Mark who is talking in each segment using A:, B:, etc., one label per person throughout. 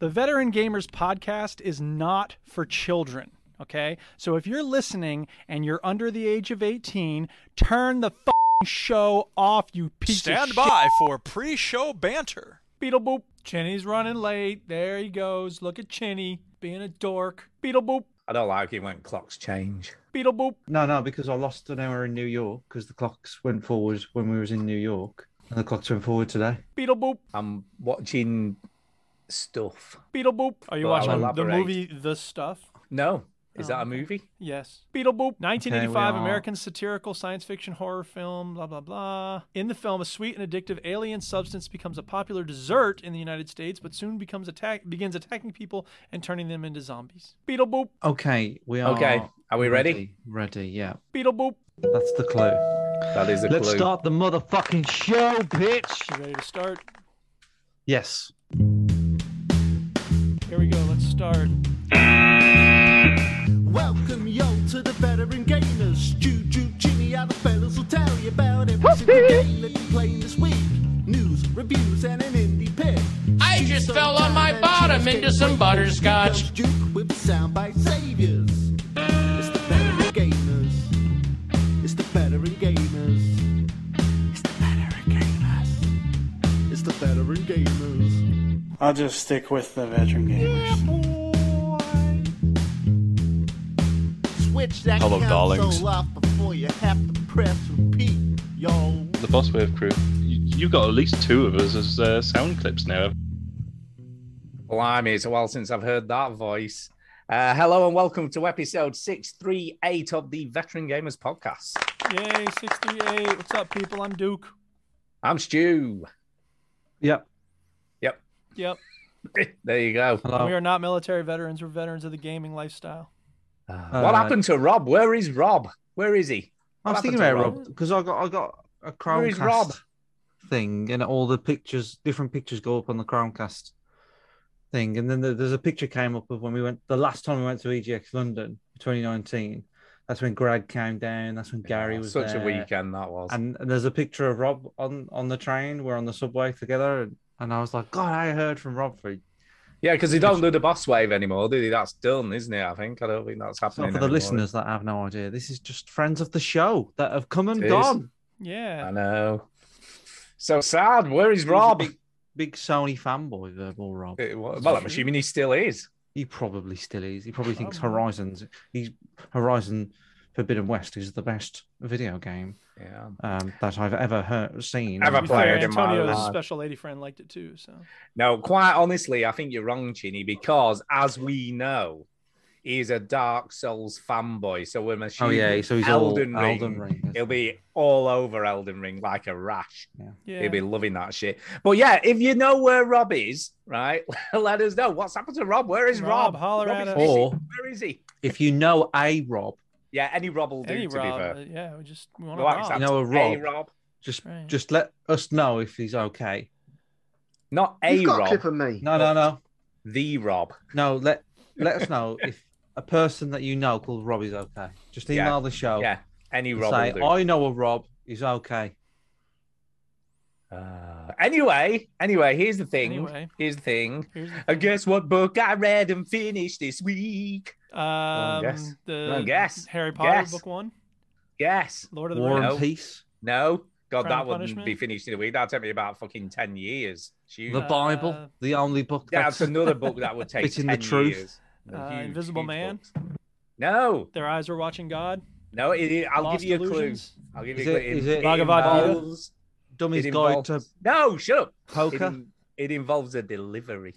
A: The Veteran Gamers podcast is not for children. Okay, so if you're listening and you're under the age of 18, turn the f***ing show off, you piece
B: Stand
A: of
B: by for pre-show banter.
A: shit. Beetle boop. Chinny's running late. There he goes. Look at Chinny being a dork. Beetle boop.
C: I don't like it when clocks change.
A: Beetle boop.
D: No, no, because I lost an hour in New York because the clocks went forward when we was in New York, and the clocks went forward today.
A: Beetle boop.
C: I'm watching stuff.
A: Beetle boop. Are you
C: Well, I'll
A: watching the
C: elaborate.
A: movie The Stuff?
C: No, is that a movie?
A: Yes. Beetle Boop. 1985
D: are-
A: American satirical science fiction horror film, blah, blah, blah. In the film, a sweet and addictive alien substance becomes a popular dessert in the United States, but soon becomes attack begins attacking people and turning them into zombies. Beetle Boop.
D: Okay, we are.
C: Okay, are we ready?
D: Ready, yeah.
A: Beetle Boop.
D: That's the clue.
C: That is a
D: Let's
C: clue.
D: start the motherfucking show, bitch.
A: You ready to start?
D: Yes.
A: Here we go. Let's start.
E: Welcome yo to the veteran gamers. Juju, Jimmy, other fellas will tell you about every single game that you're playing this week. News, reviews, and an indie pick.
F: I just fell on my bottom into some butterscotch.
E: Comes Duke with soundbite saviors. It's the veteran gamers. It's the veteran gamers. It's the veteran gamers. It's the veteran gamers.
G: I'll just stick with the veteran gamers.
E: Switch that
B: Hello,
E: console
B: darlings.
E: off before you have to press repeat, yo.
H: the Boss Wave crew. You, you've got at least two of us as uh, sound clips now.
C: Blimey, it's a while since I've heard that voice. Uh, hello and welcome to episode 638 of the Veteran Gamers Podcast.
A: Yay, 68. What's up, people? I'm Duke.
C: I'm Stu.
D: Yep.
A: Yep.
C: there you go.
D: Hello.
A: We are not military veterans. We're veterans of the gaming lifestyle.
C: what
D: Uh,
C: happened to Rob? Where is Rob? Where is he?
D: I was
C: What
D: thinking
C: happened
D: about
C: to
D: Rob because I got I got a
C: Where is
D: Chromecast
C: Rob?
D: thing, and all the pictures, different pictures, go up on the Chromecast thing. And then there- there's a picture came up of when we went the last time we went to EGX London, 2019. That's when Greg came down. That's when Gary was
C: Such
D: there.
C: a weekend that was.
D: And, and there's a picture of Rob on on the train. We're on the subway together, and, and I was like, God, I heard from Rob for
C: yeah, because he don't do the boss wave anymore, do he? That's done, isn't it? I think. I don't think that's
D: so
C: happening.
D: for the
C: anymore.
D: listeners that have no idea. This is just friends of the show that have come and
C: It is.
D: gone.
A: Yeah.
C: I know. So sad. Where is Rob?
D: Big, big Sony fanboy, verbal Rob.
C: It wa- Well, I'm assuming he still is.
D: He probably still is. He probably thinks
A: Probably.
D: Horizons, he's Horizon Forbidden West is the best video game
C: Yeah.
D: um, that I've ever heard, seen.
C: Ever
A: To be
C: played
A: fair,
C: it in my
A: Antonio's
C: life.
A: special lady friend liked it too. So
C: No, quite honestly, I think you're wrong, Chinny, because as we know, he's a Dark Souls fanboy. So we're
D: Oh
C: assuming
D: yeah, so he's
C: Elden,
D: all
C: Ring,
D: Elden Ring.
C: He'll be all over Elden Ring like a rash.
A: yeah.
C: He'll be loving that shit. But yeah, if you know where Rob is, right, let us know. What's happened to Rob? Where is
A: Rob,
C: Rob?
A: holler
C: Rob
A: at
C: is
A: us.
C: missing.
D: Or
C: Where is he?
D: if you know a Rob,
C: Yeah, any Rob will do,
A: Any
C: to be
A: Rob,
C: fair.
A: uh, yeah, we just we want to
C: Like
A: rob.
C: that.
D: You know a
C: Hey,
D: Rob.
C: Rob.
D: just
A: Right.
D: just let us know if he's okay.
C: Not a
I: You've got a
C: Rob,
I: clip of me.
D: No, no, no,
C: the Rob.
D: no. Let let us know if a person that you know called Rob is okay. Just
C: Yeah,
D: email the show.
C: Yeah, any
D: and
C: Rob will
D: say
C: do.
D: I know a Rob is okay.
C: Uh, anyway, anyway, here's the thing.
A: Anyway.
C: Here's the thing.
A: Here's the
C: I guess what book I read and finished this week.
A: Um,
C: guess.
A: the
C: guess.
A: Harry Potter
C: Guess.
A: book one,
C: Yes.
A: Lord of the
D: War
A: Rings.
D: and
C: No.
D: Peace,
C: No. God,
A: Crime
C: that
A: and
C: wouldn't be
A: Punishment?
C: finished in a week. That'd take me about fucking ten years. Shoot.
D: the
A: Uh,
D: Bible, the only book
C: yeah,
D: that's
C: that's another book that would take
D: It's in
C: ten
D: the truth.
C: years.
A: Uh, Invisible Man?
C: books. No,
A: Their eyes are watching God.
C: no. It, it- I'll
A: Lost
C: give you a
A: illusions.
C: clue. I'll give
D: Is
C: you a
D: it-
C: clue.
D: is it-
A: Bhagavad Gita?
C: involves-
D: Dummy's
C: it
D: Guide
C: involves,
D: to
C: No, shut up. It,
D: Poker.
C: in- it involves a delivery.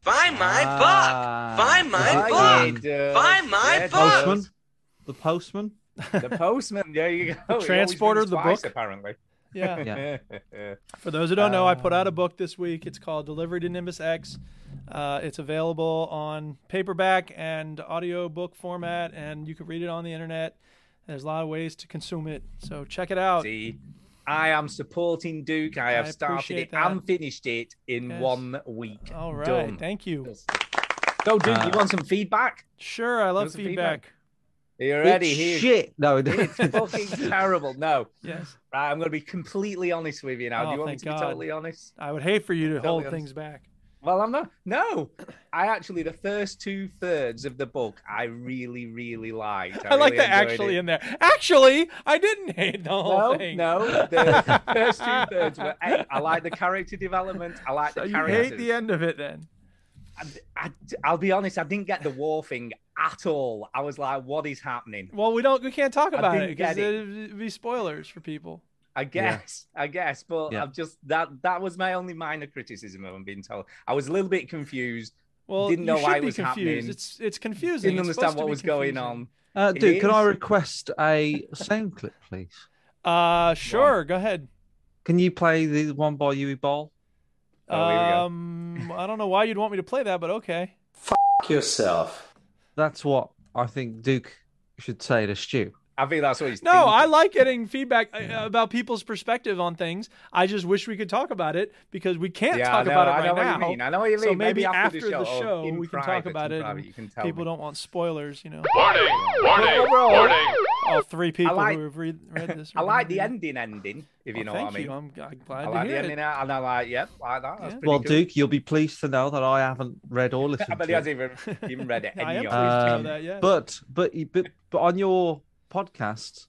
D: Find my book. Find
C: Right, it does.
F: my
C: Yeah, it does.
D: Postman. The postman.
C: The postman. There you go. He always
A: transporter,
C: wins
A: the
C: twice,
A: book.
C: apparently.
A: Yeah.
D: Yeah.
A: For those who don't know, I put
C: Um,
A: out a book this week. It's called Delivery to Nimbus X. Uh, it's available on paperback and audio book format, and you can read it on the internet. There's a lot of ways to consume it, so check it out.
C: See, I am supporting Duke. I have
A: I
C: started
A: appreciate
C: it
A: that.
C: and finished it in
A: Yes.
C: one week.
A: All right,
C: Done.
A: thank you.
C: Go, Duke. you
D: Uh,
C: want some feedback?
A: Sure, I love
C: Give us some
A: feedback.
C: Are you ready?
D: It's
C: Here.
D: Shit. No. it-
C: It's fucking terrible. No,
A: Yes,
C: right, I'm going to be completely honest with you now.
A: Oh,
C: Do you want me
A: thank
C: to be
A: God.
C: totally honest?
A: I would hate for you to
C: Totally
A: hold
C: honest.
A: things back.
C: Well, I'm not. No, I actually the first two thirds of the book I really, really liked.
A: I like the
C: really enjoyed
A: actually
C: it.
A: in there. Actually, I didn't hate the whole
C: No,
A: thing.
C: no. The first two thirds were. eh, I like the character development. I like
A: So
C: the
A: you
C: characters.
A: hate the end of it then?
C: I, I'll be honest. I didn't get the war thing at all. I was like, "What is happening?"
A: Well, we don't. We can't talk
C: I
A: about it
C: didn't
A: because
C: get it.
A: it'd be spoilers for people.
C: I guess, I guess, but
D: Yeah.
C: I've just that that was my only minor criticism of being told. I was a little bit confused.
A: Well,
C: Didn't
A: you
C: know
A: should
C: why it
A: be
C: was
A: confused.
C: happening.
A: It's it's confusing.
C: Didn't
A: It's
C: understand
A: supposed to
C: what
A: be
C: was going
A: confusing.
C: on.
D: Uh,
C: It
D: dude, can I
C: is.
D: request a sound clip, please?
A: Uh, sure. Go ahead.
D: Can you play the one by Yui Ball?
C: Oh, here we go.
A: um, I don't know why you'd want me to play that, but okay.
J: yourself.
D: That's what I think Duke should say to Stu.
C: I think that's what he's.
A: No,
C: thinking.
A: I like getting feedback uh, about people's perspective on things. I just wish we could talk about it because we can't
C: Yeah,
A: talk
C: I know,
A: about it
C: I
A: right
C: know what
A: now.
C: you mean. I know what you
A: So
C: mean.
A: maybe
C: after,
A: after the
C: the show,
A: show,
C: or in
A: we can talk
C: private,
A: about
C: in
A: it
C: private,
A: and
C: you can tell
A: People
C: me.
A: don't want spoilers, you know.
C: Warning! Warning!
A: All three people
C: like-
A: who have read, read this. are
C: I
A: gonna
C: like the
A: read it.
C: ending, ending. If you
A: Oh,
C: know
A: thank
C: what I mean.
A: you. I'm, I'm glad
C: I
A: to
C: like the
A: hear
C: ending,
A: it.
C: and I like yeah, like that. That's
A: Yeah.
C: pretty
D: Well,
C: cool.
D: Duke, you'll be pleased to know that I haven't read or listened
C: I bet he
D: to it.
C: hasn't even, even read it.
A: I am
C: any
A: pleased
C: of it.
A: to know
D: Um,
A: that. Yeah.
D: But but but but on your podcast,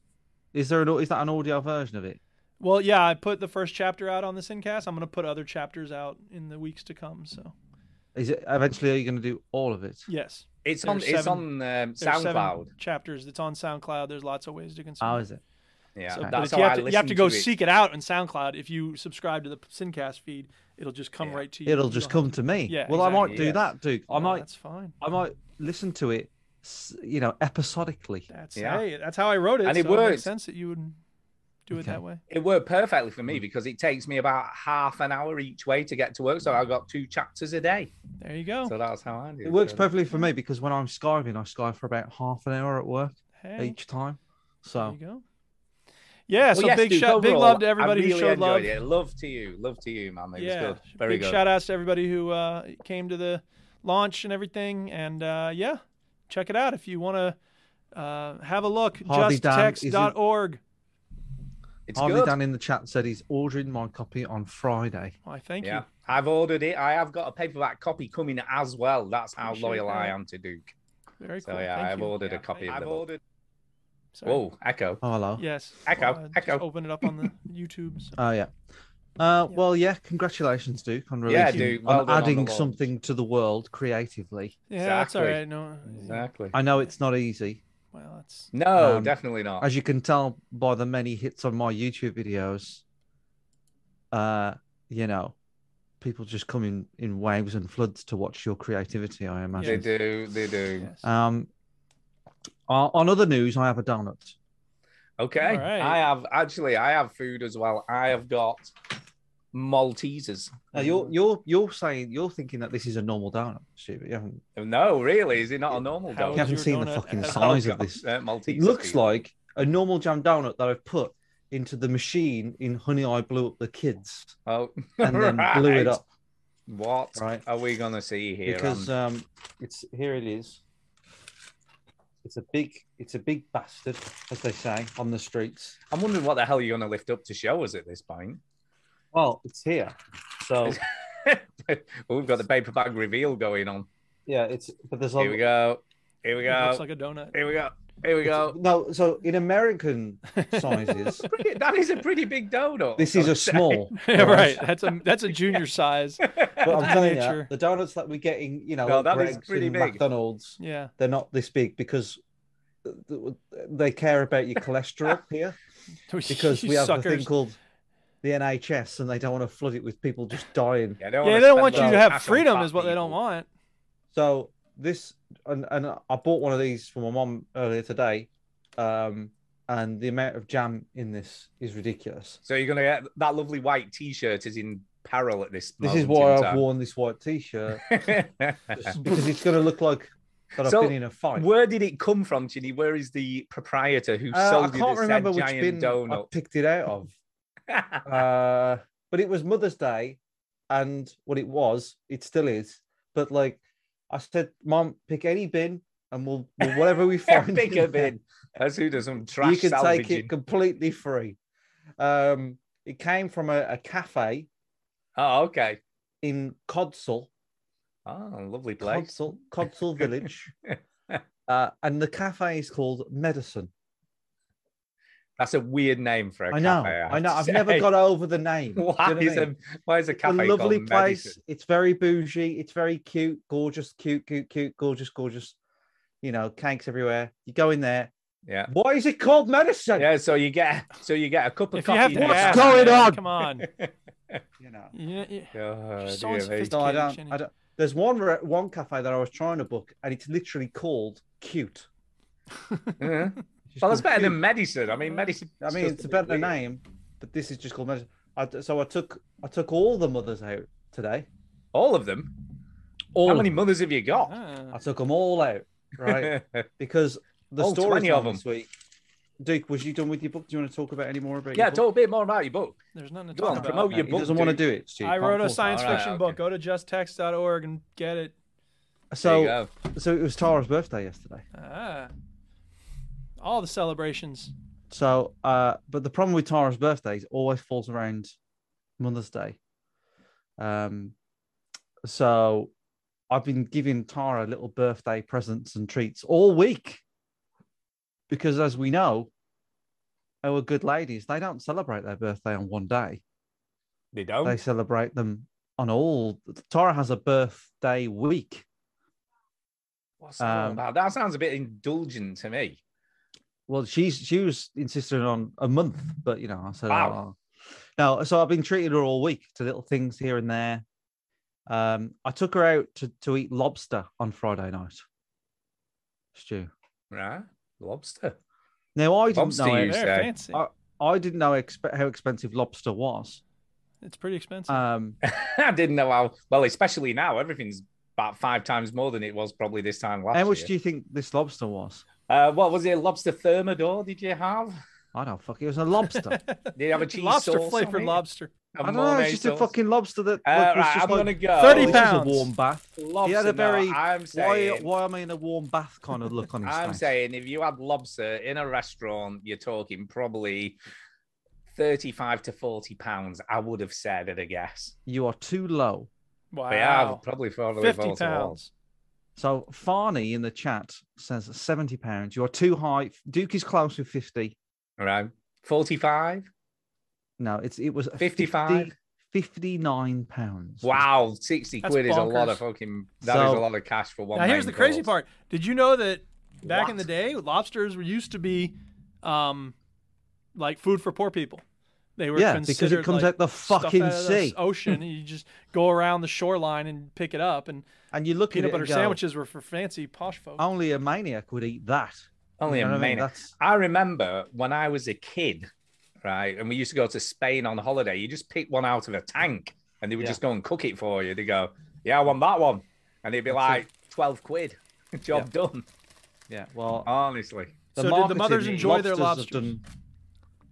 D: is there an, au- is that an audio version of it?
A: Well, yeah, I put the first chapter out on the Sincast. I'm going to put other chapters out in the weeks to come. So,
D: Is it eventually? Are you going to do all of it?
A: yes,
C: It's
A: There are
C: on. It's
A: seven-
C: on um,
A: there's seven
C: SoundCloud.
A: chapters. It's on SoundCloud. There's lots of ways to consume.
D: How
A: it.
D: is it?
C: Yeah,
A: So, but
C: that's
A: if
C: how
A: you
C: I
A: have, to, you have
C: listen
A: to go
C: it.
A: seek it out on SoundCloud. If you subscribe to the Sincast feed, it'll just come
C: Yeah. Oh,
A: right to you.
D: It'll
A: You
D: just
A: don't have
D: come to me.
A: Yeah,
D: well, I might
C: exactly,
D: do
C: yes.
D: that, Duke.
A: to-
D: I
A: No,
D: might
A: That's fine.
D: I might listen to it, s- you know, episodically.
A: That's
C: Yeah.
A: hey, that's how I wrote it.
C: And it
A: so makes
C: worked.
A: sense that you would do it Mm.
D: Okay.
A: that way.
C: It worked perfectly for me because it takes me about half an hour each way to get to work, so I got two chapters a day.
A: There you go.
C: So that's how I do.
D: It works
C: so-
D: perfectly for me because when I'm skiving, I skive for about half an hour at work
A: hey,
D: each time.
A: there
D: So
A: you go. Yeah. so
C: Well, yes,
A: big
C: Duke,
A: shout, big
C: overall,
A: love to
C: I
A: everybody
C: really
A: who showed love.
C: enjoyed It. Love to you, love to you, man. It
A: yeah,
C: was good, very
A: big
C: good.
A: shout outs to everybody who uh, came to the launch and everything. And uh, yeah, check it out if you want to uh, have a look.
D: Harvey Dam is in-
A: JustText.org.
C: it's
D: Harley
C: good.
D: down in the chat said he's ordering my copy on Friday.
A: Why, thank
C: yeah,
A: you.
C: I've ordered it. I have got a paperback copy coming as well. That's how
A: Appreciate
C: loyal I
A: that.
C: am to Duke.
A: Very
C: So
A: cool.
C: yeah,
A: thank
C: I've
A: you.
C: ordered
A: Yeah,
C: a copy
A: thank
C: of the
A: you.
C: book.
A: Sorry.
C: Whoa, echo.
D: Oh, hello.
A: Yes.
C: Echo,
A: Well, I just
C: echo.
A: Open it up on the YouTube. so-
D: Oh, yeah. Uh,
A: Yeah.
D: well, yeah. Congratulations, Duke, on
C: Yeah,
D: releasing,
C: Duke, well
D: on
C: done on the
D: adding
C: launch.
D: something to the world creatively.
A: Yeah, that's all
C: Exactly.
A: right. No,
C: Exactly.
D: I know it's not easy,
A: well, that's
C: No,
D: Um,
C: definitely not.
D: as you can tell by the many hits on my YouTube videos. Uh, you know, people just come in in waves and floods to watch your creativity. I
C: They
D: imagine.
C: do, they do.
A: yes.
D: Um, uh, on on other news, I have a donut.
C: Okay.
A: All right.
C: I have actually I have food as well. I have got Maltesers.
D: Now you're
C: Mm.
D: you're you're saying you're thinking that this is a normal donut, Stu, but you haven't.
C: No, really, is it not a normal
A: How
D: You
A: is
C: donut?
D: haven't
A: your
D: seen the
A: donut
D: fucking
A: at
C: Oh,
D: size of
C: God,
D: this.
C: uh,
D: It
C: Maltesers.
D: looks like a normal jam donut that I've put into the machine in Honey I Blew Up the Kids
C: oh,
D: and then blew
C: right.
D: it up
C: What
D: Right.
C: are we gonna see here?
D: because
C: Andy?
D: um, it's here it is. It's a big, it's a big bastard, as they say on the streets.
C: I'm wondering what the hell you're gonna lift up to show us at this point.
D: Well, it's here, so
C: Well, we've got the paper bag reveal going on.
D: yeah, it's. But there's a
C: Here we go. Here we
A: It
C: go.
A: looks like a donut.
C: Here we go. Here we go.
D: no. So in American sizes,
C: Pretty- that is a pretty big donut.
D: this is a small.
A: Yeah, right. That's a that's a junior size.
D: But I'm telling you,
A: Miniature.
D: the donuts that we're getting, you know,
C: No,
D: like
C: that is
D: Greg's
C: pretty
D: and
C: big.
D: McDonald's,
A: Yeah.
D: they're not this big because th- th- they care about your cholesterol here because we
A: You
D: have a
A: suckers.
D: thing called the NHS and they don't want to flood it with people just dying.
C: Yeah,
A: Yeah, they don't want you to have freedom, is what they don't want.
D: So this and, and I bought one of these for my mom earlier today, um, and the amount of jam in this is ridiculous.
C: So you're gonna get that lovely white T-shirt is in peril at this.
D: This
C: moment
D: is why
C: in
D: I've
C: time.
D: worn this white T-shirt
C: worn.
D: just because it's going to look like that I've
C: So,
D: been in a fight.
C: Where did it come from, Ginny? Where is the proprietor who
D: Uh,
C: sold
D: I can't
C: you this
D: remember
C: said
D: which bin
C: giant
D: I
C: donut?
D: picked it out of. uh, but it was Mother's Day, and what it was, it still is. But like I said, Mom, pick any bin, and we'll, we'll whatever we find,
C: Pick
D: in
C: a
D: there,
C: bin. That's who does some trash
D: You can take
C: salvaging.
D: it completely free. Um, it came from a, a cafe
C: Oh, okay.
D: in Codsall,
C: Oh, lovely place.
D: Codsall, Codsall Village. Uh, and the cafe is called Medicine.
C: That's a weird name for a
D: I
C: cafe.
D: know,
C: have
D: I know.
C: to
D: I've
C: say.
D: never got over the name. Do you know
C: Why
D: what I
C: is
D: mean?
C: a why is a
D: a
C: cafe
D: lovely
C: called
D: place.
C: Medicine?
D: It's very bougie. It's very cute, gorgeous, cute, cute, cute, gorgeous, gorgeous. You know, cakes everywhere. You go in there.
C: Yeah.
D: Why is it called medicine?
C: Yeah, so you get so you get a cup of
A: If you have
C: coffee.
A: to
C: and a
A: ask,
C: chat.
D: going
A: man,
D: on?
A: Come on.
D: You know.
A: You- you-
C: Oh,
A: Just so
C: dear me.
A: unsophisticated.
D: No, I don't.
A: Kitchen.
D: I don't. There's one re- one cafe that I was trying to book, and it's literally called cute.
C: Yeah.
D: It's just
C: Well, that's
D: called
C: better
D: Cute.
C: than medicine. I mean, medicine.
D: I mean, it's a better name, but this is just called medicine. I d so I took I took all the mothers out today.
C: All of them.
D: All
C: How
D: of
C: many
D: them.
C: mothers have you got?
A: Ah.
D: I took them all out, right? because the
C: All
D: story
C: 20 of
D: this week. Duke, was you done with your book? Do you want to talk about any more about?
C: yeah,
D: your book?
C: talk a bit more about your book.
A: There's nothing to
C: Go
A: talk
C: on,
A: about.
C: promote
D: No,
C: your
D: he
C: book.
D: doesn't want to
C: Duke.
D: do it. Stu.
A: I
D: Can't
A: wrote a
D: force it.
A: science
C: All right,
A: fiction
C: okay.
A: book. Go to justtext.org and get it.
C: There you
D: So,
C: go.
D: so it was Tara's birthday yesterday.
A: Ah. All the celebrations.
D: So, uh, but the problem with Tara's birthday is it always falls around Mother's Day. Um, so I've been giving Tara little birthday presents and treats all week because, as we know, our good ladies they don't celebrate their birthday on one day.
C: they don't.
D: they celebrate them on all. Tara has a birthday week.
C: What's that, all
D: um,
C: about? that sounds a bit indulgent to me.
D: Well, she's she was insisting on a month, but you know, I said,
C: Wow.
D: "Oh." no. So I've been treating her all week to little things here and there. Um, I took her out to, to eat lobster on Friday night. Stu.
C: Right, lobster.
D: Now I didn't
C: Lobster
D: know
C: you
A: They're
C: say.
A: fancy.
D: I- I didn't know expe- how expensive lobster was.
A: It's pretty
C: uh,
A: expensive.
D: Um,
C: I didn't know how. Well, especially now, everything's about five times more than it was probably this time last
D: how much
C: year.
D: do you think this lobster was?
C: uh, what was it? Lobster thermidor? Did you have?
D: I don't fuck. It was a lobster.
C: Did you have a cheese
A: lobster
C: sauce on
A: flavored
C: it?
A: lobster.
C: A
D: I don't know.
C: Mornay
D: It's just a
C: sauce?
D: fucking lobster that
C: Uh,
D: was
C: right,
D: just
C: I'm
D: like-
C: gonna go.
A: 30
D: This is a
A: pounds.
D: warm bath.
C: Lobster,
D: he had
C: no,
D: a very
C: I'm
D: why,
C: saying,
D: why am I in a warm bath kind of look on his
C: I'm
D: face.
C: saying, if you had lobster in a restaurant, you're talking probably thirty-five to forty pounds. I would have said at a guess.
D: you are too low.
A: Wow.
C: They are probably probably
A: 50
C: false walls.
A: pounds.
D: So Farney in the chat says seventy pounds. You are too high. Duke is close with fifty.
C: Right, forty-five.
D: No, it's it was
C: 55?
D: 50 59 pounds.
C: Wow, sixty
A: That's
C: quid is a lot
A: bonkers.
C: of fucking. That is
D: So-
C: a lot of cash for one.
A: Now, here's the
C: main
A: crazy
C: course.
A: part. Did you know that back in the
C: What?
A: day, lobsters were used to be um, like food for poor people? They were
D: Yeah, because it
A: considered,
D: comes
A: like,
D: out the
A: stuff
D: fucking
A: out of the
D: sea.
A: ocean. and you just go around the shoreline and pick it up. And
D: And you look at
A: peanut
D: it and
A: butter
D: go,
A: sandwiches were for fancy posh folk.
C: Oh.
D: Only a maniac would eat that.
C: Only
D: You
C: a
D: know what I mean?
C: maniac.
D: That's-
C: I remember when I was a kid, right, and we used to go to Spain on holiday. You just pick one out of a tank, and they would just go and cook it for you. They go, "Yeah, I want that one," and they'd be like, twelve quid, job done.
D: yeah. Well,
C: Honestly,
A: So did the
D: marketing,
A: mothers enjoy their
D: lobsters have
A: lobsters?
D: done-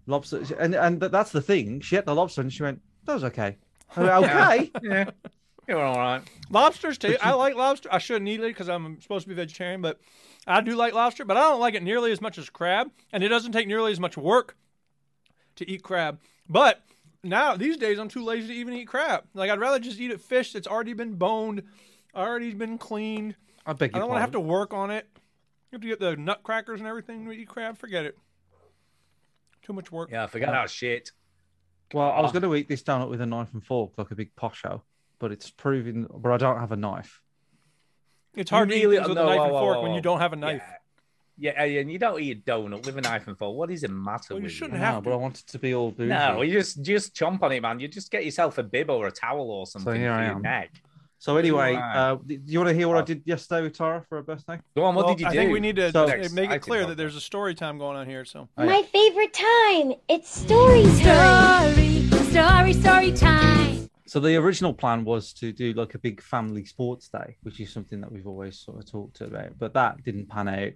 D: Lobsters, and and th- that's the thing. She had the lobster, and she went, "That was okay." I went, okay.
C: yeah, you're all right.
A: Lobsters too. I like lobster. I shouldn't eat it because I'm supposed to be vegetarian, but I do like lobster. But I don't like it nearly as much as crab, and it doesn't take nearly as much work to eat crab. But now these days, I'm too lazy to even eat crab. Like I'd rather just eat a fish that's already been boned, already been cleaned.
D: I beg your
A: I don't want to have to
D: pardon.
A: work on it. You have to get the nutcrackers and everything to eat crab. Forget it. Too much work.
C: Yeah, I forgot that shit.
D: Well, I was going to eat this donut with a knife and fork, like a big posho, but it's proven. But I don't have a knife.
A: It's hard
C: You
A: to eat
C: really-
A: things with a
C: no,
A: knife
C: whoa,
A: and
C: whoa,
A: fork
C: whoa,
A: when
C: whoa.
A: you don't have a knife.
C: Yeah, yeah, and you don't eat a donut with a knife and fork. What is the matter
A: Well, you
C: with
D: I
A: shouldn't
D: know,
A: have to.
D: but I want it to be all bougie.
C: No, you just just chomp on it, man. You just get yourself a bib or a towel or something
D: here
C: for
D: I
C: your
D: am.
C: neck.
D: so anyway,
C: Right.
D: uh, d- do you want to hear what I
C: Oh.
D: did yesterday with Tara for her birthday?
C: Go on, what
A: Well,
C: did you
A: I
C: do?
A: think we need to
D: So-
A: just make it
C: Excited
A: clear
C: about
A: that there's a story time going on here. So
D: Oh, yeah.
K: My favorite time. It's story time. Story, story, story time.
D: So the original plan was to do like a big family sports day, which is something that we've always sort of talked about, but that didn't pan out.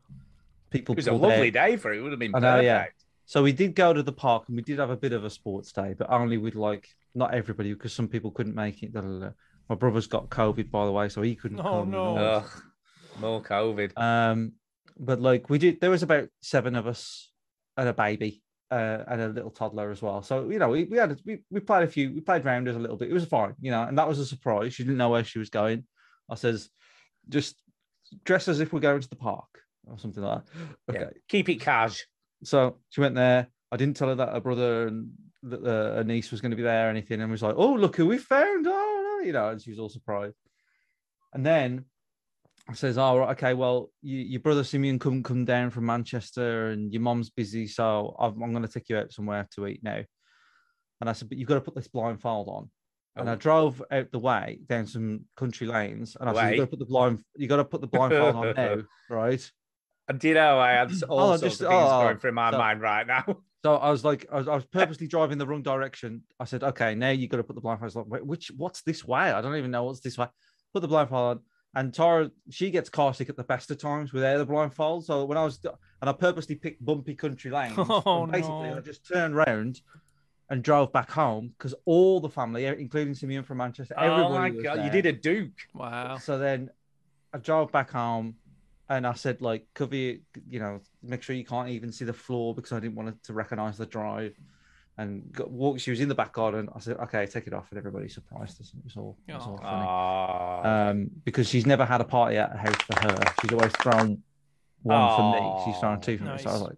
D: People
C: It was a
D: pulled
C: lovely
D: out.
C: day for it. It would have been
D: I
C: perfect.
D: know, yeah. So we did go to the park and we did have a bit of a sports day, but only with like not everybody because some people couldn't make it. da, da, da. My brother's got COVID, by the way, so he couldn't.
A: Oh,
D: come and
A: no.
D: all that
C: Ugh, more COVID.
D: um but like we did there was about seven of us and a baby uh, and a little toddler as well so you know we, we had a- we, we played a few we played rounders a little bit it was fine you know and that was a surprise she didn't know where she was going I says, just dress as if we're going to the park or something like that. Okay.
C: Yeah. Keep it cash.
D: So she went there. I didn't tell her that her brother and that uh, her niece was going to be there or anything, and was like, "Oh, look who we found!" Oh, no, you know, and she was all surprised. And then I says, "Oh, right, okay. Well, you, your brother Simeon couldn't come down from Manchester, and your mom's busy, so I'm, I'm going to take you out somewhere to eat now." And I said, "But you've got to put this blindfold on." And
C: Oh.
D: I drove out the way down some country lanes, and I said,
C: Way.
D: "You got to put the blind, you got to put the blindfold on now, right?"
C: And do you know I had all
D: Oh,
C: sorts
D: just-
C: of things
D: oh,
C: going through my
D: so-
C: mind right now? Oh
D: So I was like, I was, I was purposely driving the wrong direction. I said, okay, now you got to put the blindfold on. Wait, which, what's this way? I don't even know what's this way. Put the blindfold on. And Tara, she gets car sick at the best of times without the blindfold. So when I was, and I purposely picked bumpy country lanes.
A: Oh,
D: and basically,
A: no.
D: I just turned round and drove back home because all the family, including Simeon from Manchester, everybody.
C: oh my
D: was
C: god, you
D: there.
C: did a Duke.
A: Wow.
D: So then I drove back home and I said, like, cover your, you know, make sure you can't even see the floor because I didn't want it to recognize the drive. And got, walked, she was in the back garden. I said, okay, take it off. And everybody surprised us. It was all, it was all funny.
C: Aw.
D: Um, because she's never had a party at her house for her. She's always thrown one for me. She's thrown two for me. So I was
A: Nice.
D: like,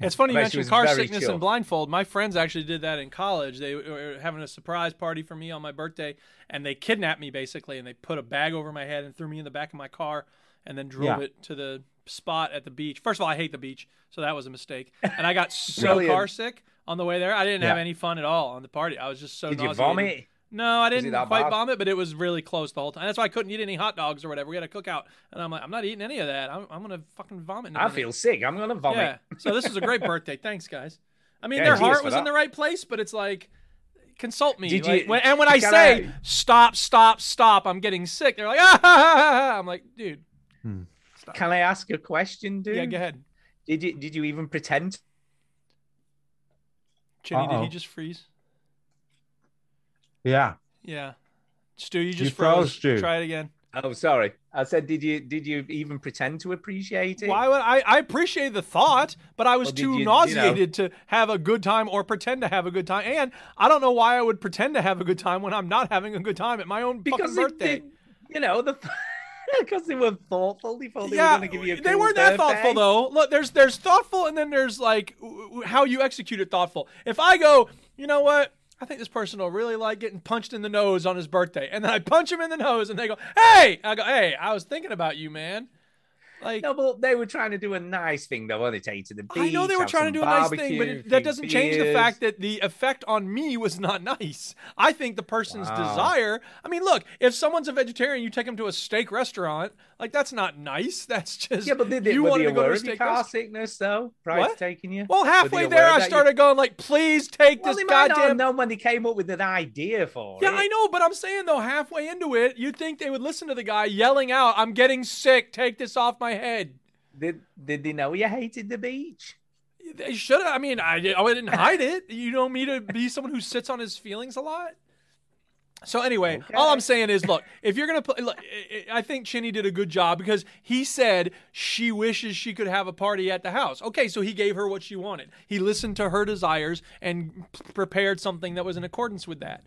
A: It's funny you
C: But
A: mentioned
C: she was
A: car
C: very
A: sickness
C: chill.
A: and blindfold. My friends actually did that in college. They were having a surprise party for me on my birthday, and they kidnapped me basically, and they put a bag over my head and threw me in the back of my car, and then drove
D: Yeah.
A: it to the spot at the beach. First of all, I hate the beach, so that was a mistake. And I got so
C: Brilliant.
A: car sick on the way there. I didn't have
D: Yeah.
A: any fun at all on the party. I was just so
C: Did you
A: nauseated.
C: vomit?
A: No, I
C: it
A: didn't
C: that
A: quite
C: bad?
A: vomit, but it was really close the whole time. That's why I couldn't eat any hot dogs or whatever. We had a cookout, and I'm like, I'm not eating any of that. I'm, I'm gonna fucking vomit. in a
C: I
A: minute.
C: feel sick. I'm gonna vomit.
A: Yeah. So this is a great birthday. Thanks, guys. I mean,
C: Yeah,
A: their
C: cheers
A: heart
C: for
A: was in
C: that.
A: the right place, but it's like, consult me.
C: Did
A: Like,
C: you-
A: when- and when I
C: can
A: say
C: I-
A: stop, stop, stop, I'm getting sick. They're like, ah, ha, ha, ha, ha." I'm like, dude,
C: Can I ask a question, dude?
A: yeah, go ahead.
C: Did you did you even pretend?
A: Jimmy, did he
D: Uh-oh.
A: just freeze?
D: yeah.
A: Yeah. Stu, you just
D: froze,
A: froze.
D: Stu.
A: Try it again.
C: Oh, sorry. I said, did you did you even pretend to appreciate it?
A: Why would I? I appreciate the thought, but I was
C: Well, did
A: too
C: you- you know-
A: nauseated to have a good time or pretend to have a good time. And I don't know why I would pretend to have a good time when I'm not having a good time at my own
C: Because
A: fucking
C: it
A: birthday.
C: did- you know the. Because they were thoughtful. They thought they were going to give you a
A: they
C: cool
A: weren't that thoughtful
C: birthday.
A: though. Look, there's there's thoughtful, and then there's like w- w- how you execute it thoughtful. If I go, you know what? I think this person will really like getting punched in the nose on his birthday, and then I punch him in the nose, and they go, "Hey!" I go, "Hey, I was thinking about you, man." Like.
C: No, but they were trying to do a nice thing though, weren't they? Take you to the beach.
A: I know they were
C: have
A: trying to
C: some
A: do a nice thing, but
C: barbecue,
A: it,
C: few
A: that doesn't change the
C: beers.
A: fact that the effect on me was not nice. I think the person's
C: Wow.
A: desire. I mean, look, if someone's a vegetarian, you take them to a steak restaurant. Like that's not nice. That's just
C: Yeah, but they, they,
A: you
C: were
A: wanted
C: they
A: to go to
C: aware
A: a
C: of your
A: steak
C: car
A: restaurant.
C: sickness though? Price
A: What?
C: taking you?
A: Well,
C: Were they
A: halfway
C: aware
A: there, I
C: that you-
A: started going like, "Please take
C: Well,
A: this
C: they might not have
A: goddamn."
C: known when they came up with an idea for
A: Yeah,
C: it.
A: I know, but I'm saying though, halfway into it, you'd think they would listen to the guy yelling out, "I'm getting sick. Take this off my head."
C: Did, did they know you hated the beach?
A: They should. have I mean, I, di- I didn't hide it. You know me to be someone who sits on his feelings a lot. So anyway, all I'm saying is, look, if you're gonna play, look, I- I I think Chinny did a good job because he said she wishes she could have a party at the house. Okay, so he gave her what she wanted. He listened to her desires and p- prepared something that was in accordance with that.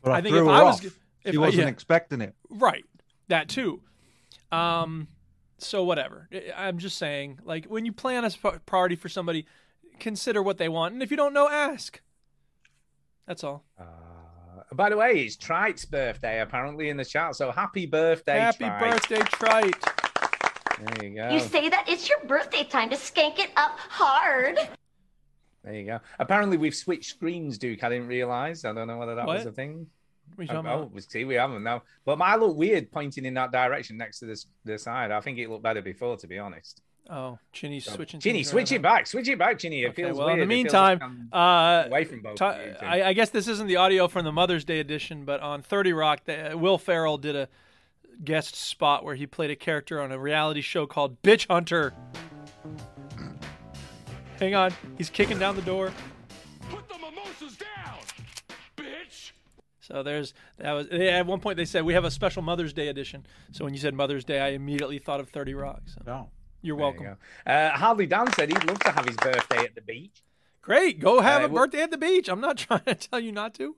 D: But I,
A: I think
D: threw
A: if
D: her
A: I was
D: off.
A: g- if
D: she
A: I-
D: wasn't
A: yeah.
D: expecting it.
A: Right. That too. Um so whatever. I- I'm just saying like when you plan a sp- party for somebody, consider what they want and if you don't know ask. That's all.
C: Uh, By the way, it's Trite's birthday apparently in the chat. So happy birthday,
A: Happy
C: Trite.
A: birthday, Trite.
C: There you go.
D: Oh.
K: You say that it's your birthday time to skank it up hard.
C: There you go. Apparently, we've switched screens, Duke. I didn't realize. I don't know whether that was
A: What?
C: a thing.
A: What are you
C: Oh,
A: talking about?
C: we see, we haven't now. But mine look weird pointing in that direction next to this the side. I think it looked better before, to be honest.
A: Oh, Chinny's switching.
C: Ginny,
A: things
C: switch it
A: around.
C: back. Switch it back, Ginny. It
A: Okay,
C: feels
A: well,
C: weird.
A: in the
C: It feels like
A: meantime,
C: I'm
A: uh,
C: away from both.
A: Ta-
C: of you two.
A: I, I guess this isn't the audio from the Mother's Day edition, but on 30 Rock, the, uh, Will Farrell did a guest spot where he played a character on a reality show called Bitch Hunter. Hang on, he's kicking down the door.
L: Put the mimosas down, bitch.
A: So there's that was they- at one point they said we have a special Mother's Day edition. So when you said Mother's Day, I immediately thought of 30 Rock. So
D: No.
A: you're
C: There you
A: welcome.
C: go. Uh, Harley Dan said he'd love to have his birthday at the beach.
A: Great, go have
C: Uh,
A: a
C: wh-
A: birthday at the beach. I'm not trying to tell you not to.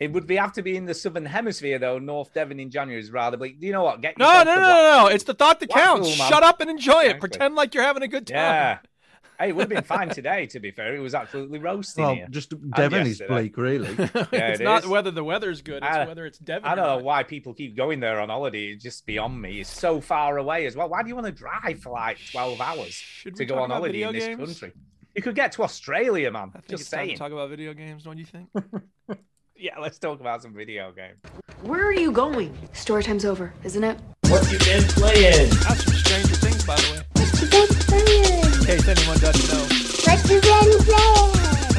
C: It would be have to be in the southern hemisphere though. North Devon in January is rather bleak. Do you know what? Get
A: No, no,
C: yourself
A: no,
C: to
A: no, no. It's the thought that
C: Blackpool,
A: counts.
C: man.
A: Shut up and enjoy it.
C: Exactly.
A: Pretend like you're having a good time.
C: Yeah. hey, it would have been fine today, to be fair. It was absolutely roasting
D: Well,
C: here.
D: just Devon is
C: yesterday.
D: bleak, really.
C: Yeah,
A: it's
C: it
A: not
C: is.
A: whether the weather's good, it's
C: I-
A: whether it's Devon.
C: I
A: or
C: don't know
A: not.
C: why people keep going there on holiday. It's just beyond me. It's so far away as well. Why do you want to drive for like 12 hours
A: Should
C: to
A: we
C: go
A: talk
C: on
A: about
C: holiday
A: video
C: in this
A: games?
C: country? You could get to Australia, man.
A: I think
C: Just
A: it's time
C: saying.
A: to talk about video games, don't you think?
C: Yeah, let's talk about some video games.
K: Where are you going? Story time's over, isn't it?
M: What you been playing?
A: That's from Stranger Things, by the way. In
N: Let's
A: case anyone doesn't know.
N: do that and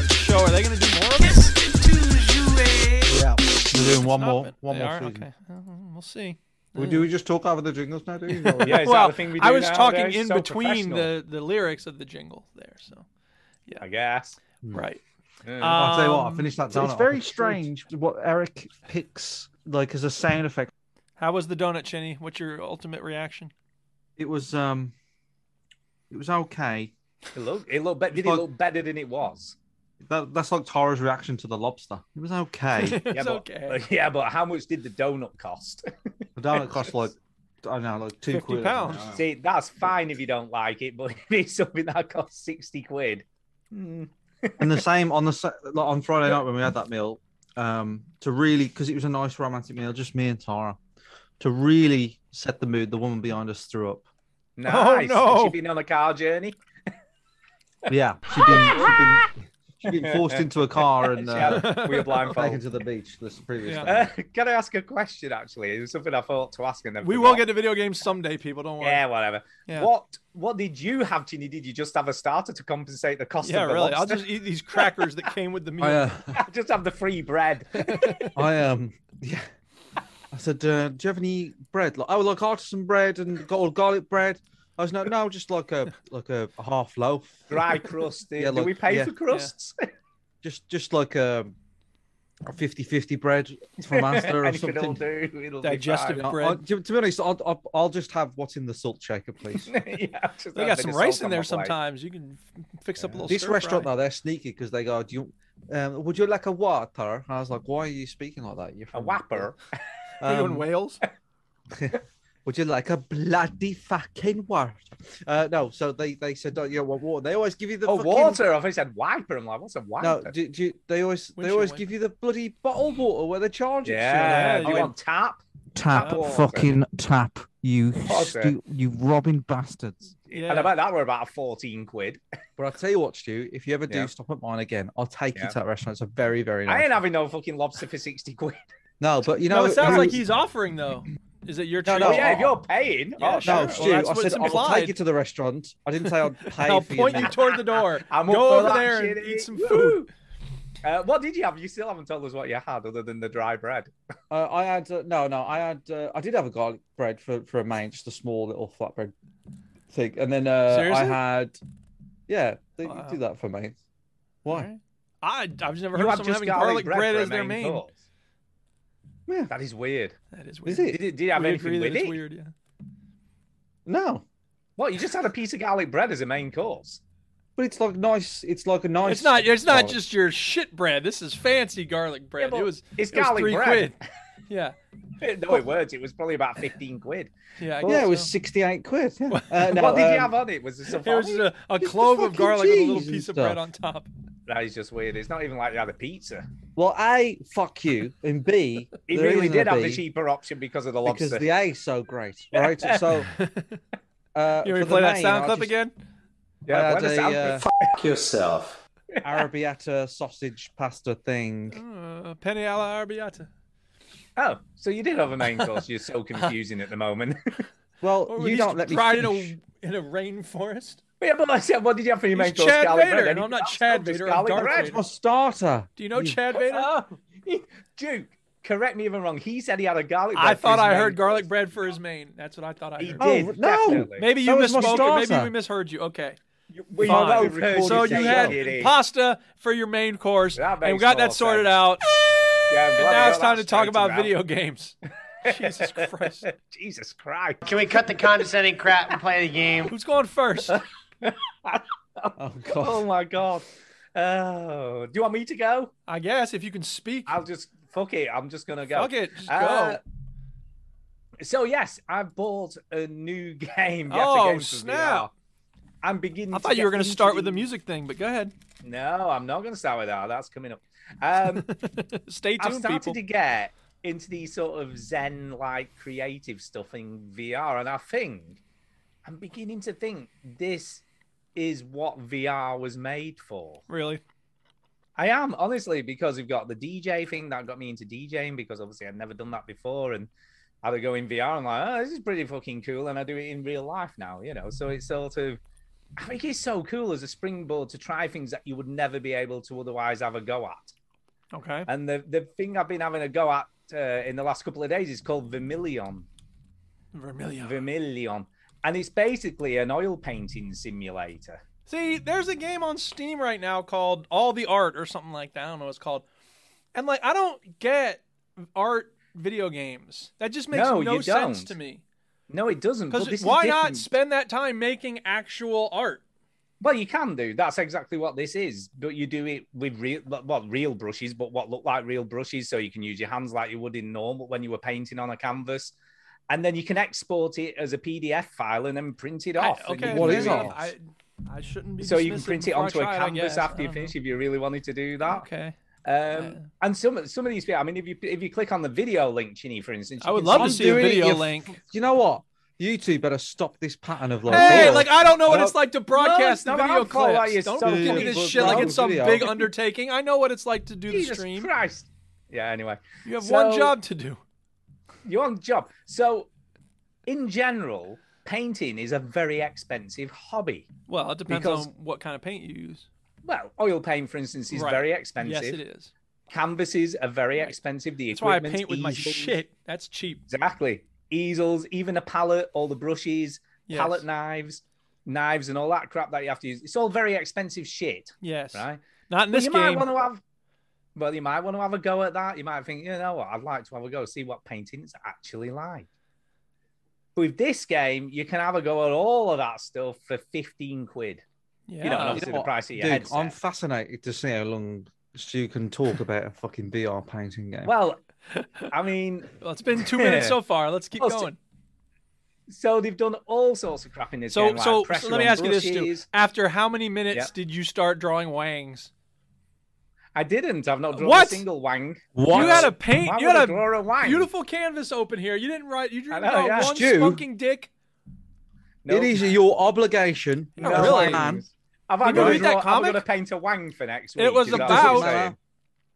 N: play.
A: Show, are they going to do more of this?
D: yeah, they're doing one
A: Stop
D: more,
A: it.
D: one
A: They
D: more
A: are?
D: season.
A: Okay. Uh, Well, We'll see.
D: We, do we just talk over the jingles now? Do you?
C: Yeah, is
A: well,
C: that the thing we do
A: I was
C: now?
A: talking
C: It's
A: in
C: so
A: between
C: professional,
A: the, the lyrics of the jingle there, so
C: I guess. Hmm.
A: right.
C: Yeah.
D: I'll tell you what. I
A: Um,
D: finished that.
O: So it's
D: donut off.
O: very
D: It's
O: strange what Eric picks like as a sound effect.
A: How was the donut, Chinny? What's your ultimate reaction?
D: It was um, it was okay.
C: it looked, it looked, be- did it
D: Fuck.
C: look better than it was?
D: That, that's like Tara's reaction to the lobster. It was okay.
A: it's
C: but,
A: okay.
C: Yeah, but how much did the donut cost?
D: the donut cost like I don't know, like two
A: 50
D: quid.
A: pounds.
C: See, that's fine if you don't like it, but if it's something that costs 60 quid. mm,
D: And the same on the sa- like on Friday night when we had that meal, um, to really because it was a nice romantic meal, just me and Tara, to really set the mood. The woman behind us threw up.
C: Nice.
A: Oh, no.
C: Has she been on a car journey?
D: Yeah, she'd been she'd been, she'd been forced into a car and
C: She had
D: uh,
C: a- we were blindfolded.
D: taken to the beach this previous
A: Yeah.
D: day.
C: Uh, can I ask a question? Actually, it was something I thought to ask, and then
A: We
C: forgot.
A: will get to video games someday, people. Don't worry.
C: Yeah, whatever.
A: Yeah.
C: What What did you have, Ginny? Did you just have a starter to compensate the cost?
A: Yeah,
C: of the
A: really. I'll
C: lobster?
A: just eat these crackers that came with the meal.
D: I, uh,
C: just have the free bread.
D: I um yeah. I said, uh, do you have any bread? Like, oh, like artisan bread and got all garlic bread. I was no, no, just like a like a half loaf,
C: Dry crust. Do,
D: Yeah,
C: do
D: look,
C: we pay
D: yeah.
C: for crusts?
D: just just like a 50-50 bread from Asda or
C: Anything will
D: something.
C: do. It'll
A: Digestive
C: Be
D: I- I-
A: bread.
D: to, to be honest, I'll, I'll I'll just have what's in the salt shaker, please.
C: fine. yeah, just
A: They got
C: have a bit
A: some
C: of
A: rice
C: salt
A: in
C: on
A: there
C: my plate.
A: sometimes. You can f- fix up a little.
D: this
A: stir
D: restaurant
A: fry.
D: now they're sneaky because they go, do you? Um, would you like a water? And I was like, why are you speaking like that? You're
C: A
D: from
C: whopper.
A: Are you in
D: Um,
A: Wales?
D: Would you like a bloody fucking water? Uh, no, so they they said, don't you want water? They always give you the
C: Oh,
D: fucking...
C: water. I said wiper. I'm like, what's a
D: No,
C: wiper?
D: do, do you- they always they
A: Windshield
D: always
A: wiper.
D: give you the bloody bottled water where they charge it.
C: yeah. Oh,
A: yeah,
C: Do you
A: you-
C: want tap?
D: Tap,
A: Tap water.
C: fucking
D: tap, you
C: Water. stu-
D: you robbing bastards.
A: Yeah.
C: And I bet that were about 14 quid.
D: But I'll tell you what, Stu, if you ever do
C: Yeah.
D: stop at mine again, I'll take
C: Yeah.
D: you to that restaurant. It's a very,
C: I
D: very nice.
C: ain't having no fucking lobster for 60 quid.
D: No, but you know,
A: No, it sounds
D: you-
A: like he's offering though. Is it your
D: No,
A: treat?
D: no,
C: Oh, yeah,
D: I-
C: if you're paying.
A: Yeah,
C: oh,
A: sure.
D: No,
A: Well,
D: Stu,
A: that's
D: I
A: what's
D: said I'll
A: implied.
D: take you to the restaurant. I didn't say I'd pay
A: I'll
D: for
A: point
D: your
A: you
D: meal.
A: toward the door.
C: I'm up
A: Go
C: for
A: over
C: that,
A: there and
C: Shinny.
A: eat some
C: Woo!
A: food.
C: Uh, what did you have? You still haven't told us what you had other than the dry bread.
D: Uh, I had uh, no, no. I had uh, I did have a garlic bread for for a main, just a small little flatbread thing, and then uh, I
A: Seriously?
D: had yeah. They
A: Wow.
D: do that for mains. Why?
A: I, I've never
C: you
A: heard of
C: have
A: someone
C: just
A: having garlic bread,
C: for a
A: as their main.
C: course.
D: Yeah.
C: That is weird.
A: That is weird.
D: Is
C: Did,
D: it?
C: it, did you have
A: Would you agree
C: anything
A: that
C: with
A: it's
C: it?
A: weird? Yeah.
D: No,
C: What? You just had a piece of garlic bread as a main course.
D: but it's like nice. It's like a nice.
A: It's not. It's not
D: garlic.
A: just your shit bread. This is fancy garlic bread.
C: but
A: it was.
C: it's
A: it was
C: garlic
A: three
C: bread.
A: quid. Yeah.
C: no, it weren't. It was probably about 15 quid.
A: Yeah. I
D: yeah,
A: guess
D: it was
A: Oh, so.
D: sixty-eight quid. Yeah. Uh, no,
C: what did you
D: um,
C: have on it? Was there some
A: It was
C: fucking-
A: a, a
D: It's the
A: clove of
D: fucking
A: garlic with a little
D: cheese and
A: piece of bread
D: stuff.
A: on top.
C: That is just weird. It's not even like you had a pizza.
D: Well, a fuck you, and b
C: It
D: there
C: really
D: isn't
C: did
D: a
C: have the
D: B
C: cheaper option because of the lobster.
D: because the a's so great. All right, so uh,
A: You want me
D: for
A: to
D: the
A: play that
D: main,
A: sound
D: I
A: clip
D: just-
A: again?
D: I
C: yeah,
D: had
C: when the
D: a,
C: sound-
D: uh,
M: Fuck yourself.
D: arrabbiata sausage pasta thing.
A: Uh, Penny alla arrabbiata.
C: Oh, so you did have a main course. You're so confusing at the moment.
A: Or
D: Well,
A: we
D: you
A: just
D: don't let me.
A: cried in
D: finish.
A: a in a rainforest.
C: yeah, but I said, what did you have for your main
A: He's
C: course?
A: Chad
C: garlic
A: Vader,
C: bread.
A: and I'm
C: Anything
A: not
C: else?
A: Chad
C: No, just
A: Vader, I'm
C: garlic
A: Darth
C: bread.
A: Vader.
D: My starter.
A: Do you know
D: You-
A: Chad Vader?
C: Oh, Duke, correct me if I'm wrong. He said he had a garlic. bread
A: I
C: for
A: thought
C: his
A: I
C: main
A: heard garlic
C: course.
A: bread for his main. That's what I thought I
C: He
A: heard.
D: Oh,
C: did.
D: no.
C: definitely.
A: Maybe you
D: That was my
A: misspoke, or maybe
D: starter.
A: we misheard you. Okay.
C: we
A: Fine.
C: both heard
A: So you
C: say it
A: had
C: is.
A: pasta for your main course,
C: That
A: and we
C: makes
A: got
C: more
A: that sorted
C: sense.
A: out.
C: Yeah, I'm
A: And
C: glad we
A: now it's
C: got
A: time
C: that
A: to talk about
C: straightened out.
A: video games. Jesus Christ.
C: Jesus Christ!
E: Can we cut the condescending crap and play the game?
A: Who's going first?
D: Oh
C: Oh
D: god.
C: my God! Oh, do you want me to go?
A: I guess if you can speak.
C: I'll just Fuck it. I'm just gonna go.
A: Fuck it, just
C: Uh,
A: go.
C: So yes, I bought a new game. yet
A: Oh,
C: again for
A: snap.
C: VR. I'm beginning.
A: I
C: to
A: thought you
C: get
A: were going to
C: into
A: start with the music thing, but go ahead.
C: No, I'm not going to start with that. That's coming up. Um,
A: Stay
C: I've
A: tuned,
C: started
A: people.
C: to get into the sort of zen-like creative stuff in VR, and I think I'm beginning to think this is what VR was made for.
A: Really?
C: I am honestly because we've got the DJ thing that got me into DJing because obviously I'd never done that before and had to go in VR. I'm like, oh, this is pretty fucking cool, and I do it in real life now, you know. So it's sort of, I think it's so cool as a springboard to try things that you would never be able to otherwise have a go at.
A: Okay.
C: And the the thing I've been having a go at uh, in the last couple of days is called Vermilion.
A: Vermilion.
C: Vermilion, and it's basically an oil painting simulator.
A: See, there's a game on Steam right now called All the Art or something like that. I don't know what it's called. And like, I don't get art video games. That just makes
C: No,
A: no,
C: you
A: sense
C: don't.
A: to me.
C: No, it doesn't. but
A: Because
C: this is
A: why not
C: different.
A: spend that time making actual art?
C: Well, you can do. That's exactly what this is. But you do it with real, well, real brushes, but what look like real brushes. So you can use your hands like you would in normal when you were painting on a canvas. And then you can export it as a PDF file and then print it off.
A: I,
C: and you
A: okay,
C: can
A: fair
C: do
A: enough.
C: that.
A: I, I shouldn't be.
C: so you can
A: dismissive
C: print it
A: before I
C: onto a
A: try it, I
C: canvas
A: guess.
C: after
A: I
C: you
A: don't
C: finish if you really wanted to do that.
A: Okay.
C: Um, and some some of these, I mean, if you if you click on the video link, Chinny, for instance,
A: I
C: you
A: would
C: can
A: love to see
C: see-
A: a
P: doing it,
A: video
P: you f-
A: link.
P: You know what? You two better stop this pattern of like.
A: Hey,
P: oh,
A: like I don't know what
P: oh,
A: it's like to broadcast
C: No,
A: the
C: it's not
A: video
C: alcohol,
A: clips.
C: like, it's
A: don't
C: so
A: give me
C: fucking
A: this shit like it's some
P: video.
A: big undertaking. I know what it's like to do the
C: Jesus
A: stream.
C: Christ. Yeah. Anyway,
A: You have
C: So-
A: one job to do.
C: You're on the job. So, in general, painting is a very expensive hobby.
A: Well, it depends
C: Because-
A: on what kind of paint you use.
C: Well, oil paint, for instance, is
A: Right.
C: very expensive.
A: Yes, it is.
C: Canvases are very expensive. The
A: That's why I
C: equipment,
A: paint with my
C: easels-
A: shit. That's cheap.
C: Exactly. Easels, even a palette, all the brushes,
A: Yes.
C: palette knives, knives, and all that crap that you have to use. It's all very expensive shit.
A: Yes.
C: Right.
A: Not in
C: But
A: this
C: you
A: game.
C: might want to have. Well, you might want to have a go at that. You might think, you know what, I'd like to have a go, see what painting's actually like. With this game, you can have a go at all of that stuff for 15 quid.
A: Yeah.
C: You know, and
P: you
C: obviously
P: know
C: the
P: what?
C: price of your
P: Dude,
C: headset.
P: I'm fascinated to see how long Stu can talk about a fucking VR painting game.
C: Well, I mean,
A: well, it's been two minutes so far. Let's keep
C: Well, so-
A: going.
C: so they've done all sorts of crap in this
A: So,
C: game. like
A: so,
C: pressure
A: so let me
C: on
A: ask you this, Stu.
C: brushes.
A: After how many minutes
C: Yeah.
A: did you start drawing wangs?
C: I didn't. I've not drawn
A: What?
C: a single wang.
P: What?
A: You had a paint.
C: Why
A: You
C: would I
A: had
C: draw a
A: a
C: wang?
A: beautiful canvas open here. You didn't write. You didn't
C: know,
A: draw
C: yeah.
A: one
P: Stu.
A: fucking dick.
C: No.
P: It is your obligation.
A: No,
P: as a
A: really.
P: man.
C: Have I
A: Did you
C: got to
A: read that
C: draw- have I
A: comic?
C: got to paint a wang for next week?
A: It was
C: Is that what you're
A: about-
D: Uh-huh.
C: saying?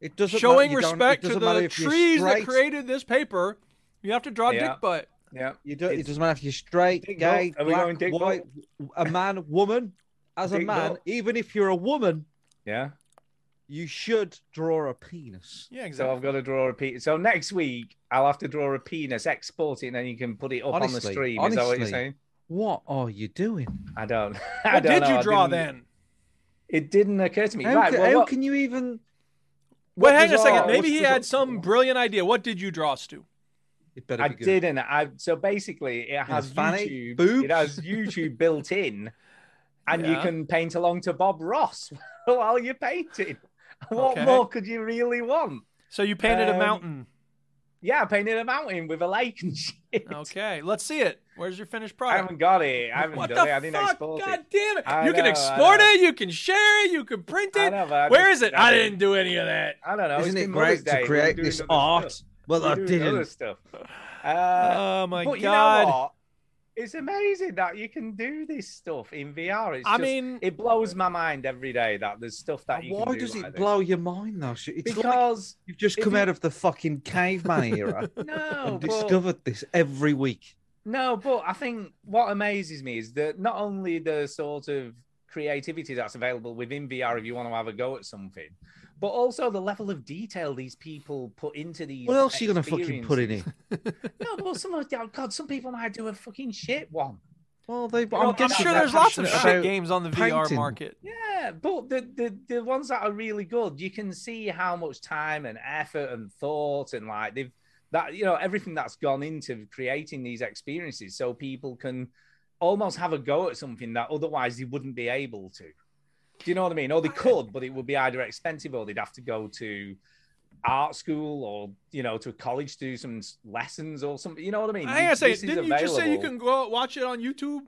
P: It doesn't
A: Showing
P: matter- you don't- it
A: respect to
P: doesn't matter
A: the
P: if you're
A: trees that
P: straight.
A: created this paper. You have to draw
C: Yeah.
A: dick butt.
C: Yeah.
P: You do, it
C: It's-
P: doesn't matter if you're straight,
C: Dick
P: gay,
C: Butt. Are we going
P: black,
C: Dick
P: white, a man, woman. As a
C: Dick
P: man,
C: Butt.
P: even if you're a woman,
C: Yeah.
P: you should draw a penis.
A: Yeah,
C: So
A: exactly.
C: I've got to draw a penis. So next week I'll have to draw a penis, export it, and then you can put it up on the
P: Honestly,
C: stream. Is that what you're
P: honestly.
C: saying?
P: What are you doing?
C: I don't. I
A: What
C: don't
A: did
C: know. I
A: you draw
C: didn't-
A: then?
C: It didn't occur to me.
P: How,
C: right.
P: ca-
C: well,
P: how
C: what-
P: can you even?
A: Wait, hang on a
C: was
A: second.
C: all-
A: Maybe
P: what
A: he
P: was
A: had
P: all-
A: some brilliant idea. What did you draw, Stu?
P: It better
C: I
P: be good.
C: didn't. I so basically it has
P: fanny,
C: YouTube.
P: boobs.
C: It has YouTube built in, and you
A: Yeah.
C: can paint along to Bob Ross while you're painting. What
A: Okay.
C: more could you really want?
A: So you painted a
C: Um,
A: mountain.
C: Yeah, I painted a mountain with a lake and shit.
A: Okay, let's see it. Where's your finished
C: I
A: product?
C: haven't got it. I haven't
A: what
C: done
A: the
C: it. I didn't
A: fuck?
C: export
A: God
C: it.
A: damn it!
C: I
A: you can
C: know, I
A: export
C: know.
A: it. You can share it. You can print
C: I
A: it.
C: know, but I
A: Where
C: just-
A: is it?
C: I uh,
A: I
C: didn't-
A: didn't do any of that.
C: I don't know.
P: Isn't
C: it's
P: it
C: been
P: great
C: Mother's Day.
P: to
C: We're
P: create
C: doing
P: this
C: other
P: art?
C: stuff.
P: Well,
C: We're
P: I
C: doing Other
P: didn't.
C: stuff. Uh,
A: oh my
C: but you know
A: god!
C: what? It's amazing that you can do this stuff in VR. It's
A: I
C: just,
A: mean-
C: it blows my mind every day that there's stuff that you can
P: Why
C: do
P: does
C: like
P: it
C: this.
P: blow your mind though? Stu? It's like
C: Because
P: you've just
C: if
P: come
C: you-
P: out of the fucking caveman era
C: no,
P: and
C: but,
P: discovered this every week.
C: no, but I think what amazes me is that not only the sort of creativity that's available within VR if you want to have a go at something, but also the level of detail these people put into these.
P: What else are you gonna fucking put in
C: experiences.
P: it?
C: No, but some of oh, God, some people might do a fucking shit one.
P: Well, they.
C: Well,
P: I'm,
A: I'm
P: guessing
A: sure
P: they're
A: there's lots of
P: passionate
A: shit
P: about-
A: games on the VR
P: painting.
A: market.
C: Yeah, but the, the the ones that are really good, you can see how much time and effort and thought and like they've that you know everything that's gone into creating these experiences, so people can almost have a go at something that otherwise they wouldn't be able to. Do you know what I mean? Or they could, but it would be either expensive or they'd have to go to art school or you know to a college to do some s- lessons or something. You know what I mean?
A: I gotta say,
C: This is
A: didn't you just say you can
C: available.
A: go out watch it on YouTube?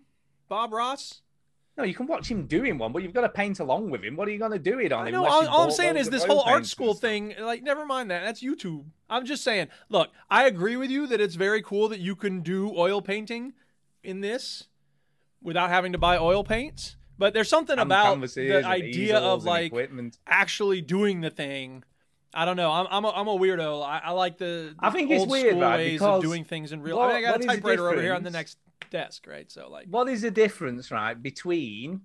A: Bob Ross.
C: No, you can watch him doing one, but you've got to paint along with him. What are you going to do it on? him
A: No,
C: unless
A: all,
C: you
A: all I'm
C: bought
A: saying is
C: loads of
A: this
C: oil
A: whole art
C: paints?
A: school thing. Like, never mind that. That's YouTube. I'm just saying. Look, I agree with you that it's very cool that you can do oil painting in this without having to buy oil paints. But there's something
C: And
A: about
C: canvases
A: the
C: and
A: idea
C: easels
A: of
C: and
A: like
C: equipment.
A: actually doing the thing. I don't know. I'm I'm a, I'm a weirdo. I, I like the,
C: I
A: the
C: think it's
A: old
C: weird,
A: school
C: right,
A: ways of
C: because
A: doing things in real.
C: what-
A: I, mean, I
C: what
A: got a
C: is the
A: typewriter over here on the
C: difference?
A: next desk, right? So like,
C: What is the difference, right, between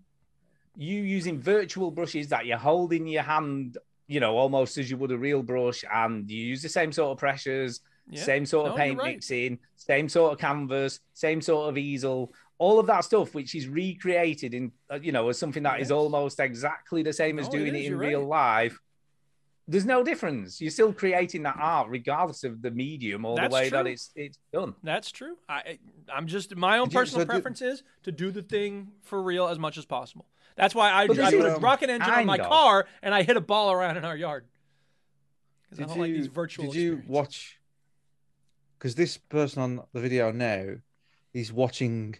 C: you using virtual brushes that you hold in your hand, you know, almost as you would a real brush, and you use the same sort of pressures,
Q: Yeah.
C: same sort
Q: No,
C: of
Q: you're
C: paint
Q: right.
C: mixing, same sort of canvas, same sort of easel, all of that stuff, which is recreated in, uh, you know, as something that is almost exactly the same as
A: No, it
C: doing
A: is,
C: it in
A: you're
C: real life. There's no difference. You're still creating that art, regardless of the medium or
A: That's
C: the way that
A: true.
C: it's it's done.
A: That's true. I I- I'm just my own
C: Did you-
A: personal
C: so did-
A: preference is to do the thing for real as much as possible. That's why I, I
C: But
A: put
C: this
A: a
C: is
A: rocket engine on my
C: kind of-
A: car and I hit a ball around in our yard. Because I don't
D: you,
A: like these virtual.
D: Did you watch? Because this person on the video now, he's watching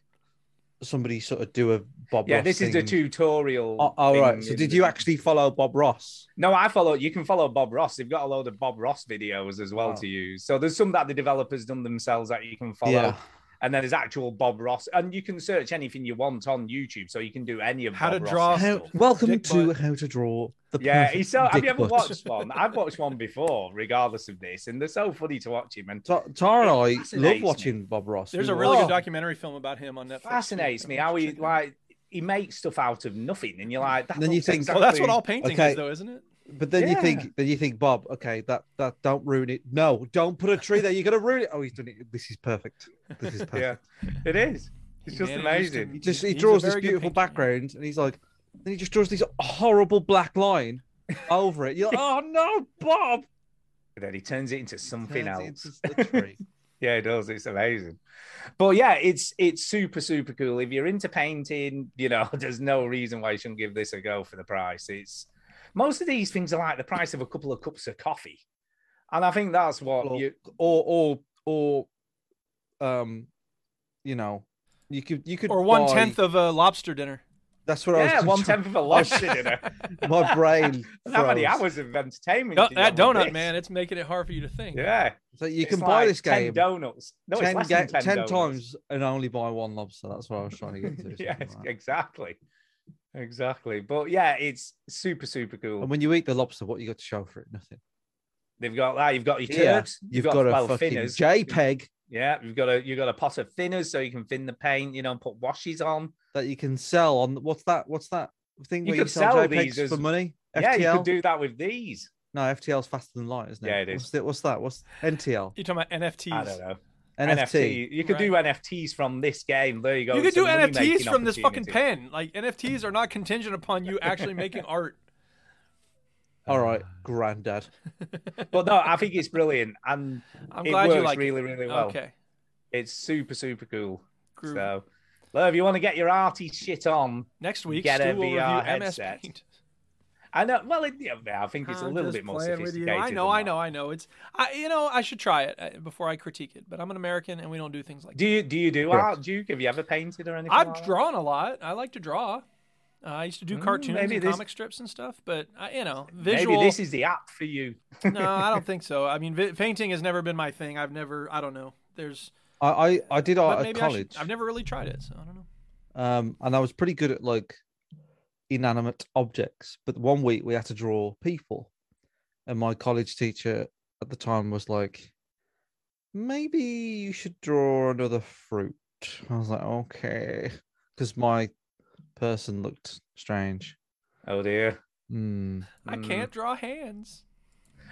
D: somebody sort of do a Bob.
C: yeah,
D: Ross
C: this is a
D: thing.
C: tutorial.
D: Oh, all right.
C: thing
D: So
C: in
D: did
C: the-
D: you actually follow Bob Ross?
C: No, I follow. You can follow Bob Ross. They've got a load of Bob Ross videos as well
D: Wow.
C: to use. So there's some that the developers done themselves that you can follow.
D: Yeah.
C: And then there's actual Bob Ross, and you can search anything you want on YouTube, so you can do any of
A: How to
C: Bob
A: draw-
C: Ross's
D: How,
C: stuff.
D: welcome to how to draw the
C: Yeah,
D: perfect
C: he's so. Have
D: dick
C: you ever
D: butt.
C: watched one? I've watched one before, regardless of this, and they're so funny to watch him. And
D: Ta- Tara and I
C: fascinates
D: love
C: me.
D: watching Bob Ross.
A: There's
D: We
A: a really
D: watch-
A: good documentary film about him on Netflix.
C: fascinates me how he like he makes stuff out of nothing, and you're like, that
D: Then you
C: looks
D: think-
C: exactly...
A: Well, that's what all painting
D: Okay.
A: is, though, isn't it?
D: But then you
C: Yeah.
D: think, then you think, Bob. Okay, that that don't ruin it. No, don't put a tree there. You're gonna ruin it. Oh, he's done it. This is perfect. This is perfect.
C: Yeah, it is. It's just
A: manages to-
C: amazing.
D: He just he
A: He's a
D: draws this
A: very good
D: beautiful
A: painter.
D: background, and he's like, then he just draws this horrible black line over it. You're like, oh no, Bob.
C: And then he turns it into something
D: Turns it
C: else.
D: into a tree.
C: yeah, it does. It's amazing. But yeah, it's it's super super cool. If you're into painting, you know, there's no reason why you shouldn't give this a go for the price. It's most of these things are like the price of a couple of cups of coffee, and I think that's what
D: Or-
C: you.
D: or or or um, you know, you could you could
A: Or one
D: buy-
A: tenth of a lobster dinner.
D: That's what I
C: Yeah,
D: was
C: one tenth of a lunch dinner.
D: My brain.
C: How many
D: froze.
C: hours of entertainment?
A: No,
C: can you
A: that
C: have with
A: donut,
C: this?
A: man, it's making it hard for you to think.
C: Yeah,
D: So you
C: It's
D: can buy
C: like
D: this
C: 10
D: game
C: donuts. No, it's
D: 10,
C: less
D: ga-
C: than ten,
D: 10
C: donuts.
D: times and only buy one lobster. That's what I was trying to get to. something
C: Yes,
D: like that.
C: exactly, exactly. But yeah, it's super super cool.
D: And when you eat the lobster, what you got to show for it? Nothing.
C: They've got that. You've got your
D: Yeah,
C: turks.
D: You've, got, a
C: 12
D: fucking
C: thinners.
D: JPEG
C: Yeah, you've got a you've got a pot of thinners so you can thin the paint. You know, and put washes on.
D: that you can sell on. What's that? What's that thing
C: You
D: where you
C: could
D: sell,
C: sell
D: JPEGs
C: these as-
D: for money?
C: Yeah,
D: FTL.
C: you could do that with these.
D: No, FTL's faster than light, isn't it?
C: Yeah, it is.
D: What's, the, what's that? What's NTL?
A: You're talking about NFTs.
C: I don't know.
D: NFT.
C: You could do NFTs from this game. There you go.
A: You could
C: It's a
A: do
C: money-making
A: NFTs from this fucking
C: opportunity.
A: pen. Like NFTs are not contingent upon you actually making art.
D: All
C: Uh,
D: right, granddad.
C: But no, I think it's brilliant, and
A: I'm
C: it
A: glad
C: works
A: you like it.
C: really, really well.
A: Okay.
C: It's super, super cool.
A: Groovy.
C: So, well, if you want to get your arty shit on,
A: Next week,
C: Get a
A: Stu will review
C: VR
A: MS
C: headset.
A: Paint.
C: I know. Well, it, yeah, I think it's a
A: I'm
C: little
A: just
C: bit more
A: playing with you.
C: sophisticated.
A: I know,
C: than
A: I
C: that.
A: know, I know. It's, I, you know, I should try it uh, before I critique it. But I'm an American, and we don't do things like
C: Do you do you do
D: Correct.
C: art, Duke? Have you ever painted or
A: that.
C: anything? like
A: I've
C: that?
A: drawn a lot. I like to draw. Uh, I used to do
C: Mm,
A: cartoons
C: maybe
A: and
C: this-
A: comic strips and stuff. But I, you know, visual.
C: Maybe this is the app for you.
A: no, I don't think so. I mean, vi- painting has never been my thing. I've never. I don't know. There's.
D: I, I, I did
C: Oh,
D: art
A: but
D: at
A: maybe I
D: college.
A: should, I've never really tried it, so I don't know.
D: um, and I was pretty good at like inanimate objects. But one week we had to draw people, and my college teacher at the time was like, "Maybe you should draw another fruit." I was like, "Okay," because my person looked strange.
C: Oh dear.
D: Mm.
A: I
C: Mm.
A: can't draw hands.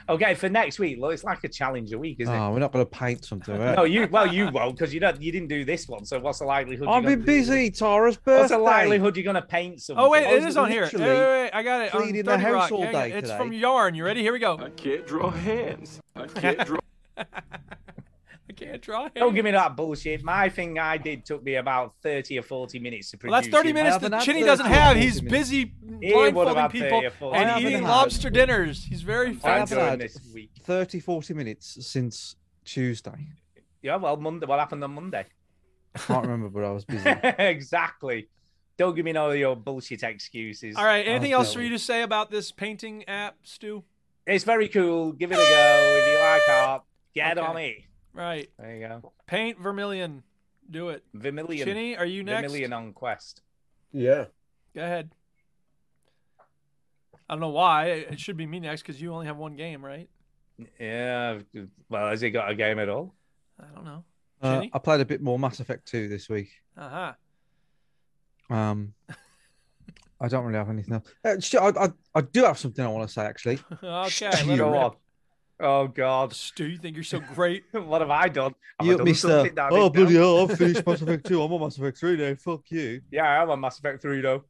C: Okay, for next week, look, it's like a challenge a week, isn't
D: Oh, we're not going to paint something.
C: it?
D: Right?
C: No, you well, you won't because you don't. You didn't do this one. So what's the likelihood? you're
D: I've
C: gonna do-
D: been busy. Tara's
C: What's
D: birthday.
C: the likelihood you're going to paint something?
A: Oh wait,
D: I
A: it
D: was
A: is on here. Wait, wait,
D: literally
A: wait, I got it. on
D: cleaning the
A: 30
D: house
A: Rock.
D: all
A: Hang on,
D: day
A: It's
D: today.
A: from Yarn. You ready? Here we go.
G: I can't draw hands. I can't draw.
A: I can't draw hands.
C: Don't give me that bullshit. My thing I did took me about 30 or 40 minutes to produce.
A: Well, that's 30
C: it.
A: minutes
C: I haven't
A: that
C: had
A: Chinny
C: 30
A: doesn't
C: or
A: have.
C: 40
A: He's
C: minutes.
A: busy
C: He would have
A: blindfolding
C: had 30 or
A: people
C: 40.
A: and
C: I
A: eating
C: haven't had-
A: lobster dinners. He's very
C: I
A: fat.
C: haven't had this week.
D: 30, 40 minutes since Tuesday.
C: Yeah, well, Monday. What happened on Monday?
D: I can't remember, but I was busy.
A: Hmm.
C: exactly. Don't give me no of your bullshit excuses.
A: All right. Anything
D: I'll
A: else
D: tell
A: for you to say about this painting app, Stu?
C: It's very cool. Give it a go. If you like art, get
A: Okay.
C: on it.
A: Right.
C: There you go.
A: Paint vermilion. Do it.
C: Vermilion.
A: Chinny, are you next?
C: Vermilion on Quest.
R: Yeah.
A: Go ahead. I don't know why. It should be me next because you only have one game, right?
C: Yeah. Well, has he got a game at all?
A: I don't know.
D: Uh,
A: Jenny?
D: I played a bit more Mass Effect 2 this week.
A: Uh huh.
D: Um, I don't really have anything else. Uh, sh- I, I, I do have something I want to say, actually.
A: Okay.
D: Stu,
A: Let her
D: Go
A: rip.
D: on.
C: Oh God,
A: Stu, you think you're so great?
C: what have I done? Have I
D: You,
C: done
D: Mr.
C: something that I
D: Oh,
C: didn't
D: bloody
C: know?
D: hell, I've finished Mass Effect 2. I'm on Mass Effect 3 now. Fuck you.
C: Yeah, I'm on Mass Effect 3 though.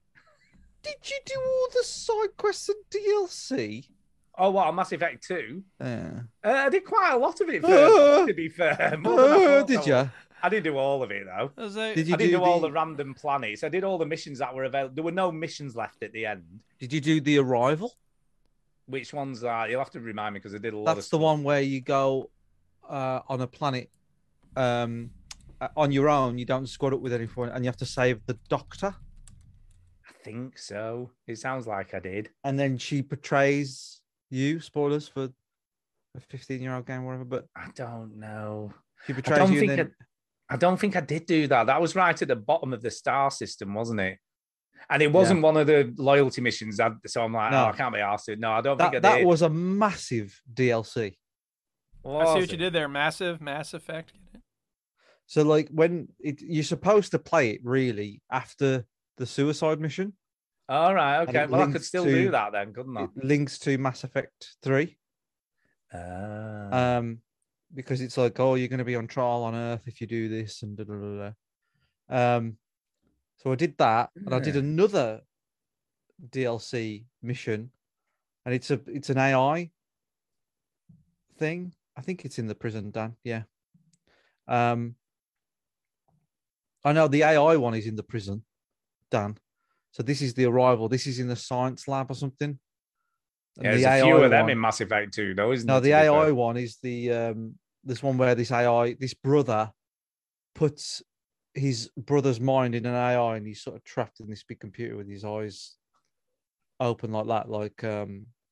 D: Did you do all the side quests and DLC?
C: Oh, what, on Mass Effect 2?
D: Yeah.
C: Uh, I did quite a lot of it, for,
D: Uh,
C: to be fair. More than I
D: Oh,
C: thought I
D: did
C: would.
D: you?
C: I did do all of it though.
A: I was like-
D: Did you
C: I did
D: do
C: do, all
D: the-
C: the random planets. I did all the missions that were available. There were no missions left at the end.
D: Did you do the arrival?
C: Which ones are? You'll have to remind me because I did a lot
D: That's
C: of.
D: the one where you go uh, on a planet um, uh, on your own. You don't squad up with anyone, and you have to save the doctor.
C: I think so. It sounds like I did.
D: And then she portrays you. Spoilers for a fifteen-year-old game, whatever. But
C: I don't know.
D: she
C: I
D: portrays
C: don't
D: you.
C: think.
D: And then,
C: I, I don't think I did do that. That was right at the bottom of the star system, wasn't it? And it wasn't one of the loyalty missions. I, so I'm like,
D: No.
C: oh, I can't be asked. No, I don't
D: that
C: think I
D: that
C: did.
D: was a massive DLC.
A: I see
C: Was
A: what you
C: it?
A: did there. Massive, Mass Effect.
D: So like when it, you're supposed to play it really after the suicide mission.
C: All right,
D: and
C: okay.
D: it
C: Well, I
D: links
C: could still
D: to-
C: do that then, couldn't I?
D: It links to Mass Effect Three.
C: Ah.
D: um because it's like oh you're going to be on trial on earth if you do this and da, da, da, da. um so i did that and i did
C: Yeah.
D: another dlc mission and it's a it's an ai thing i think it's in the prison dan yeah um i know the ai one is in the prison dan so this is the arrival this is in the science lab or something And
C: Yeah,
D: the
C: there's a few
D: AI
C: of them
D: one-
C: in Mass Effect 2, though, isn't
D: no,
C: there,
D: the
C: to be
D: AI
C: fair?
D: one is the um this one where this AI, this brother, puts his brother's mind in an AI, and he's sort of trapped in this big computer with his eyes open like that, like um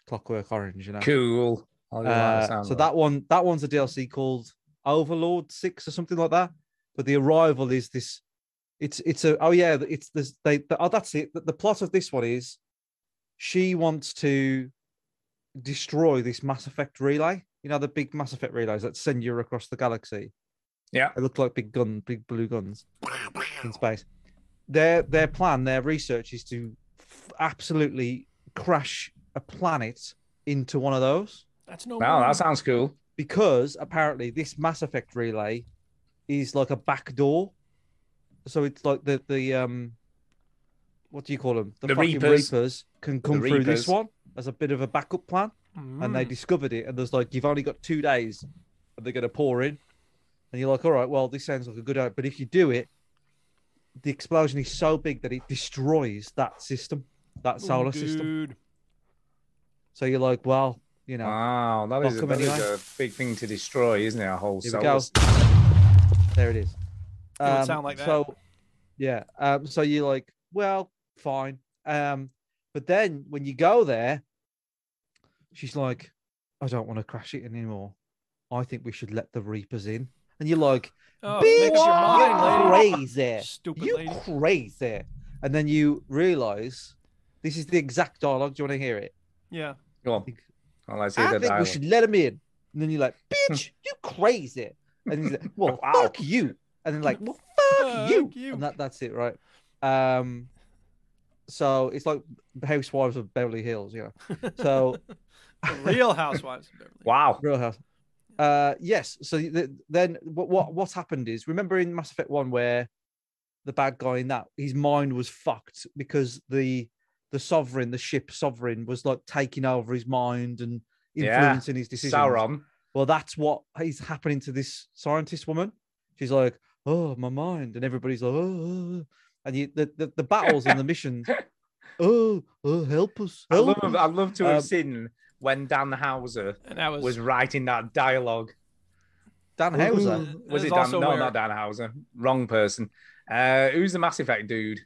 D: Clockwork Orange, you know.
C: Cool. I like
D: Uh,
C: sound
D: so
C: of
D: that one, that one's a DLC called Overlord Six or something like that. But the arrival is this. It's it's a oh yeah it's this they the, oh that's it the, the plot of this one is she wants to destroy this Mass Effect relay. You know the big Mass Effect relays that send you across the galaxy.
C: Yeah.
D: they look like big gun, big blue guns in space. Their their plan, their research is to f- absolutely crash a planet into one of those
A: That's no.
C: Wow,
A: more.
C: that sounds cool.
D: because apparently this Mass Effect relay is like a back door. So it's like the the um, what do you call them?
C: The
D: fucking
C: Reapers.
D: can
C: The
D: come through this
C: Reapers.
D: one as a bit of a backup plan, and they
A: Mm.
D: discovered it. And there's like you've only got two days, and they're going to pour in, and you're like, all right, well this sounds like a good idea, but if you do it, the explosion is so big that it destroys that system, that solar
A: Ooh,
D: system.
A: Oh, dude.
D: So you're like, well, you know,
C: Wow, that
D: Fuck
C: is,
D: 'em
C: that is
D: anyway.
C: a big thing to destroy, isn't it? A whole
D: Here we
C: solar
D: go.
C: system.
D: There it is. Um,
A: It would sound like that.
D: So, yeah. Um, so you're like, well, fine. Um, but then when you go there, she's like, I don't want to crash it anymore. I think we should let the Reapers in. And you're like,
A: Oh,
D: "Bitch,
A: make up your mind, lady.
D: you're crazy.
A: Stupid
D: you
A: lady.
D: crazy. And then you realize this is the exact dialogue. Do you want to hear it?
A: Yeah.
C: Go on. Well, let's hear the
D: I think we
C: dialogue.
D: should let him in. And then you're like, bitch, you crazy. And he's like, well,
C: Wow.
D: fuck you. And then like, well, fuck, you.
A: Fuck you.
D: And that, that's it, right? Um, so it's like Housewives of Beverly Hills, you know. So
A: The Real Housewives of Beverly.
C: Wow.
D: Real House. Uh, yes. So th- then what, what what's happened is remember in Mass Effect One where the bad guy in that his mind was fucked because the the sovereign, the ship sovereign, was like taking over his mind and
C: Yeah.
D: influencing his decisions.
C: Sauron.
D: Well, that's what is happening to this scientist woman. She's like, oh, my mind, and everybody's like, oh, oh." and you, the, the the battles and the missions. Oh, oh, help us!
C: I
D: Help
C: love,
D: us."
C: I love to have
D: Um,
C: seen when Dan Hauser
A: that
C: was...
A: was-
C: writing that dialogue.
D: Dan Hauser?
A: That's
C: Was it Dan?
A: also
C: No,
A: where-
C: not Dan Hauser. Wrong person. Uh, who's the Mass Effect dude?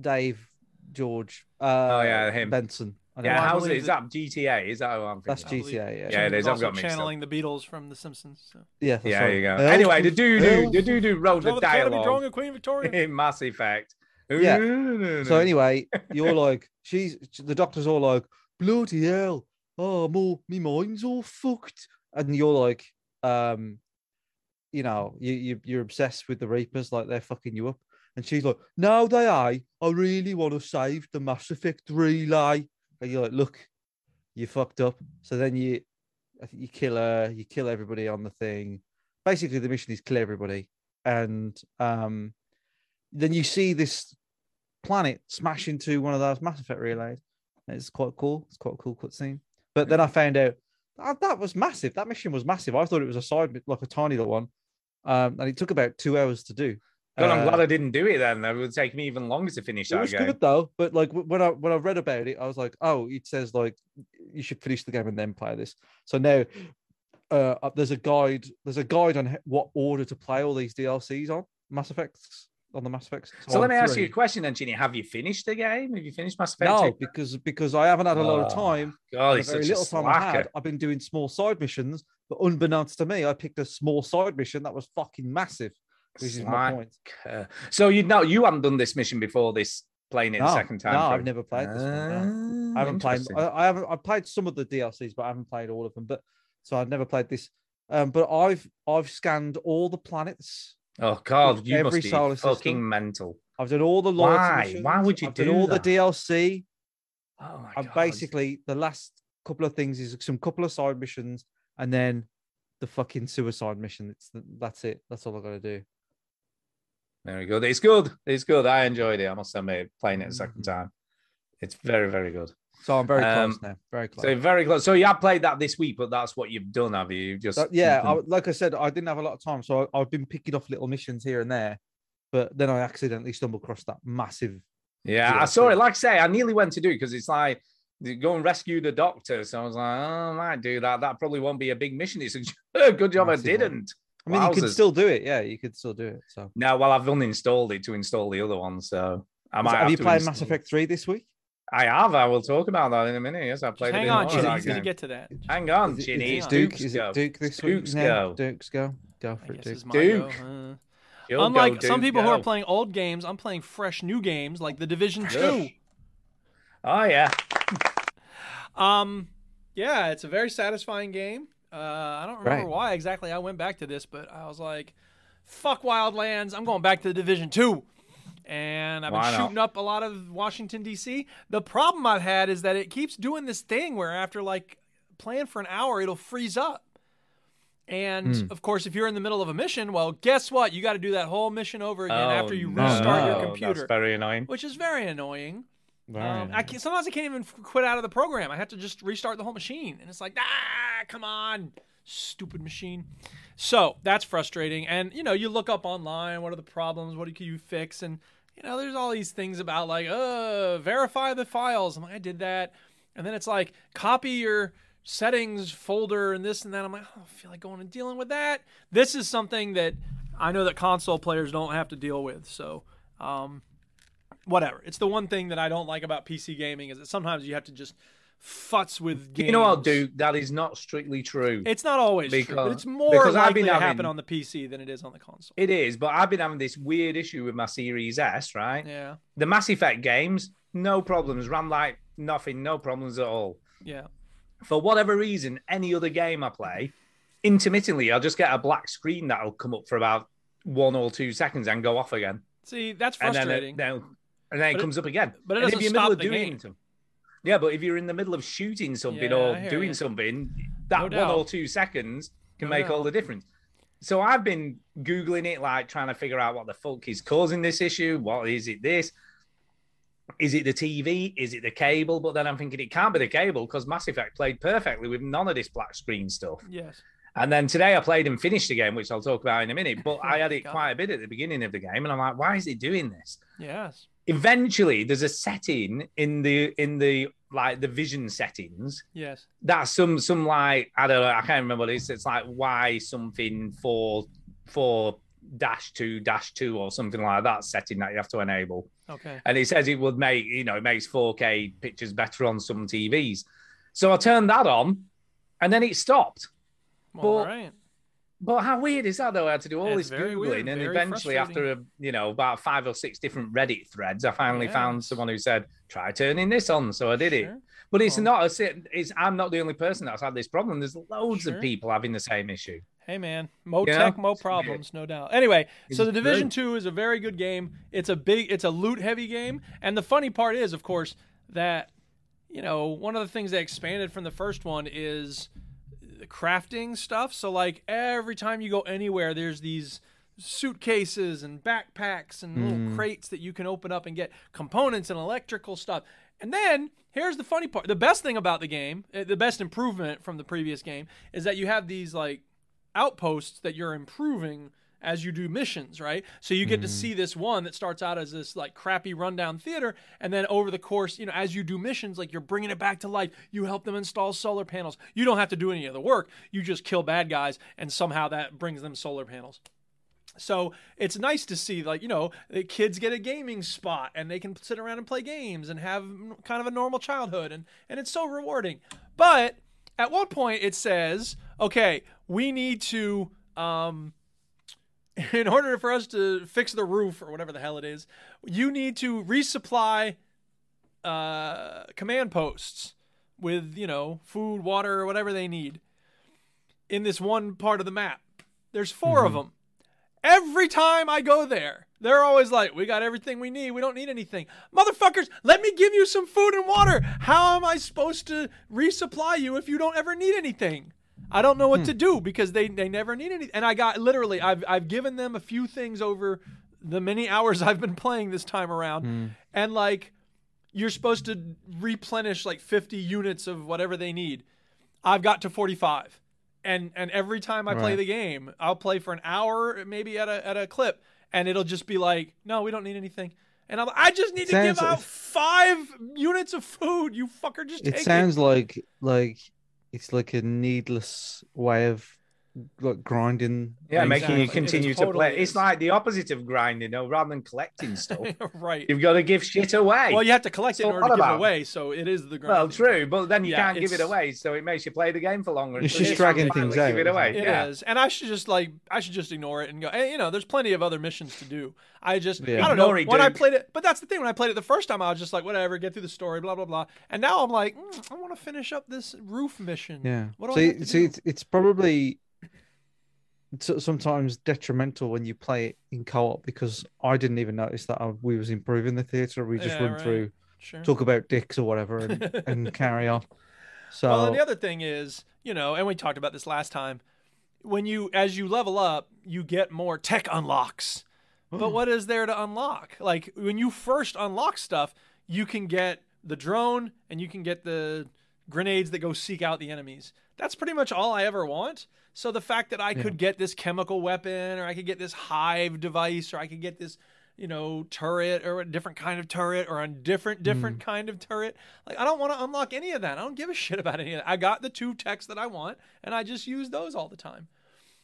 D: Dave George. Uh,
C: oh yeah, him.
D: Benson. I don't
C: Yeah,
D: know.
C: how's it? Is that GTA? Is that who I'm
D: That's
C: thinking? of?
D: GTA. Yeah,
C: Yeah, it is.
A: Also
C: I've got mixed up.
A: channeling the Beatles from The Simpsons. So.
D: yeah. that's
C: Yeah,
D: right.
C: there you go.
D: Help
C: Anyway, the
D: us,
C: dude,
D: help
C: who, the dude who wrote
A: Draw
C: the
A: the cat to be drawing
C: dialogue
A: a Queen Victoria.
C: in Mass Effect.
D: Yeah.
C: Ooh.
D: So anyway, you're like, she's the doctor's all like, bloody hell, oh, more, me mind's all fucked, and you're like, um, you know, you, you you're obsessed with the Reapers, like they're fucking you up, and she's like, no, they ain't. I really want to save the Mass Effect relay, and you're like, look, you fucked up. So then you, I think you kill her, you kill everybody on the thing. Basically, the mission is kill everybody, and um, then you see this planet smash into one of those Mass Effect relays. And It's quite cool. It's quite a cool cutscene. But then I found out that, that was massive. That mission was massive. I thought it was a side, like a tiny little one, um, and it took about two hours to do.
C: God, I'm
D: Uh,
C: glad I didn't do it then. That would take me even longer to finish
D: it
C: that
D: was
C: game.
D: good though, but like wh- when I when I read about it, I was like, oh, it says like you should finish the game and then play this. So now uh, uh, there's a guide. There's a guide on h- what order to play all these DLCs on Mass Effects on the Mass Effects.
C: So let me ask you a
D: question.
C: question then, Chini. Have you finished the game? Have you finished Mass Effect?
D: No,
C: 2?
D: because because I haven't had a lot of
C: Oh,
D: time.
C: God,
D: and
C: he's
D: the very
C: such a
D: little time I had,
C: slacker.
D: I've been doing small side missions, but unbeknownst to me, I picked a small side mission that was fucking massive. Which is my
C: Slack.
D: point.
C: Uh, so you know you haven't done this mission before this playing it
D: No,
C: the second time.
D: no,
C: through.
D: I've never played this one,
C: Ah,
D: I haven't played. uh,
C: interesting.
D: I, I haven't. I played some of the DLCs, but I haven't played all of them. But so I've never played this. Um, but I've I've scanned all the planets.
C: oh God,
D: with
C: you must
D: every
C: be
D: solar
C: fucking
D: system.
C: mental.
D: I've done all the Lords
C: Why?
D: missions,
C: Why would you
D: I've done
C: do
D: all
C: that?
D: the DLC?
C: Oh my
D: and
C: God.
D: basically the last couple of things is some couple of side missions and then the fucking suicide mission. It's th- that's it. That's all I gotta do.
C: very good. It's good. It's good. I enjoyed it. I must admit, playing it the second
D: Mm-hmm.
C: time. It's very, very good.
D: So I'm very
C: Um,
D: close now. Very close.
C: So very close. So you have played that this week, but that's what you've done, have you? You've just
D: So, Uh, yeah, I,
C: you've done-
D: like I said, I didn't have a lot of time, so I, I've been picking off little missions here and there. But then I accidentally stumbled across that massive.
C: yeah. I
D: yeah,
C: saw
D: so-
C: it. Like I say, I nearly went to do because it's like you go and rescue the doctor. So I was like, oh, I might do that. That probably won't be a big mission. It's a good job I
D: Massive one.
C: didn't.
D: I mean, you can
C: Wowzers.
D: still do it. Yeah, you could still do it. So
C: No, well, I've uninstalled it to install the other one, so I might.
D: have, you
C: to
D: played Mass
C: install-
D: Effect Three this week?
C: I have. I will talk about that in a minute. Yes, I
A: Just
C: played.
A: hang
C: a bit
A: on,
C: more of
A: Chitty.
C: that
A: He's going to
C: game.
A: get to that. Just-
C: Hang on,
D: Is it-
C: Ginny.
D: is
C: it's
D: it Duke?
C: Duke's
D: Is
C: go.
D: it Duke this week?
C: Duke's
D: No,
C: go.
D: Duke's go. Go
A: I
D: for it,
A: guess it's
D: Duke.
A: my
C: Duke.
A: go, huh?
C: You'll
A: Unlike
C: go,
A: some
C: Duke,
A: people who are
C: go.
A: playing old games, I'm playing fresh new games like The Division
C: Yes.
A: Two.
C: Oh yeah.
A: Um, yeah, it's a very satisfying game. Uh, I don't remember
D: Right.
A: why exactly I went back to this, but I was like, "Fuck Wildlands, I'm going back to the Division Two. And I've been
C: Why not?
A: shooting up a lot of Washington D.C. The problem I've had is that it keeps doing this thing where after like playing for an hour, it'll freeze up. And of course, if you're in the middle of a mission, well, guess what? You got to do that whole mission over again
C: Oh,
A: after you
C: no.
A: restart
D: No,
A: your
D: that's
A: computer,
C: That's very annoying.
A: which is very annoying.
D: Right.
A: Um, I can, sometimes I can't even f- quit out of the program. I have to just restart the whole machine, and it's like, ah, come on, stupid machine. So that's frustrating. And you know, you look up online, what are the problems? What can you fix? And you know, there's all these things about like, uh, verify the files. I'm like, I did that, and then it's like, copy your settings folder and this and that. I'm like, I don't feel like going and dealing with that. This is something that I know that console players don't have to deal with. So. Um, whatever. It's the one thing that I don't like about PC gaming is that sometimes you have to just futz with games.
C: You know what, Duke? That is not strictly true.
A: It's not always true, but
C: Because-
A: it's more
C: because I've
A: likely
C: been
A: to
C: having-
A: happen on the PC than it is on the console.
C: It is, but I've been having this weird issue with my Series S. Right,
A: Yeah,
C: the Mass Effect games, no problems. Ran like nothing, no problems at all.
A: yeah.
C: for whatever reason, any other game I play, intermittently I'll just get a black screen that'll come up for about one or two seconds and go off again,
A: See, that's
C: and then
A: frustrating.
C: it, then, and then it
A: But it-
C: comes up again.
A: but it
C: and
A: doesn't
C: if you're in middle
A: stop
C: of
A: the
C: doing
A: game.
C: something- yeah, but if you're in the middle of shooting something
A: Yeah,
C: or
A: I hear
C: doing
A: you.
C: something, that
A: No
C: one
A: doubt.
C: or two seconds can
A: No
C: make all
A: doubt.
C: the difference. So I've been googling it, like trying to figure out what the fuck is causing this issue. What is it? This is it the TV? Is it the cable? But then I'm thinking it can't be the cable because Mass Effect played perfectly with none of this black screen stuff.
A: yes.
C: And then today I played and finished the game, which I'll talk about in a minute. But I had it quite a bit at the beginning of the game, and I'm like, why is it doing this?
A: Yes.
C: Eventually, there's a setting in the in the like the vision settings
A: Yes.
C: that's some some like I don't know, I can't remember what it is. It's like why something four four dash two dash two or something like that setting that you have to enable.
A: Okay.
C: And it says it would make you know it makes 4K pictures better on some TVs. So I turned that on and then it stopped.
A: All
C: but
A: right.
C: but how weird is that though? I had to do all
A: It's
C: this
A: very
C: googling,
A: weird,
C: and
A: very
C: eventually, after a, you know about five or six different Reddit threads, I finally
A: Yeah.
C: found someone who said, "Try turning this on." So I did it.
A: Sure.
C: But it's not. It's, it's I'm not the only person that's had this problem. There's loads
A: Sure.
C: of people having the same issue.
A: Hey man, mo
C: Yeah.
A: tech, mo problems, no doubt. Anyway, so the
C: It's
A: Division
C: great.
A: Two is a very good game. It's a big, it's a loot heavy game, and the funny part is, of course, that you know one of the things they expanded from the first one is the crafting stuff. So like every time you go anywhere, there's these suitcases and backpacks and little
D: Mm.
A: crates that you can open up and get components and electrical stuff. And then here's the funny part. The best thing about the game, eh, the best improvement from the previous game, is that you have these like outposts that you're improving as you do missions, right? So you get to see this one that starts out as this like crappy rundown theater and then over the course, you know, as you do missions like you're bringing it back to life. You help them install solar panels. You don't have to do any of the work. You just kill bad guys and somehow that brings them solar panels. So it's nice to see, like, you know, the kids get a gaming spot and they can sit around and play games and have n- kind of a normal childhood. And, and it's so rewarding. But at one point, it says, okay, we need to, um, in order for us to fix the roof or whatever the hell it is, you need to resupply uh, command posts with, you know, food, water, or whatever they need in this one part of the map. There's 4 of them. Every time I go there, they're always like, "We got everything we need. We don't need anything." Motherfuckers, let me give you some food and water. How am I supposed to resupply you if you don't ever need anything? I don't know
P: Hmm.
A: what to do because they they never need anything. And I got literally, I've I've given them a few things over the many hours I've been playing this time around,
P: Hmm.
A: and like you're supposed to replenish like 50 units of whatever they need. I've got to 45. And and every time I play
D: Right.
A: the game, I'll play for an hour maybe at a at a clip and it'll just be like, "No, we don't need anything." And I'm like, "I just need to give
P: Sounds-
A: out 5 units of food. You fucker just
P: It
A: take
P: sounds like like it's like a needless way of like grinding.
C: Yeah,
P: things
C: making
P: out.
C: you continue to
A: totally
C: play. It's like the opposite of grinding, though. Rather than collecting stuff,
A: it. right.
C: you've got to give shit away.
A: Well, you have to collect it in
C: So
A: order to
C: what
A: give it
C: about-
A: away, so it is the grind.
C: Well, true, but then you
A: Yeah,
C: can't give it
A: it's-
C: away, so it makes you play the game for longer.
P: It's
C: until
P: just
C: you
P: dragging
C: finally
P: things out,
C: Give it
P: isn't
C: away.
P: it?
A: It is,
C: yeah.
A: and I should just like I should just ignore it and go. Hey, you know, there's plenty of other missions to do. I just
P: Yeah.
A: I don't know
C: Ignore it,
A: when I
C: dude.
A: played it, but that's the thing. When I played it the first time, I was just like, whatever, get through the story, blah blah blah. And now I'm like, mm, I want to finish up this roof mission.
P: Yeah.
A: What do
P: so
A: I have
P: it-
A: to
P: so
A: do?
P: it's it's probably so- sometimes detrimental when you play it in co-op because I didn't even notice that I, we was improving the theater. We just
A: Yeah,
P: run
A: right.
P: through,
A: Sure.
P: talk about dicks or whatever, and, and carry on. So
A: Well,
C: uh,
A: and the other thing is, you know, and we talked about this last time. When you, as you level up, you get more tech unlocks. But what is there to unlock? Like when you first unlock stuff, you can get the drone and you can get the grenades that go seek out the enemies. That's pretty much all I ever want. So the fact that I could get this chemical weapon or I could get this hive device or I could get this, you know, turret or a different kind of turret or a different different kind of turret. Like I don't want to unlock any of that. I don't give a shit about any of that. I got the two techs that I want and I just use those all the time.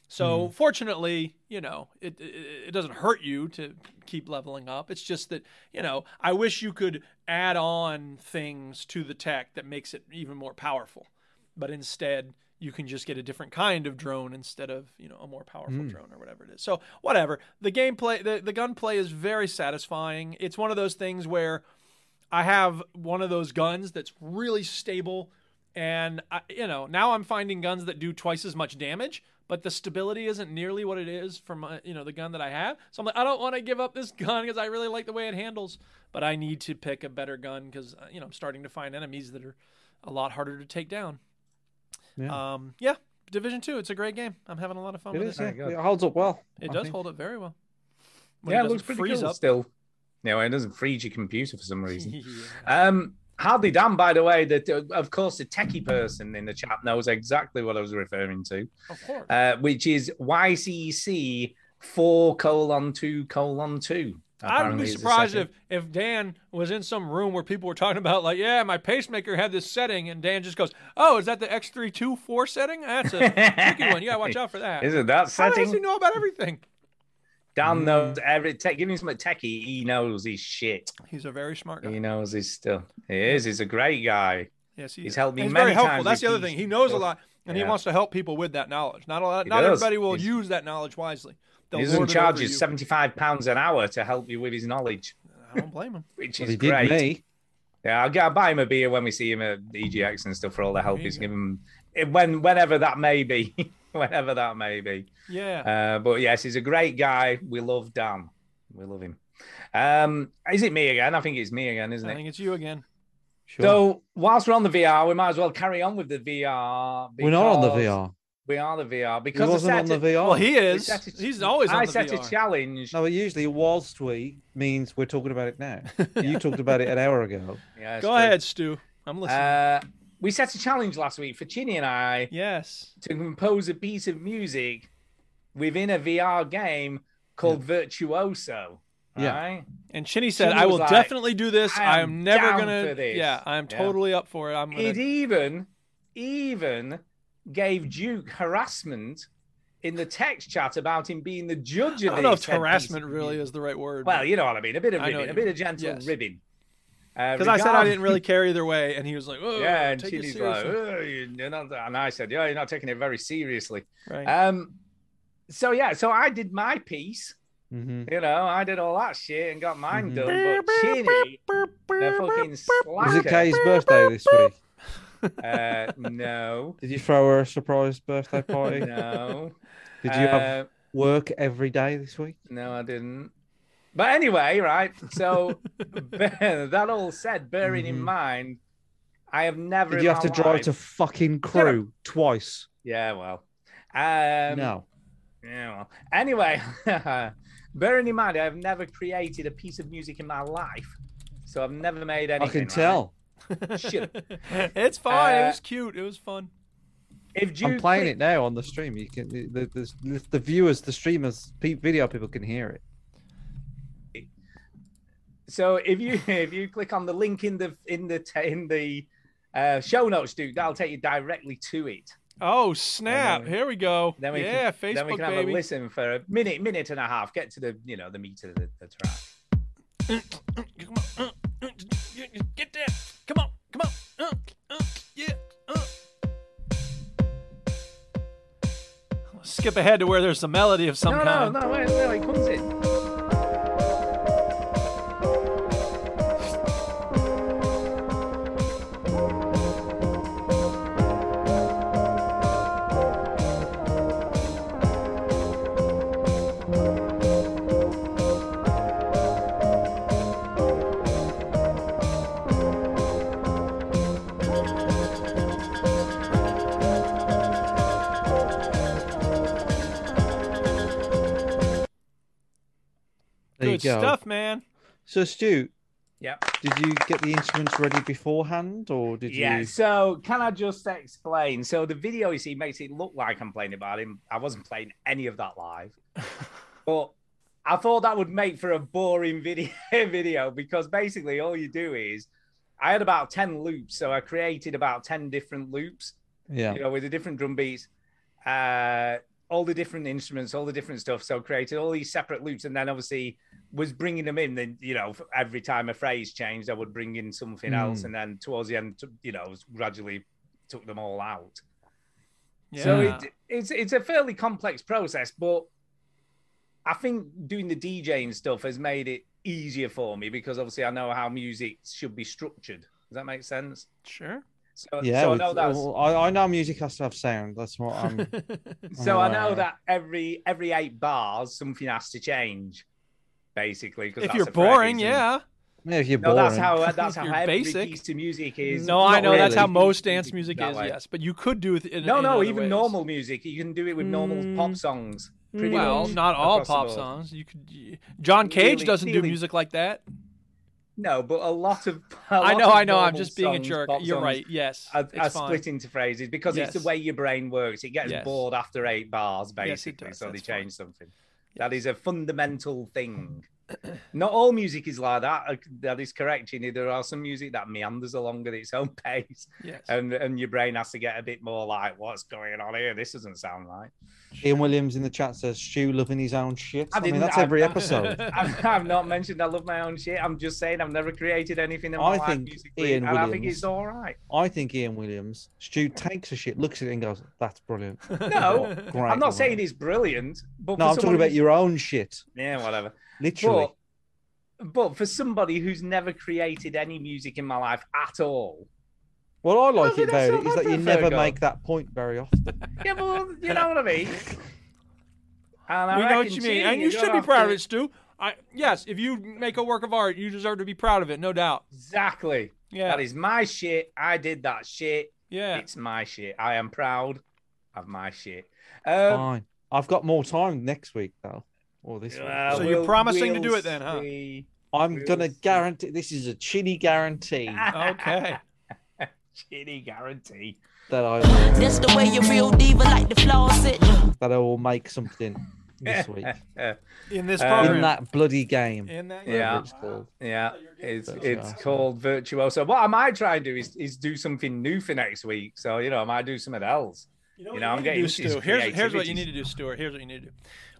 A: So fortunately, you know, it, it it doesn't hurt you to keep leveling up. It's just that you know, I wish you could add on things to the tech that makes it even more powerful. But instead, you can just get a different kind of drone instead of you know a more powerful drone or whatever it is. So whatever the gameplay, the the gunplay is very satisfying. It's one of those things where I have one of those guns that's really stable, and I, you know now I'm finding guns that do twice as much damage, but the stability isn't nearly what it is from uh, you know the gun that I have. So I'm like, I don't want to give up this gun because I really like the way it handles, but I need to pick a better gun because you know I'm starting to find enemies that are a lot harder to take down.
P: Yeah.
A: Um, yeah, Division Two, it's a great game. I'm having a lot of fun
P: it
A: with
P: is.
A: it.
P: Yeah.
C: good.
P: It holds up well.
A: It
P: I
A: does
P: think.
A: hold up very well. When
C: yeah, it
A: doesn't
C: looks pretty
A: freeze
C: cool
A: up.
C: still. No, it doesn't freeze your computer for some reason.
A: Yeah.
C: Um, Hardly damn, by the way, that uh, of course the techie person in the chat knows exactly what I was referring to,
A: Of course.
C: uh, which is YCC four colon two colon two.
A: I would
C: Apparently
A: be
C: it's a
A: surprised
C: setting.
A: if, if Dan was in some room where people were talking about, like, yeah, my pacemaker had this setting, and Dan just goes, oh, is that the X324 setting? That's a tricky one. You got to watch out for that.
C: Isn't that
A: How
C: setting?
A: does he know about everything?
C: Dan knows every tech. Give him some techie. He knows his shit.
A: He's a very smart guy.
C: He knows his still. He is. He's a great guy.
A: Yes, he
C: he's
A: is.
C: helped me
A: He's
C: many
A: very helpful.
C: times
A: That's
C: with
A: the other
C: these
A: thing. He knows a
C: stuff.
A: lot, and he
C: Yeah.
A: wants to help people with that knowledge. Not a lot.
C: He
A: Not
C: does.
A: everybody will
C: He's-
A: use that knowledge wisely. They'll
C: He doesn't
A: lord it
C: charge
A: over
C: you
A: you.
C: seventy-five pounds an hour to help you with his knowledge,
A: I don't blame him.
C: which
D: Well,
C: is
D: he did
C: great.
D: me.
C: Yeah, I'll, go- I'll buy him a beer when we see him at EGX and stuff for all the help he's given. him. When whenever that may be, whenever that may be.
A: Yeah.
C: Uh, but yes, he's a great guy. We love Dan. We love him. Um, is it me again? I think it's me again, isn't
A: I
C: it?
A: think it's you again.
C: So whilst we're on the VR, we might as well carry on with the VR.
D: We're not on the
C: because-
D: VR.
C: We are the VR because
D: wasn't
C: I
D: on
C: set
D: the
C: a-
D: VR. Well, he is.
C: I set a-
D: He's always on
C: I
D: the
C: set
D: VR.
C: a challenge.
D: No, but usually whilst we means we're talking about it now. you talked about it an hour ago.
C: Yeah, that's
A: Go
C: true.
A: ahead, Stu. I'm listening.
C: Uh, we set a challenge last week for Chinny and I.
A: Yes.
C: To compose a piece of music within a VR game called Virtuoso.
A: Yeah.
C: Right?
A: And Chinny said,
C: Chinny
A: "I
C: was
A: will
C: like,
A: definitely do this.
C: "I
A: I
C: am
A: am never
C: down
A: gonna.
C: for this."
A: Yeah, I am
C: Yeah.
A: totally up for it. I'm gonna.
C: It even even gave Duke harassment in the text chat about him being the judge
A: I
C: of
A: don't know
C: this
A: if
C: headpiece.
A: harassment really is the right word.
C: Well,
A: but-
C: you know what I mean. A bit of
A: I know
C: ribbing,
A: what
C: a
A: you
C: bit
A: mean.
C: of gentle
A: Yes.
C: ribbing.
A: Because I said I didn't really care either way, and he was like, "Oh,
C: yeah, and
A: take it
C: Chili's like,
A: seriously."
C: "Oh, you- you're not-" and I said, yeah, you're not taking it very seriously.
A: Right.
C: Um, so yeah, so I did my piece.
D: Mm-hmm.
C: You know, I did all that shit and got mine
D: Mhm.
C: done. But Chinny, the fucking slacker.
D: Was it Kay's birthday this week?
C: Uh, no,
D: Did you throw her a surprise birthday party?
C: no,
D: Did you have
C: Uh,
D: work every day this week?
C: no, I didn't. But anyway, right. So that all said, bearing in
D: Mhm.
C: mind, I have never.
D: Did
C: in
D: you have
C: my
D: to drive
C: life-
D: to fucking crew twice?
C: Yeah, well. Um,
D: no.
C: Yeah, well. Anyway, bearing in mind, I've never created a piece of music in my life, so I've never made
D: I
C: anything.
D: can
C: right?
D: tell.
C: Shit.
A: it's fine. it
C: Uh,
A: was cute. It was fun.
C: If
D: I'm
C: Duke
D: playing
C: Cli-
D: it now on the stream. You can the, the, the, the viewers, the streamers, pe- video people can hear it.
C: So if you if you click on the link in the in the t- in the uh, show notes, Duke, that'll take you directly to it.
A: Oh snap!
C: we-
A: Here we go.
C: Then we
A: yeah,
C: can,
A: Facebook
C: then we can have
A: baby.
C: a listen for a minute, minute and a half. Get to the you know the meat of the, the track.
A: uh, Get there. Come on. Come on. Uh, uh, yeah. Uh. Skip ahead to where there's a melody of some
C: no,
A: kind.
C: no, no, wait, no, it comes in.
D: There
A: Good
D: you go.
A: stuff, man.
D: So, Stu,
C: Yep.
D: did you get the instruments ready beforehand, or did
C: yeah,
D: you?
C: so can I just explain? So the video you see makes it look like I'm playing it, but I, didn't- I wasn't playing any of that live. but I thought that would make for a boring video, video because basically all you do is I had about 10 loops. So I created about 10 different loops,
D: Yeah.
C: you know, with the different drum beats, uh, all the different instruments, all the different stuff. So created all these separate loops. And then obviously was bringing them in. Then, you know, every time a phrase changed, I would bring in something else.
D: Mm.
C: And then towards the end, you know, gradually took them all out.
A: Yeah.
C: So it, it's it's a fairly complex process, but I think doing the DJing stuff has made it easier for me because obviously I know how music should be structured. Does that make sense?
A: Sure.
C: So,
D: Yeah,
C: so I
D: with-
C: know that's
D: well, I, I know music has to have sound. That's what I'm. I'm
C: so I know
D: aware.
C: that every every eight bars something has to change, basically. 'cause
A: If
C: that's
A: you're
C: a phrase
A: boring,
C: and-
A: yeah.
D: Yeah, if you're
C: No,
D: boring.
C: that's how that's
A: If
C: how
A: you're
C: every
A: basic.
C: piece of music is.
A: No, I
C: Not
A: know that's
C: really.
A: how most dance music
C: that
A: is.
C: way.
A: Yes, but you could do it in
C: No,
A: in
C: no,
A: other
C: even
A: ways. Mm.
C: normal music, you can do it with normal pop songs. Pretty
A: well,
C: much
A: not all
C: across the
A: pop
C: board.
A: songs. You could. John Cage
C: Really
A: doesn't do
C: feeling-
A: music like that.
C: No, but a lot of. a
A: I
C: lot
A: know,
C: of
A: I know, I'm
C: normal
A: just being a
C: songs,
A: jerk.
C: pop
A: You're
C: songs
A: right, yes,
C: Are,
A: it's
C: are
A: fine.
C: split into phrases because it's
A: Yes.
C: the way your brain works. It gets
A: Yes.
C: bored after eight bars,
A: Yes, it
C: basically.
A: does,
C: so they
A: that's fine.
C: change something. That is a fundamental thing. Not all music is like that. uh, That is correct, Ginny. There are some music that meanders along at its own pace.
A: Yes.
C: And and your brain has to get a bit more like, what's going on here? This doesn't sound right.
D: Ian Williams in the chat says Stu loving his own shit. I, mean
C: didn't-
D: that's
C: I've-
D: every
C: I've-
D: episode.
C: I've, I've not mentioned I love my own shit. I'm just saying I've never created anything in my
D: I
C: life
D: think
C: musically,
D: Ian
C: and I think
D: Williams.
C: it's all right.
D: I think Ian Williams. Stu takes a shit, looks at it and goes, "That's brilliant."
C: No,
D: Great
C: I'm not
D: work.
C: saying it's brilliant, but
D: no,
C: for
D: I'm talking
C: someone
D: about
C: who's-
D: your own shit.
C: Yeah, whatever.
D: Literally.
C: But, but for somebody who's never created any music in my life at all,
D: What I
C: I
D: like
C: think
D: it about
C: that's
D: it is
C: not
D: that
C: bad
D: you
C: for a
D: never
C: Virgo.
D: make that point very often.
C: yeah, well, you know what I mean. And I
A: we know what
C: reckon,
A: you
C: gee,
A: mean, and you
C: you're
A: should
C: gonna
A: be
C: have
A: proud of
C: to-
A: it, Stu. I, yes, if you make a work of art, you deserve to be proud of it, no doubt.
C: Exactly.
A: Yeah.
C: That is my shit. I did that shit.
A: Yeah.
C: It's my shit. I am proud of my shit. Um,
A: Oh.
D: Fine. I've got more time next week though, or this
C: Well,
A: So
D: week.
A: you're
C: uh, We'll-
A: promising to
C: we'll
A: do it then, huh?
C: see.
D: I'm
C: we'll
D: gonna
C: see.
D: guarantee. This is a chinny guarantee
A: Okay.
C: Shitty guarantee.
D: that I will,
R: That's the way you real diva like the flaws it.
D: that I will make something this week
A: In this
C: Uh,
A: program.
D: in that bloody game.
A: In that
D: whatever
C: Yeah.
D: it's called.
C: Yeah, it's
D: That's
C: it's
D: awesome.
C: called virtuoso. What I might try and do is is do something new for next week. So you know, I might do something else. You know, I'm
A: need to
C: getting
A: do,
C: into these
A: Stu. Here's, here's what you
C: creativities.
A: need to do, Stuart. Here's what you need to do.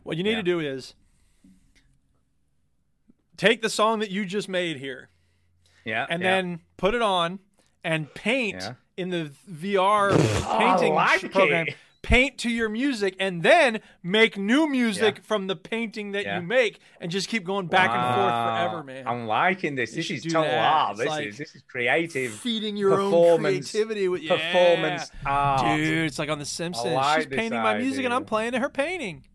A: What you need
C: Yeah.
A: to do is take the song that you just made here
C: Yeah,
A: and
C: yeah.
A: then put it on and paint
C: Yeah. Oh,
A: in the VR painting
C: like
A: sh- program.
C: it.
A: Paint to your music and then make new music
C: Yeah.
A: from the painting that
C: Yeah.
A: you make and just keep going back
C: Wow.
A: and forth forever, man.
C: Ah, I'm liking this.
A: You
C: This
A: should
C: is
A: do
C: total
A: that.
C: art.
A: It's
C: This
A: like
C: is this is creative.
A: feeding your own
C: performance-
A: creativity with yeah.
C: performance art.
A: Dude, it's like on The Simpsons. She's
C: like this
A: painting my music and
C: idea.
A: I'm playing to her painting.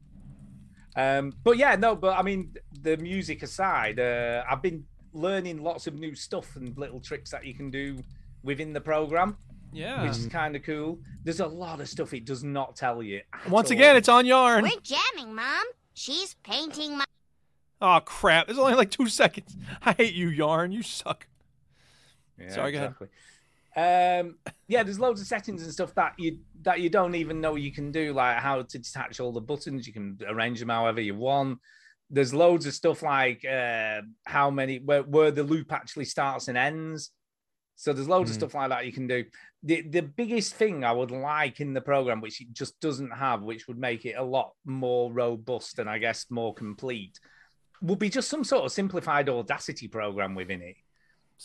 C: Um, but yeah, no, but I mean, the music aside, uh, I've been learning lots of new stuff and little tricks that you can do within the program,
A: Yeah.
C: which is kind of cool. There's a lot of stuff it does not tell you. at
A: Once
C: all.
A: again, it's on yarn.
K: We're jamming, Mom. She's painting my.
A: Oh crap! It's only like two seconds. I hate you, yarn. You suck.
C: Yeah,
A: Sorry, go ahead.
C: Um, yeah, there's loads of settings and stuff that you that you don't even know you can do, like how to detach all the buttons. You can arrange them however you want. There's loads of stuff like uh, how many where, where the loop actually starts and ends. So there's loads
A: Hmm.
C: of
D: Mm.
C: stuff like that you can do. The the biggest thing I would like in the program, which it just doesn't have, which would make it a lot more robust and I guess more complete, would be just some sort of simplified Audacity program within it.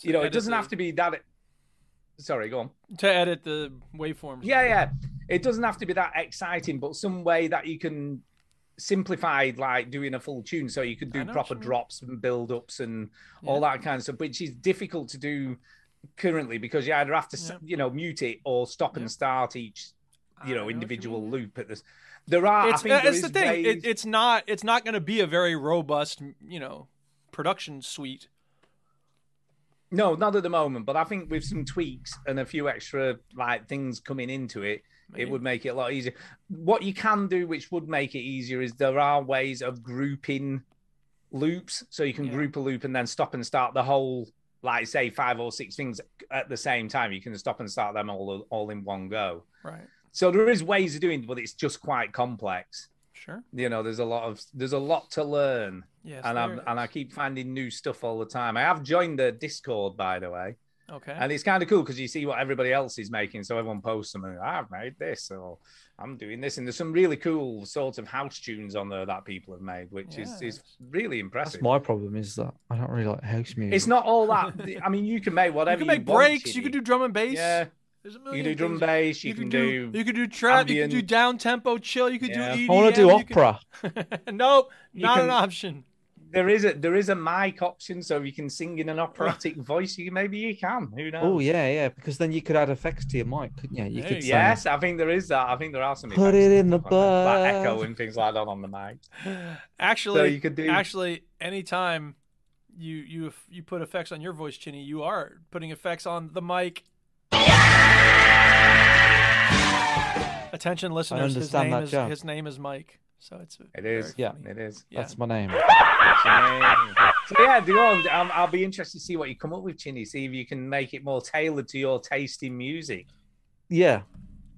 C: you know, it
A: edit
C: doesn't
A: the-
C: have to be that. e-, Sorry, go on.
A: To edit the waveforms.
C: Yeah, yeah. It doesn't have to be that exciting, but some way that you can simplify, like doing a full tune, so you could do
A: know what
C: proper
A: you mean.
C: drops and build ups and all that kind of stuff, which is difficult to do currently because you either have to, s you know, mute it or stop and start each, you know, individual loop at this. There are.
A: It's,
C: I think
A: uh,
C: there
A: it's the
C: is
A: thing.
C: ways-
A: It, it's not. It's not going to be a very robust, you know, production suite.
C: No, not at the moment, but I think with some tweaks and a few extra like things coming into it, it would make it a lot easier. What you can do, which would make it easier, is there are ways of grouping loops, so you can group a loop and then stop and start the whole, like say five or six things at the same time. You can stop and start them all all in one go.
A: Right.
C: So there is ways of doing, it, but it's just quite complex.
A: Sure.
C: You know, there's a lot of there's a lot to learn.
A: Yes,
C: and
A: there
C: I'm
A: is.
C: and I keep finding new stuff all the time. I have joined the Discord by the way.
A: Okay.
C: And it's kind of cool because you see what everybody else is making. So everyone posts something. I've made this, or I'm doing this, and there's some really cool sorts of house tunes on there that people have made, which is is really impressive.
D: That's my problem is that I don't really like house music.
C: It's not all that. I mean, you can make whatever.
A: you can make
C: want,
A: breaks. You
C: really.
A: can do drum and bass.
C: Yeah.
A: There's a
C: You can
A: million
C: do drum
A: things.
C: and bass. You,
A: You
C: can
A: could do,
C: do.
A: you could do trap. You could do
C: ambient-
A: down tempo chill. You could
C: Yeah.
A: do EDM.
C: I
D: wanna do
A: you could-
D: opera.
A: nope,
C: You
A: not an
C: can-
A: option.
C: There is a there is a mic option, so you can sing in an operatic voice. You maybe you can. Who knows?
D: Oh yeah, yeah. Because then you could add effects to your mic, couldn't you? You
A: There
D: could
A: you
D: say,
A: go.
C: Yes, I think there is that. I think there are some.
D: Put
C: effects
D: it
C: and
D: in the
C: stuff like that, like
D: bus.
C: echo and things like that on the mic.
A: Actually,
C: you could do-
A: actually anytime you you you put effects on your voice, Chinny, you are putting effects on the mic. Attention, listeners.
D: understand
A: his name
D: that
A: is
D: joke.
A: his name is Mike, so it's
C: It is.
A: very
C: Yeah,
A: funny.
C: it is.
D: That's my name.
C: That's your name. So yeah, Dion, um, I'll be interested to see what you come up with, Chinny. See if you can make it more tailored to your taste in music.
D: Yeah.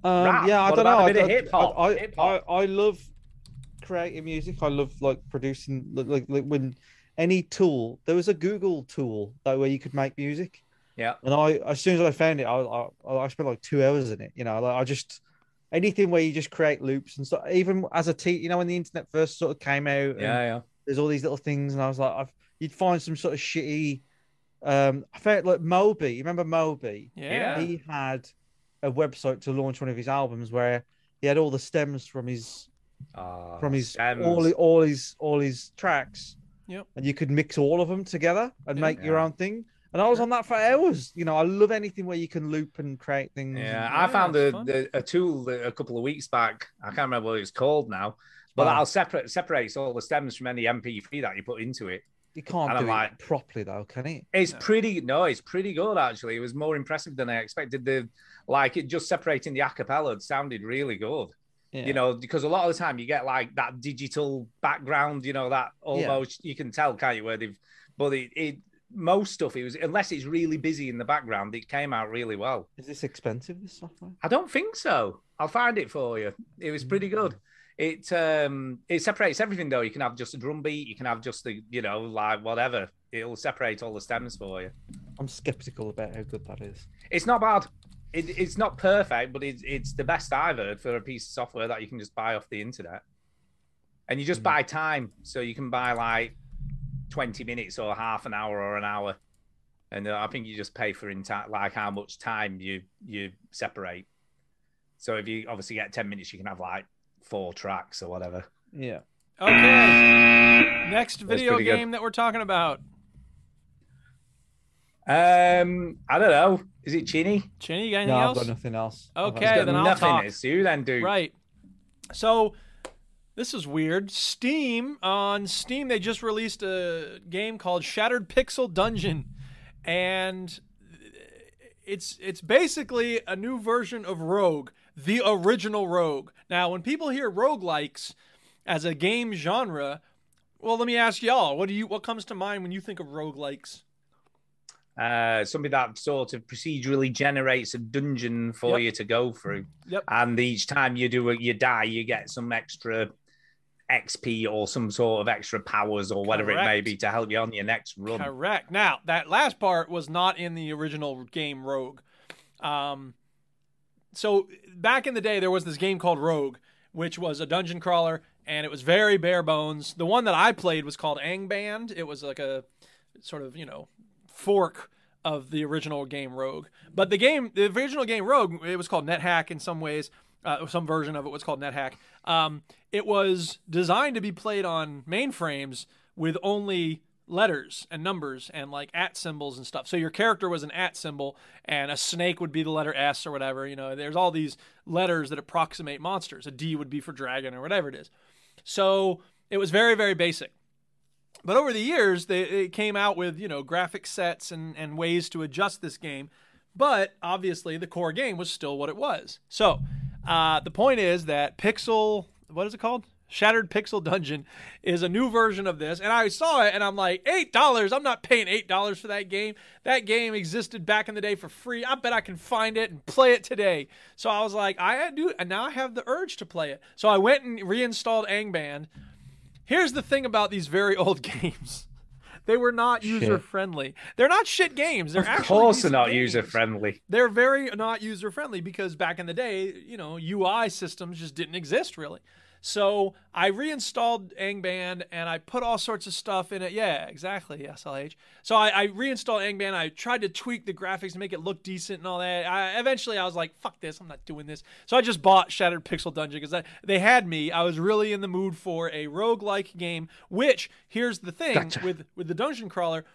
D: Um,
C: Rap.
D: Yeah, I
C: What
D: don't know.
C: about a
D: I,
C: bit of
D: I-
C: hip-hop?
D: I, I,
C: Hip-hop.
D: I, I love creating music. I love like producing, like, like, like when any tool, there was a Google tool that where you could make music.
C: Yeah.
D: And I, as soon as I found it, I, I, I spent like two hours in it. You know, like I just, anything where you just create loops and stuff, even as a teen, you know, when the internet first sort of came out. and
C: Yeah, yeah.
D: There's all these little things. And I was like, I've, you'd find some sort of shitty, um, I found like Moby. You remember Moby?
C: Yeah.
D: He had a website to launch one of his albums where he had all the stems from his
C: oh,
D: from his all
C: stems.
D: his, all his all his tracks.
A: Yep.
D: And you could mix all of them together and
C: Yeah.
D: make your
C: Yeah.
D: own thing. And I was on that for hours. You know, I love anything where you can loop and create things.
C: Yeah,
D: and-
C: I found a, the, a tool that a couple of weeks back. I can't remember what it's called now, but
D: Wow.
C: that'll separate separates all the stems from any MP3 that you put into it.
D: you can't
C: and
D: do
C: I'm
D: it
C: like-
D: properly though, can it?
C: It's pretty no, it's pretty good actually. It was more impressive than I expected. The like it just separating the acapella sounded really good.
D: Yeah.
C: You know, because a lot of the time you get like that digital background, you know, that almost you can tell, can't you, where they've but it, it most stuff it was unless it's really busy in the background, it came out really well.
D: Is this expensive? This software?
C: I don't think so. I'll find it for you. It was pretty good. It um it separates everything though. You can have just a drum beat, you can have just the you know, like whatever. It'll separate all the stems for you.
D: I'm skeptical about how good that is.
C: It's not bad. It, it's not perfect, but it's it's the best I've heard for a piece of software that you can just buy off the internet. And you
A: Mm.
C: just buy time, so you can buy like twenty minutes or half an hour or an hour, and uh, I think you just pay for in time, like how much time you you separate. So if you obviously get ten minutes, you can have like four tracks or whatever.
D: Yeah.
A: Okay. Next
C: That's
A: video
C: pretty good.
A: game that we're talking about.
C: Um, I don't know. Is it Chinny?
A: Chinny, you got anything
D: No, I've
A: else?
D: got nothing else. I've
A: Okay,
C: got
A: then I'll
C: nothing.
A: talk.
C: It's you then, dude.
A: Right. So this is weird. Steam on Steam they just released a game called Shattered Pixel Dungeon, and it's it's basically a new version of Rogue, the original Rogue. Now, when people hear roguelikes as a game genre, well, let me ask y'all, what do you what comes to mind when you think of roguelikes?
C: uh, something that sort of procedurally generates a dungeon for
A: Yep.
C: you to go through.
A: Yep.
C: And each time you do it, you die, you get some extra XP or some sort of extra powers or whatever it may
A: Correct.
C: be to help you on your next run.
A: Correct. Now that last part was not in the original game Rogue. Um, so back in the day, there was this game called Rogue, which was a dungeon crawler, and it was very bare bones. The one that I played was called Angband. It was like a sort of you know fork of the original game Rogue. But the game, the original game Rogue, it was called NetHack in some ways. Uh, some version of it was called NetHack. Um, it was designed to be played on mainframes with only letters and numbers and like at symbols and stuff. So your character was an at symbol, and a snake would be the letter S or whatever. You know, there's all these letters that approximate monsters. A D would be for dragon or whatever it is. So it was very, very basic. But over the years, they it came out with you know graphic sets and and ways to adjust this game. But obviously, the core game was still what it was. So uh, the point is that Pixel, what is it called? Shattered Pixel Dungeon is a new version of this, and I saw it and I'm like, eight dollars. I'm not paying eight dollars for that game. That game existed back in the day for free. I bet I can find it and play it today. So I was like, I do, and now I have the urge to play it. So I went and reinstalled Angband. Here's the thing about these very old games. They were not user friendly. They're not shit games. They're
C: Of
A: actually
C: course, they're
A: decent
C: not
A: games
C: user friendly.
A: they're very not user friendly because back in the day, you know, UI systems just didn't exist really. So I reinstalled Angband and I put all sorts of stuff in it. Yeah, exactly. SLH. So I, I reinstalled Angband. I tried to tweak the graphics and make it look decent and all that. I, eventually, I was like, "Fuck this! I'm not doing this." So I just bought Shattered Pixel Dungeon because they had me. I was really in the mood for a roguelike game. Which here's the thing with with the dungeon crawler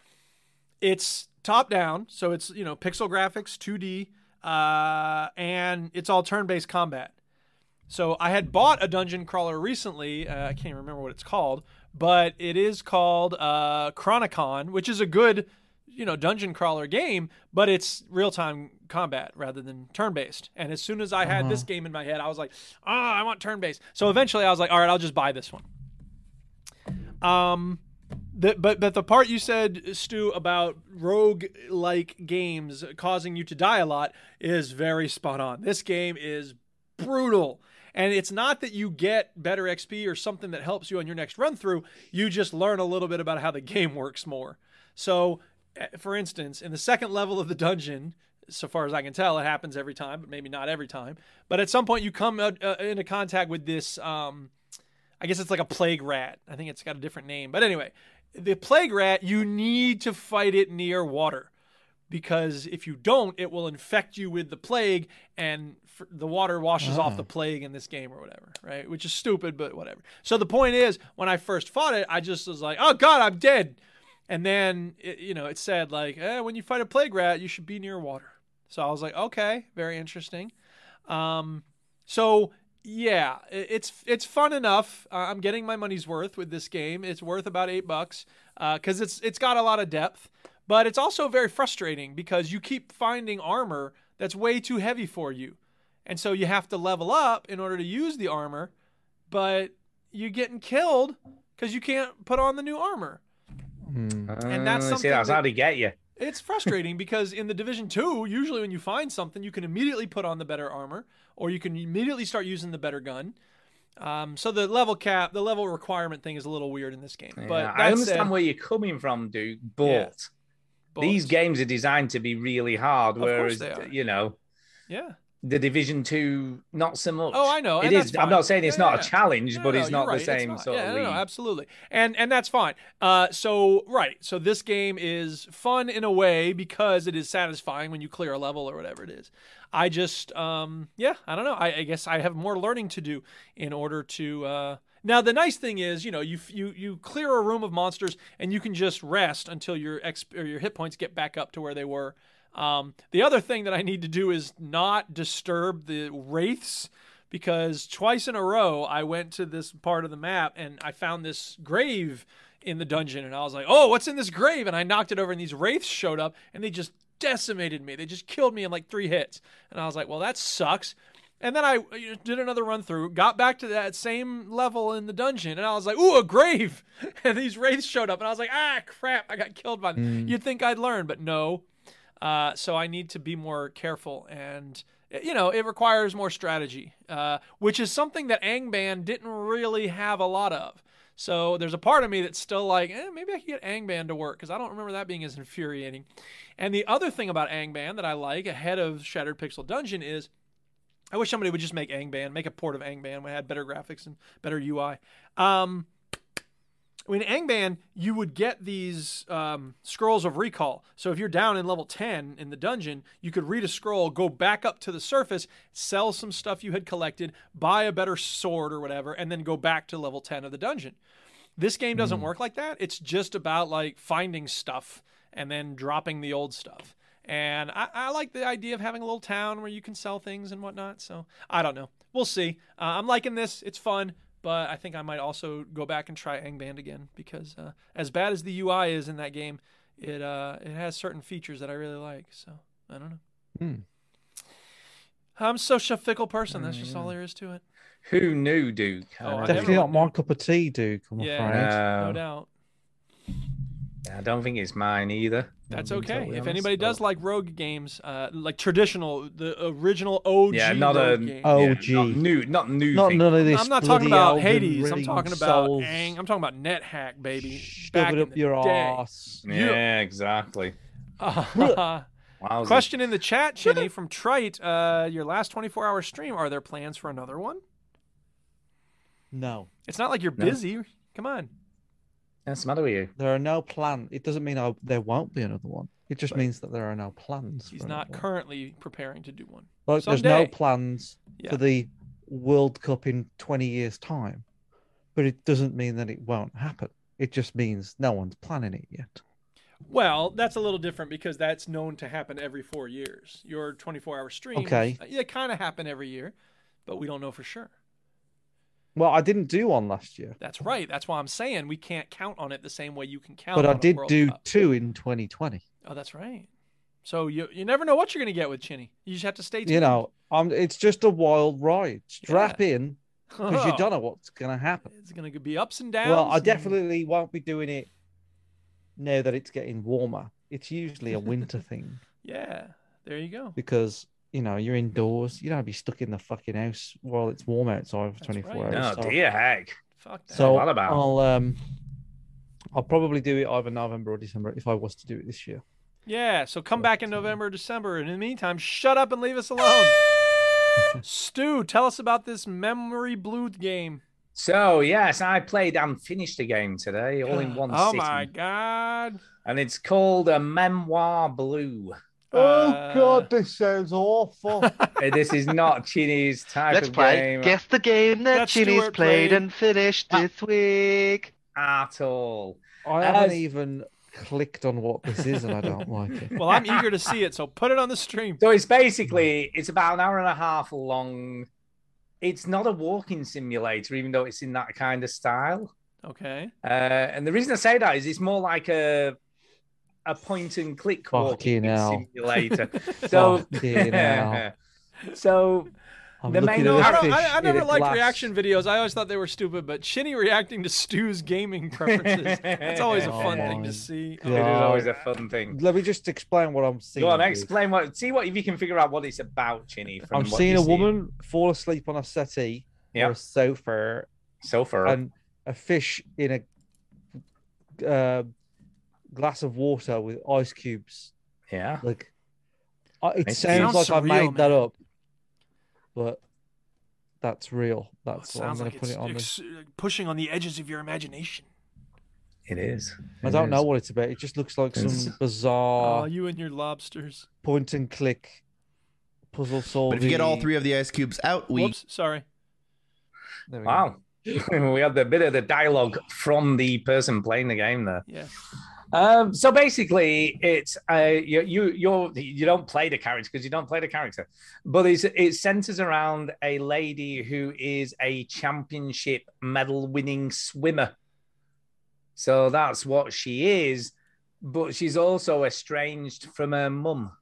A: it's top down, so it's you know pixel graphics, 2D, uh, and it's all turn-based combat. So I had bought a dungeon crawler recently. Uh, I can't even remember what it's called, but it is called uh, Chronicon, which is a good you know dungeon crawler game, but it's real-time combat rather than turn-based. And as soon as I had this game in my head, I was like, ah, I want turn-based. So eventually, I was like, all right, I'll just buy this one. Um, The, but but the part you said, Stu, about rogue like games causing you to die a lot is very spot on. This game is brutal. And it's not that you get better XP or something that helps you on your next run through. You just learn a little bit about how the game works more. So, eh, for instance, in the second level of the dungeon, so far as I can tell, it happens every time, but maybe not every time. But at some point, you come uh, uh, into contact with this. Um, I guess it's like a plague rat. I think it's got a different name. But anyway, the plague rat, you need to fight it near water because if you don't, it will infect you with the plague, and f- the water washes off
S: Oh.
A: the plague in this game or whatever, right? Which is stupid, but whatever. So the point is, when I first fought it, I just was like, "Oh God, I'm dead," and then it, you know it said like, eh, "When you fight a plague rat, you should be near water." So I was like, "Okay, very interesting." Um, so yeah, i- it's it's fun enough. Uh, I'm getting my money's worth with this game. It's worth about eight bucks because it's it's got a lot of depth, but it's also very frustrating because you keep finding armor that's way too heavy for you, and so you have to level up in order to use the armor, but you're getting killed because you can't put on the new armor.
C: and
A: that's something
C: see, that's
A: that-
C: how they get you.
A: It's frustrating because in the Division 2, usually when you find something, you can immediately put on the better armor or you can immediately start using the better gun. Um, so the level cap, the level requirement thing is a little weird in this game.
C: Yeah,
A: but
C: I
A: that
C: understand
A: said-
C: where you're coming from, Duke, but
A: Yeah.
C: these games are designed to be really hard,
A: Of course
C: whereas,
A: they are.
C: you know,
A: Yeah.
C: the Division 2, not so much.
A: Oh, I know.
C: It
A: and
C: is.
A: that's
C: I'm not
A: fine.
C: saying it's
A: Yeah,
C: not
A: yeah,
C: a challenge,
A: yeah.
C: but
A: No,
C: it's
A: no,
C: not
A: you're right.
C: the
A: It's
C: same
A: not.
C: sort
A: yeah,
C: of
A: no,
C: league.
A: no, absolutely. And and that's fine. Uh, so right. So this game is fun in a way because it is satisfying when you clear a level or whatever it is. I just, um, yeah, I don't know. I, I guess I have more learning to do in order to. Uh, now the nice thing is, you know, you f- you you clear a room of monsters and you can just rest until your exp- or your hit points get back up to where they were. Um, the other thing that I need to do is not disturb the wraiths because twice in a row I went to this part of the map and I found this grave in the dungeon and I was like, "Oh, what's in this grave?" and I knocked it over and these wraiths showed up and they just decimated me. They just killed me in like 3 hits. And I was like, "Well, that sucks." And then I you know, did another run through, got back to that same level in the dungeon, and I was like, "Ooh, a grave!" And these wraiths showed up, and I was like, "Ah, crap! I got killed by them."
S: Mm.
A: You'd think I'd learn, but no. Uh, so I need to be more careful, and eh, you know, it requires more strategy, uh, which is something that Angband didn't really have a lot of. So there's a part of me that's still like, eh, maybe I could get Angband to work because I don't remember that being as infuriating. And the other thing about Angband that I like ahead of Shattered Pixel Dungeon is I wish somebody would just make Angband, make a port of Angband. We had better graphics and better UI. Um, in Angband, you would get these um, scrolls of recall. So if you're down in level 10 in the dungeon, you could read a scroll, go back up to the surface, sell some stuff you had collected, buy a better sword or whatever, and then go back to level 10 of the dungeon. This game doesn't work like that. It's just about like finding stuff and then dropping the old stuff. And I, I like the idea of having a little town where you can sell things and whatnot. So I don't know. We'll see. Uh, I'm liking this. It's fun, but I think I might also go back and try Angband again because uh, as bad as the UI is in that game, it uh, it has certain features that I really like. So I don't know.
P: Hmm.
A: I'm such a fickle person. That's just all there is to it.
C: Who knew, Duke?
A: Oh, I
P: Definitely
A: never-
P: not my cup of tea, Duke. I'm
A: Yeah,
P: afraid.
A: no
C: No.
A: doubt.
C: I don't think it's mine either.
A: That's
C: I'm
A: okay.
C: totally
A: If
C: honest.
A: anybody
P: Oh.
A: does like rogue games, uh, like traditional, the original OG
C: yeah, not a
A: rogue game.
P: OG.
C: yeah, not new, not new.
P: Not
C: thing.
P: none of Oh, this.
A: I'm not
P: bloody
A: talking about
P: Elden
A: Hades. I'm
P: Ring
A: talking about
P: Souls.
A: Ang. I'm talking about NetHack, baby.
P: Shove
A: Back
P: it
A: in
P: up
A: the
P: your
A: day.
P: ass.
C: Yeah, exactly.
A: Uh,
C: Wowzers.
A: question in the chat, Jenny from Trite. Uh, your last 24-hour stream. Are there plans for another one?
P: No,
A: It's not like you're
P: No.
A: busy. Come on.
C: That's the matter with you.
P: there are no plans. It doesn't mean I, there won't be another one. It just means that there are no plans.
A: He's
P: for
A: not
P: another
A: currently preparing to do one.
P: one. Like, there's no
A: Someday.
P: plans
A: Yeah.
P: for the World Cup in 20 years' time, but it doesn't mean that it won't happen. It just means no one's planning it yet.
A: Well, that's a little different because that's known to happen every four years. Your 24 hour streams,
P: Okay.
A: uh, they kind of happen every year, but we don't know for sure.
P: Well, I didn't do one last year,
A: That's right. That's why I'm saying we can't count on it the same way you can count.
P: but I
A: on a
P: did
A: World
P: do
A: Cup.
P: two in 2020.
A: Oh, that's right. So you you never know what you're going to get with Chinny. You just have to stay tuned.
P: You know, um, it's just a wild ride. Strap in because you
A: Oh.
P: don't know what's going to happen.
A: it's going to be ups and downs.
P: Well, I
A: and-
P: definitely won't be doing it
D: now that it's getting warmer. It's usually a winter thing
A: Yeah, there you go.
D: because you know you're indoors. You don't be stuck in the fucking house while it's warm outside for 24
A: right.
D: hours.
C: No,
D: So-
C: Oh, dear heck.
A: Fuck that.
D: So
C: What about?
D: I'll um, I'll probably do it either November or December if I was to do it this year.
A: Yeah, so come back in November, December, and in the meantime, shut up and leave us alone. Stu, tell us about this memory blue game.
C: So yes, I played and finished the game today, all in one
A: Oh
C: sitting.
A: my god.
C: And it's called a memoir blue.
A: Oh, God,
D: this sounds awful.
C: Uh, this is not Chinny's type
S: Let's
C: of
S: play
C: game.
S: Guess the Game that
C: That's
S: Chili's
C: Stuart
S: played,
C: played.
S: and finished this week.
C: at all.
D: Uh, I haven't
C: As-
D: even clicked on what this is, and I don't like it.
A: Well, I'm eager to see it, so put it on the stream.
C: So it's basically it's about an hour and a half long. It's not a walking simulator, even though it's in that kind of style.
A: Okay.
C: Uh, and the reason I say that is it's more like a a point and click walking
D: Fucking hell.
C: simulator. so
D: Fucking hell.
C: so
D: I'm
C: the
D: looking
C: main
D: at
A: I,
D: the
A: don't,
D: fish
A: I, I
D: in
A: never
D: a
A: liked
D: glass.
A: reaction videos. I always thought they were stupid, but Shinny reacting to Stu's gaming preferences. That's always a fun
D: Oh
A: thing
D: my
A: to see.
C: it is always a fun thing.
D: Let me just explain what I'm seeing.
C: Go on,
D: here.
C: explain what. See what if you can figure out what it's about, Chinny. From
D: I'm
C: what
D: seeing
C: you
D: a
C: see.
D: woman fall asleep on a settee
C: Yeah.
D: or a sofa,
C: sofa,
D: and a fish in a uh, glass of water with ice cubes.
C: Yeah,
D: like I it
C: It
D: sounds,
C: sounds
D: like I
C: surreal,
D: made that up, but that's real. That's what I'm
A: Sounds
D: going
A: like
D: to put
A: it's
D: it on.
A: ex-
D: This.
A: pushing on the edges of your imagination.
C: It is.
D: I
C: It
D: don't know
C: is.
D: what it's about. It just looks like
C: It's-
D: some bizarre
A: oh, you and your lobsters.
D: point and click puzzle solving.
T: But if you get all three of the ice cubes out, we
A: Whoops, sorry.
C: Wow. we had a bit of the dialogue from the person playing the game there.
A: Yes.
C: Um, so basically, it's uh, you you you're, you don't play the character because you don't play the character, but it's it centers around a lady who is a championship medal winning swimmer. So that's what she is, but she's also estranged from her mum.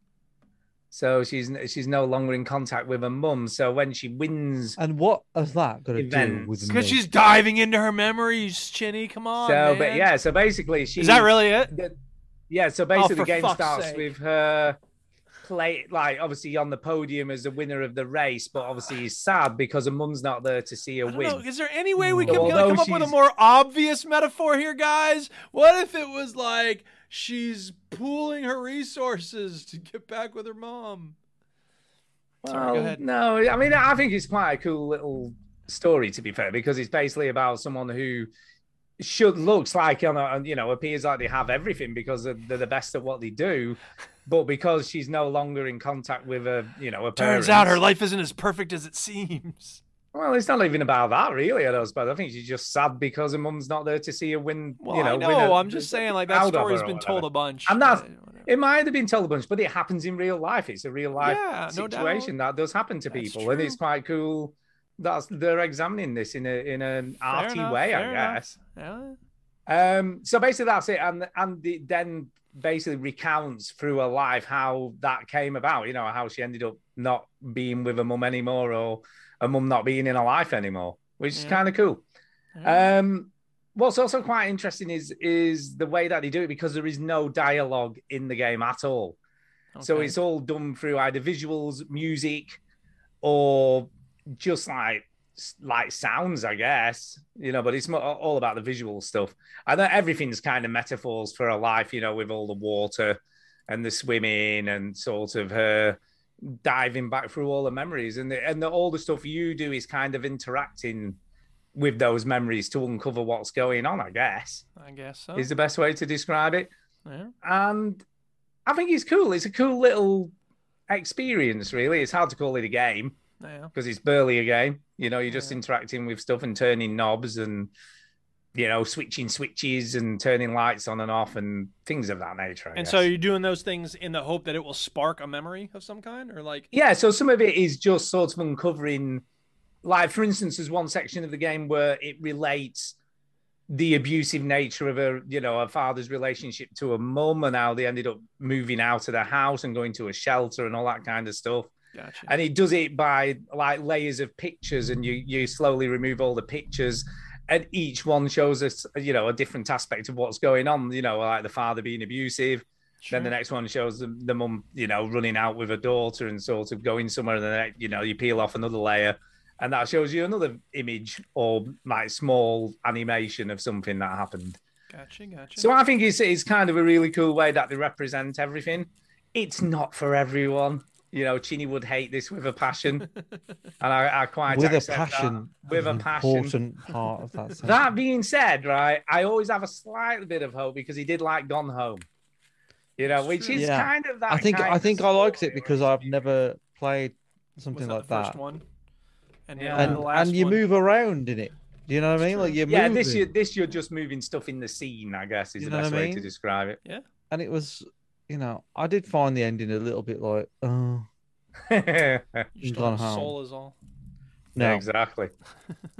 C: So she's she's no longer in contact with her mum. So when she wins,
D: and what has that got to do
C: Events.
D: with me?
A: Because she's diving into her memories, Chinny. Come on.
C: so
A: man.
C: but yeah, so basically she
A: Is that really it?
C: Yeah, so basically
A: Oh, for
C: the game
A: fuck's
C: starts
A: sake.
C: with her play like obviously on the podium as the winner of the race, but obviously he's sad because her mum's not there to see her
A: I
C: win.
A: don't know. Is there any way we
C: So
A: can come
C: although
A: up with a
C: she's-
A: more obvious metaphor here, guys? What if it was like she's pooling her resources to get back with her mom? Sorry, go
C: Well,
A: ahead.
C: No, I mean I think it's quite a cool little story to be fair because it's basically about someone who should looks like you know, uh, you know appears like they have everything because they're they're the best at what they do, but because she's no longer in contact with her, you know, her
A: Turns out her
C: parents-
A: life isn't as perfect as it seems.
C: Well, it's not even about that, really. I don't suppose. I think she's just sad because her mum's not there to see her win.
A: Well,
C: you know,
A: I
C: win
A: know.
C: a-
A: I'm just saying, like that
C: out of her
A: story's
C: or
A: been
C: whatever.
A: told a bunch.
C: I'm not. It might have been told a bunch, but it happens in real life. It's a real life
A: Yeah, no doubt.
C: situation that does happen to people, and it's quite cool. That's they're examining this in a in an arty
A: enough,
C: way,
A: fair
C: I
A: enough.
C: guess.
A: Yeah.
C: Um, so basically, that's it, and and the, then basically recounts through her life how that came about. You know how she ended up not being with her mum anymore, or her mum not being in her life anymore, which is
B: Yeah.
C: kind of cool. Um, what's also quite interesting is is the way that they do it because there is no dialogue in the game at all. So
B: Okay.
C: it's all done through either visuals, music, or just like like sounds, I guess. You know, but it's mo- all about the visual stuff. I know everything's kind of metaphors for her life. You know, with all the water and the swimming and sort of her diving back through all the memories and the, and the, all the stuff you do is kind of interacting with those memories to uncover what's going on. I guess
A: I guess so.
C: is the best way to describe it
A: Oh. Yeah.
C: and I think it's cool. It's a cool little experience, really. It's hard to call it a game
A: Yeah.
C: because it's barely a game. You know, you're just interacting with stuff and turning knobs and you know switching switches and turning lights on and off and things of that nature. I
A: And
C: guess.
A: so you're doing those things in the hope that it will spark a memory of some kind, or like
C: yeah, so some of it is just sort of uncovering, like for instance, there's one section of the game where it relates the abusive nature of her, you know, her father's relationship to her mum and how they ended up moving out of the house and going to a shelter and all that kind of stuff.
A: Gotcha.
C: And he does it by like layers of pictures, and you you slowly remove all the pictures, and each one shows us, you know, a different aspect of what's going on. You know, like the father being abusive. Then the next one shows the, the mum, you know, running out with her daughter and sort of going somewhere. And then, you know, you peel off another layer, and that shows you another image or like small animation of something that happened.
A: Gotcha, gotcha.
C: So I think it's it's kind of a really cool way that they represent everything. It's not for everyone. You know, Chini would hate this with a passion, and I, I quite
D: With a
C: accept that.
D: passion
C: With
D: is
C: a
D: an
C: passion.
D: important part of that sentence.
C: That being said, right, I always have a slight bit of hope because he did like Gone Home. You know, which is
D: Yeah.
C: kind of that.
D: I think
C: kind
D: I
C: of
D: think I liked it because I've never played something like
A: the
D: that.
A: first one. And now
D: And,
A: the last
D: and you
A: one.
D: move around in it. Do you know what I mean? Like you
C: yeah,
D: moving.
C: this year, this you're just moving stuff in the scene, I guess, is
D: You
C: the
D: know what
C: best
D: I
C: way to
D: mean?
C: describe it.
A: Yeah.
D: and it was, you know, I did find the ending a little bit like, oh,
A: Just
D: gone
A: on
D: home.
A: soul is all.
D: No.
C: exactly.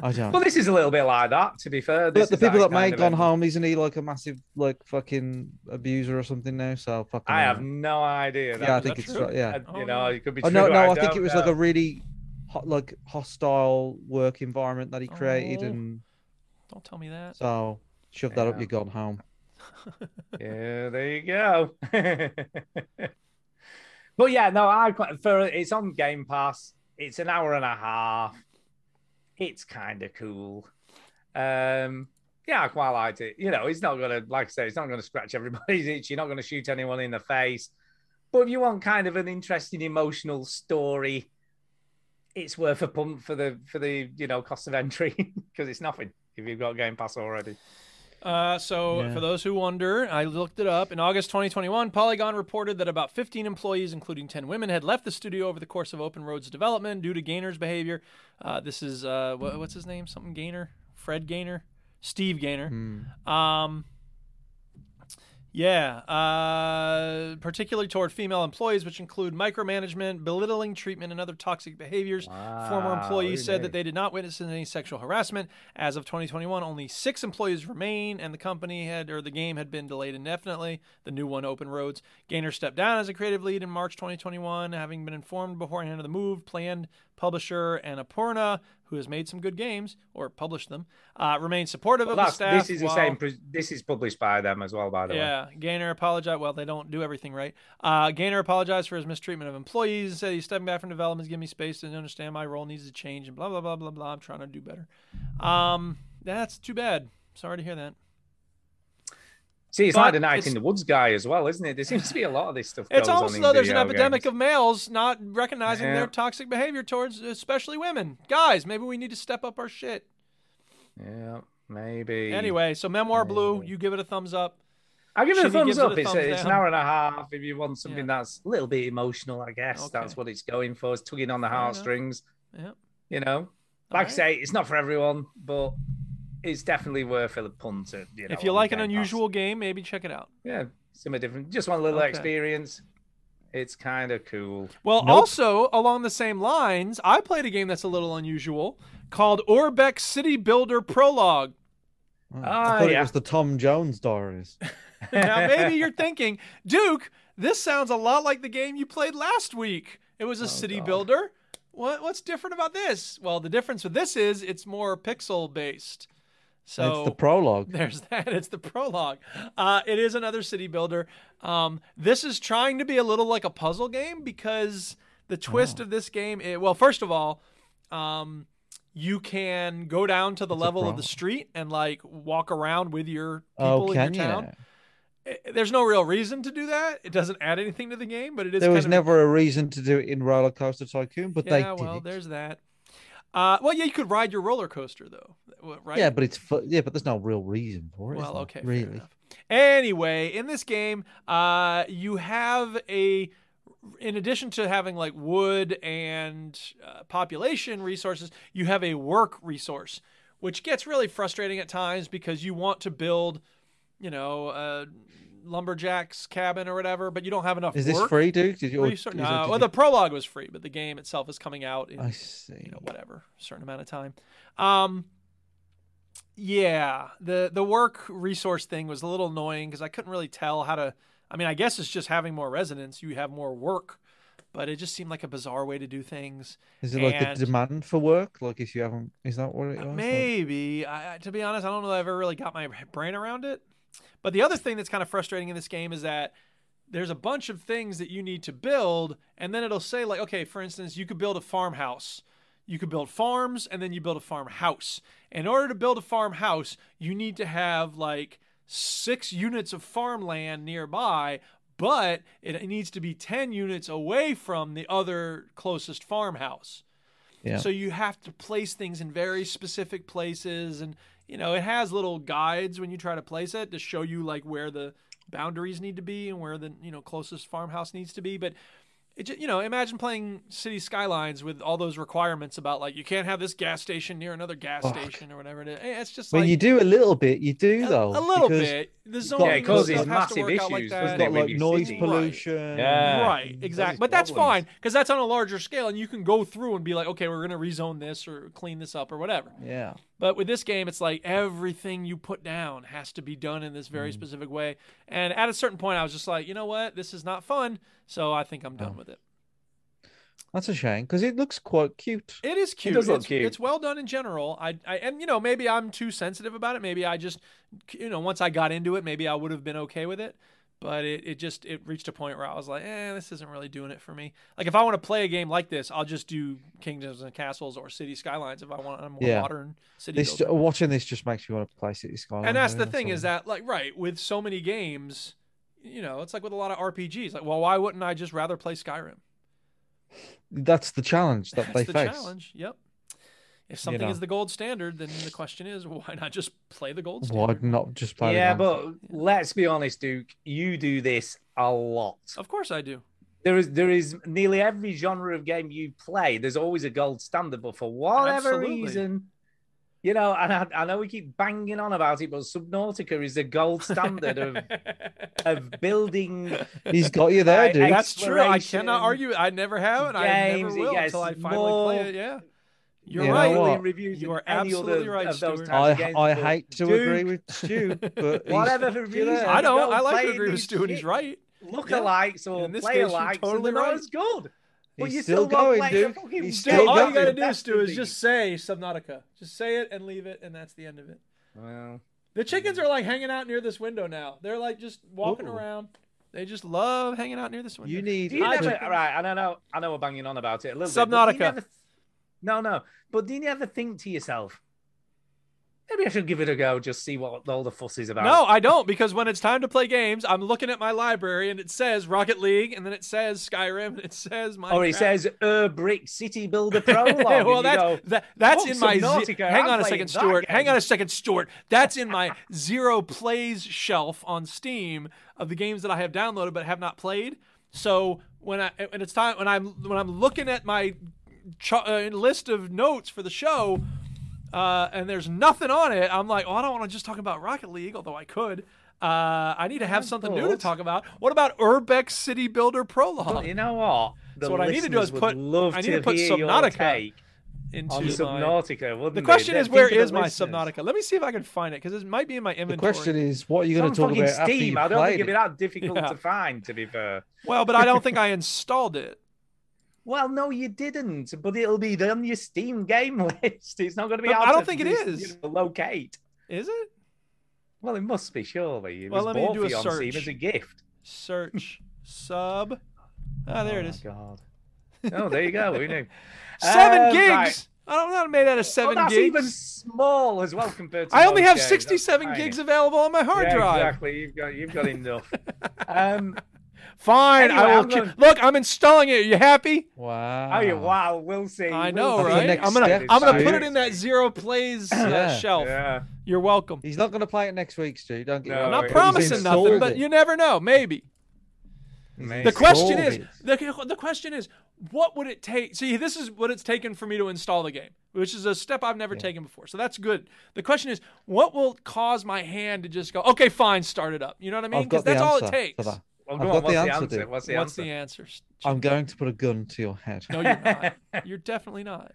D: I don't.
C: Well, this is a little bit like that, to be fair. This
D: but the
C: is
D: people that
C: kind
D: made
C: of
D: Gone
C: a-
D: Home, isn't he like a massive like fucking abuser or something now? So fucking.
C: I have
D: hell.
C: no idea.
D: Yeah, I think it's right, yeah.
C: Uh, You know, it could be
D: Oh,
C: true.
D: no, no, I,
C: I,
D: think
C: don't
D: it was
C: know.
D: like a really hot, like hostile work environment that he created,
A: Oh.
D: and
A: Don't tell me that.
D: so shove that up your Gone Home.
C: yeah, there you go. but yeah, no, I quite for it's on Game Pass. It's an hour and a half. It's kind of cool. Um, yeah, I quite liked it. You know, it's not gonna, like I say, it's not gonna scratch everybody's itch. You're not gonna shoot anyone in the face. But if you want kind of an interesting emotional story, it's worth a pump for the for the you know cost of entry because it's nothing if you've got Game Pass already.
A: Uh, so,
C: Yeah.
A: for those who wonder, I looked it up. In August 2021, Polygon reported that about 15 employees, including 10 women, had left the studio over the course of Open Roads development due to Gainer's behavior. Uh, this is uh, wha- what's his name? Something Gainer? Fred Gainer? Steve Gainer.
D: Hmm.
A: Um, yeah, uh, particularly toward female employees, which include micromanagement, belittling treatment, and other toxic behaviors. Former
C: Wow,
A: employees
C: who
A: said
C: knew?
A: that they did not witness any sexual harassment. As of 2021, only six employees remain, and the company had or the game had been delayed indefinitely. The new one, Open Roads, Gainer stepped down as a creative lead in March 2021, having been informed beforehand of the move. Planned publisher Annapurna, who has made some good games or published them, uh, remains supportive
C: Well,
A: of the
C: that's-
A: staff.
C: this is the
A: while-
C: same. pres- This is published by them as well, by the way.
A: yeah, Gaynor apologized. Well, they don't do everything right. Uh, Gaynor apologized for his mistreatment of employees and said he's stepping back from development, giving me space to understand my role needs to change and blah blah blah blah blah. I'm trying to do better. Um, that's too bad. Sorry to hear that.
C: See, it's
A: But
C: like the night
A: it's-
C: in the woods guy as well, isn't it? There seems to be a lot of this stuff.
A: It's
C: goes on
A: almost
C: in
A: as though there's an
C: video
A: epidemic
C: games.
A: of males not recognizing
C: Yeah.
A: their toxic behavior towards especially women. Guys, maybe we need to step up our shit.
C: Yeah, maybe.
A: Anyway, so Memoir Blue, you give it a thumbs up.
C: I'll give it a
A: Shinny
C: thumbs
A: gives
C: up. It's, a, it's an
A: down.
C: hour and a half. If you want something that's a little bit emotional, I guess that's what it's going for. It's tugging on the
A: enough.
C: heartstrings.
A: Yep.
C: You know, like I say, it's not for everyone, but it's definitely worth a punt. at, You know,
A: if you
C: on
A: like an
C: Game Pass.
A: unusual game, maybe check it out.
C: yeah, something different. Just one little
A: Okay.
C: experience. It's kind of cool.
A: Well,
C: Nope.
A: also along the same lines, I played a game that's a little unusual called Orbeck City Builder Prologue.
D: Oh,
A: Ah,
D: I thought
A: yeah.
D: it was the Tom Jones Diaries.
A: now, maybe you're thinking, Duke, this sounds a lot like the game you played last week. It
D: Oh,
A: was a city builder. What what's different about this? Well, the difference with this is it's more pixel based. So
D: it's the prologue.
A: There's that. It's the prologue. Uh, it is another city builder. Um, this is trying to be a little like a puzzle game because the twist
D: Oh.
A: of this game. i- well, first of all, um, you can go down to the level of the
D: prologue.
A: street and like walk around with your people
D: Oh,
A: in
D: can you?
A: your town.
D: now?
A: I- There's no real reason to do that. It doesn't add anything to the game, but it is.
D: There
A: kind
D: was
A: of
D: never a reason to do it in Roller Coaster Tycoon, but they
A: yeah,
D: did
A: well,
D: it.
A: there's that. Uh, well, yeah, you could ride your roller coaster though, w- right?
D: Yeah, but it's fu- yeah, but there's no real reason for it. is
A: Well,
D: there?
A: okay, fair
D: really.
A: Anyway, in this game, uh, you have a, in addition to having like wood and uh, population resources, you have a work resource, which gets really frustrating at times because you want to build, you know, a lumberjack's cabin or whatever, but you don't have enough.
D: Is this
A: work
D: free, Duke? Did you- or
A: resou-
D: is it-
A: no,
D: did
A: well,
D: you-
A: the prologue was free, but the game itself is coming out in
D: I see.
A: you know whatever certain amount of time. Um, yeah, the the work resource thing was a little annoying because I couldn't really tell how to. I mean, I guess it's just having more residents, you have more work, but it just seemed like a bizarre way to do things.
D: Is it like
A: And-
D: the demand for work? Like if you haven't, is that what it was? Like-
A: Uh, Maybe. I, I- to be honest, I don't know that I ever really got my brain around it. But the other thing that's kind of frustrating in this game is that there's a bunch of things that you need to build, and then it'll say, like, okay, for instance, you could build a farmhouse. You could build farms, and then you build a farmhouse. In order to build a farmhouse, you need to have like six units of farmland nearby, but it needs to be 10 units away from the other closest farmhouse.
D: Yeah.
A: So you have to place things in very specific places, and you know it has little guides when you try to place it to show you like where the boundaries need to be and where the you know closest farmhouse needs to be. But it ju- you know imagine playing City Skylines with all those requirements about like you can't have this gas station near another gas
D: Fuck.
A: station or whatever it is. Eh, It's just
D: when
A: like
D: you do a little bit, you do though.
A: a little
D: because
A: bit. The
D: you've
A: zoning
D: got-
A: Yeah, it causes stuff has to massive work out like issues, that.
D: It's
A: doesn't it,
D: got
A: when
D: like
A: you
D: noise
A: see it? Right.
D: pollution.
A: Right, exactly. But that's fine because that's on a larger scale, and you can go through and be like, okay, we're going to rezone this or clean this up or whatever.
D: Yeah.
A: But with this game, it's like everything you put down has to be done in this very specific way. And at a certain point, I was just like, you know what? This is not fun. So I think I'm done with it.
D: That's a shame because it looks quite cute.
A: It is cute.
D: does look
A: it's,
D: cute.
A: it's well done in general. I, I and you know maybe I'm too sensitive about it. Maybe I just you know once I got into it, maybe I would have been okay with it. But it, it just it reached a point where I was like, eh, this isn't really doing it for me. Like if I want to play a game like this, I'll just do Kingdoms and Castles or City Skylines if I want a more
D: Yeah.
A: modern city.
D: This
A: builder.
D: watching this just makes me want to play City Skylines.
A: And that's
D: Oh, yeah,
A: the thing
D: all.
A: is that like right with so many games, you know, it's like with a lot of RPGs. Like, well, why wouldn't I just rather play Skyrim?
D: that's the challenge that
A: That's
D: they
A: the
D: face.
A: challenge. Yep. If something
D: know.
A: is the gold standard, then the question is, why not just play the gold
D: Why
A: standard?
D: not just play? the
C: yeah,
D: game?
C: but let's be honest, Duke. You do this a lot.
A: Of course, I do.
C: There is there is nearly every genre of game you play. There's always a gold standard, but for whatever
A: Absolutely.
C: reason, you know. And I, I know we keep banging on about it, but Subnautica is the gold standard of of building.
D: He's got you there,
C: Right,
D: dude.
A: That's true. I
C: exploration,
A: cannot argue. it. I never have, and I
C: games,
A: never
C: it
A: will
C: gets
A: until I finally
C: more-
A: play it. Yeah, you're
D: You know
A: right.
D: what?
C: Reviews
A: You are
C: than any
A: absolutely
C: other
A: right,
C: of those
A: Stuart.
C: types of
D: I,
C: games,
D: I
C: but
D: hate to agree
C: Duke,
D: with Stu, but he's-
C: Whatever reason,
A: I don't.
C: go
A: I like to
C: play
A: agree with
C: this
A: Stu, and he's
C: shit.
A: right.
C: Look
A: Yeah.
C: alikes or
A: In this
C: play
A: case, you're
C: alikes.
A: totally
C: and they're
A: right.
C: always good. But
D: He's
C: you
D: still
C: won't
D: going,
C: play the
D: Duke.
C: fucking
D: He's
C: game.
D: still
A: all you
D: going.
A: gotta do,
C: That's
A: Stu,
C: the
A: is
C: thing.
A: just say Subnautica. Just say it and leave it, and that's the end of it.
C: Well,
A: The chickens are like hanging out near this window now. They're like just walking
D: Ooh.
A: around. They just love hanging out near this window.
D: you need.
C: do you
A: I
C: never?
A: just-
C: Right, and I know, I know, we're banging on about it a little bit. but do you
A: Subnautica.
C: never- no, no, but do you never think to yourself? Maybe I should give it a go. Just see what all the fuss is about.
A: No, I don't because when it's time to play games, I'm looking at my library and it says Rocket League and then it says Skyrim and it says Minecraft.
C: or he says, "Er, brick city builder prologue." and
A: well,
C: you
A: that's
C: go,
A: that, that's
C: "Oh,
A: in my. ze-
C: Subnautica,
A: hang
C: I'm
A: on a
C: playing
A: second,
C: that
A: Stuart. Hang
C: game."
A: on a second, Stuart. That's in my zero plays shelf on Steam of the games that I have downloaded but have not played. So when I and it's time when I'm when I'm looking at my ch- uh, list of notes for the show, uh, and there's nothing on it, I'm like, oh, I don't want to just talk about Rocket League, although I could. Uh, I need to have something new to
C: thought.
A: talk about. What about Urbex City Builder
C: But
A: Prologue?
C: you know what?
A: So
C: The
A: what I need to do
C: listeners
A: is
C: would
A: put-
C: Love
A: I need to
C: to
A: put
C: hear your
A: Subnautica
C: take
A: Into
C: on
A: my-
C: Subnautica. wouldn't
A: The
C: they?
A: question
C: They're
A: is, where
C: thinking of
A: is my
C: listeners.
A: Subnautica? Let me see if I can find it because it might be in my
D: The
A: inventory.
D: question is, what are you
C: It's
D: going
C: on
D: to talk
C: fucking
D: about after
C: Steam.
D: you
C: I don't think
D: played
C: it'd be
D: it?
C: that difficult
A: Yeah.
C: to find, to be fair.
A: Well, but I don't think I installed it.
C: Well, no, you didn't, but it'll be on your Steam game list. It's not going to be.
A: But
C: hard
A: I don't
C: to
A: think it
C: dis-
A: is.
C: you know, locate.
A: Is it?
C: Well, it must be surely. It
A: Well,
C: was
A: let me
C: bought
A: do a
C: for you on Steam
A: search.
C: as a gift.
A: Search sub. Ah, there it
C: Oh,
A: is.
C: God. Oh, there you go. Who knew?
A: Seven
C: Uh,
A: gigs.
C: right.
A: I don't know how to make that a
C: Well,
A: seven
C: that's
A: gigs.
C: even small as well compared to.
A: I only
C: most
A: have
C: games. That's
A: 67
C: tiny.
A: gigs available on my hard
C: yeah,
A: drive.
C: Exactly. You've got you've got enough. um,
A: Fine.
C: Anyway,
A: I will.
C: I'm
A: keep-
C: gonna-
A: Look, I'm installing it. Are you happy?
D: Wow.
C: oh, yeah, wow. We'll see.
A: Ah. I
C: We'll
A: know,
C: see.
D: That's the
A: right?
D: next
A: I'm gonna
D: step,
A: I'm gonna put
D: Stu.
A: it in that zero plays uh,
D: Yeah.
A: shelf.
C: Yeah.
A: You're welcome.
D: He's not going to play it next week, Stu. Don't get.
C: No,
A: I'm
C: Oh,
A: not
C: he's
A: promising nothing,
D: installed
A: but
D: it.
A: you never know. Maybe.
C: Amazing.
A: The question
D: Installed
A: is the, the question is what would it take? See, this is what it's taken for me to install the game, which is a step I've never taken before. So that's good. The question is what will cause my hand to just go, okay, fine, start it up. You know what I mean?
D: I've
A: Because
D: got the
A: that's all it
D: answer
A: takes.
D: for that.
C: Well,
D: I've
C: go on,
D: got
C: what's
D: the
C: the
D: answer,
C: answer?
D: dude.
C: What's the
A: What's
C: answer?
A: the answer? Stu?
D: I'm going to put a gun to your head.
A: No, you're not. You're definitely not.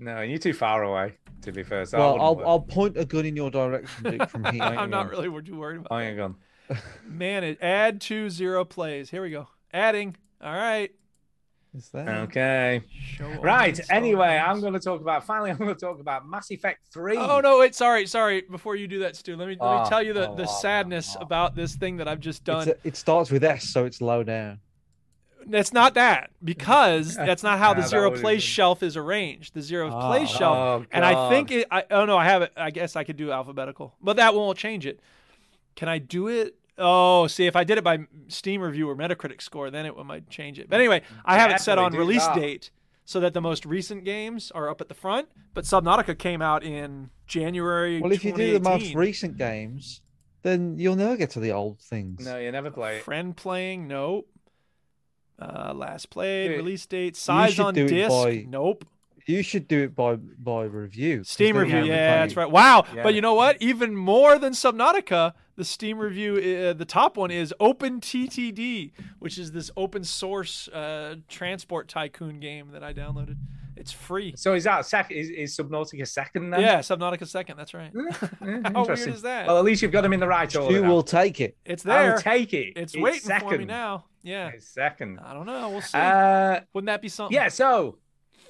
C: No, you're too far away. To be fair, so that
D: Well,
C: wouldn't
D: I'll
C: work.
D: I'll point a gun in your direction, Dick, from here.
A: I'm not really too worried about
C: I ain't gone.
A: Man, it add two zero plays. Here we go. Adding. All right.
D: Is that
C: Okay. Right. Anyway, I'm going to talk about. Finally, I'm going to talk about Mass Effect Three.
A: Oh no! Wait, sorry, sorry. Before you do that, Stu, let me let
D: Ah,
A: me
C: Oh,
A: tell you the,
C: oh,
A: the
C: oh,
A: sadness about this thing that I've just
D: It's
A: done.
D: a, it starts with S, so it's low down.
A: That's not that because that's not how the
D: Yeah, Ah, that
A: zero
D: would've
A: place
D: been-
A: shelf is arranged. The zero
D: Oh.
A: place shelf,
D: Oh,
A: and I
D: God.
A: think it. I, oh no, I have it. I guess I could do alphabetical, but that won't change it. Can I do it? Oh, see, if I did it by Steam review or Metacritic score, then it might change it. But anyway, I have it set
C: Definitely
A: on
C: do
A: release
D: Ah.
C: that.
A: date so that the most recent games are up at the front. But Subnautica came out in January.
D: Well, if you do the most
A: 2018.
D: recent games, then you'll never get to the old things.
C: No, you never play it.
A: friend playing, nope. Uh, last played,
D: Dude,
A: release date,
D: you
A: size
D: should
A: on
D: do it
A: disc,
D: by-
A: nope.
D: You should do it by by review. 'cause
A: Steam
D: then you
A: review.
D: haven't
A: Yeah, that's
D: played.
A: right. Wow.
D: Yeah.
A: But you know what? Even more than Subnautica, the Steam review, uh, the top one is OpenTTD, which is this open source uh, transport tycoon game that I downloaded. It's free.
C: So is that sec- is, is Subnautica second then?
A: Yeah, Subnautica second. That's right. How weird
C: Interesting.
A: is that?
C: Well, at least you've got them in the right order.
D: You
C: now.
D: will take it.
A: it's there.
C: I'll take it.
A: It's,
C: It's
A: waiting for me
C: Oh, second.
A: now. Oh, Yeah.
C: It's second.
A: I don't know. We'll see.
C: Uh,
A: Wouldn't that be something?
C: yeah. So,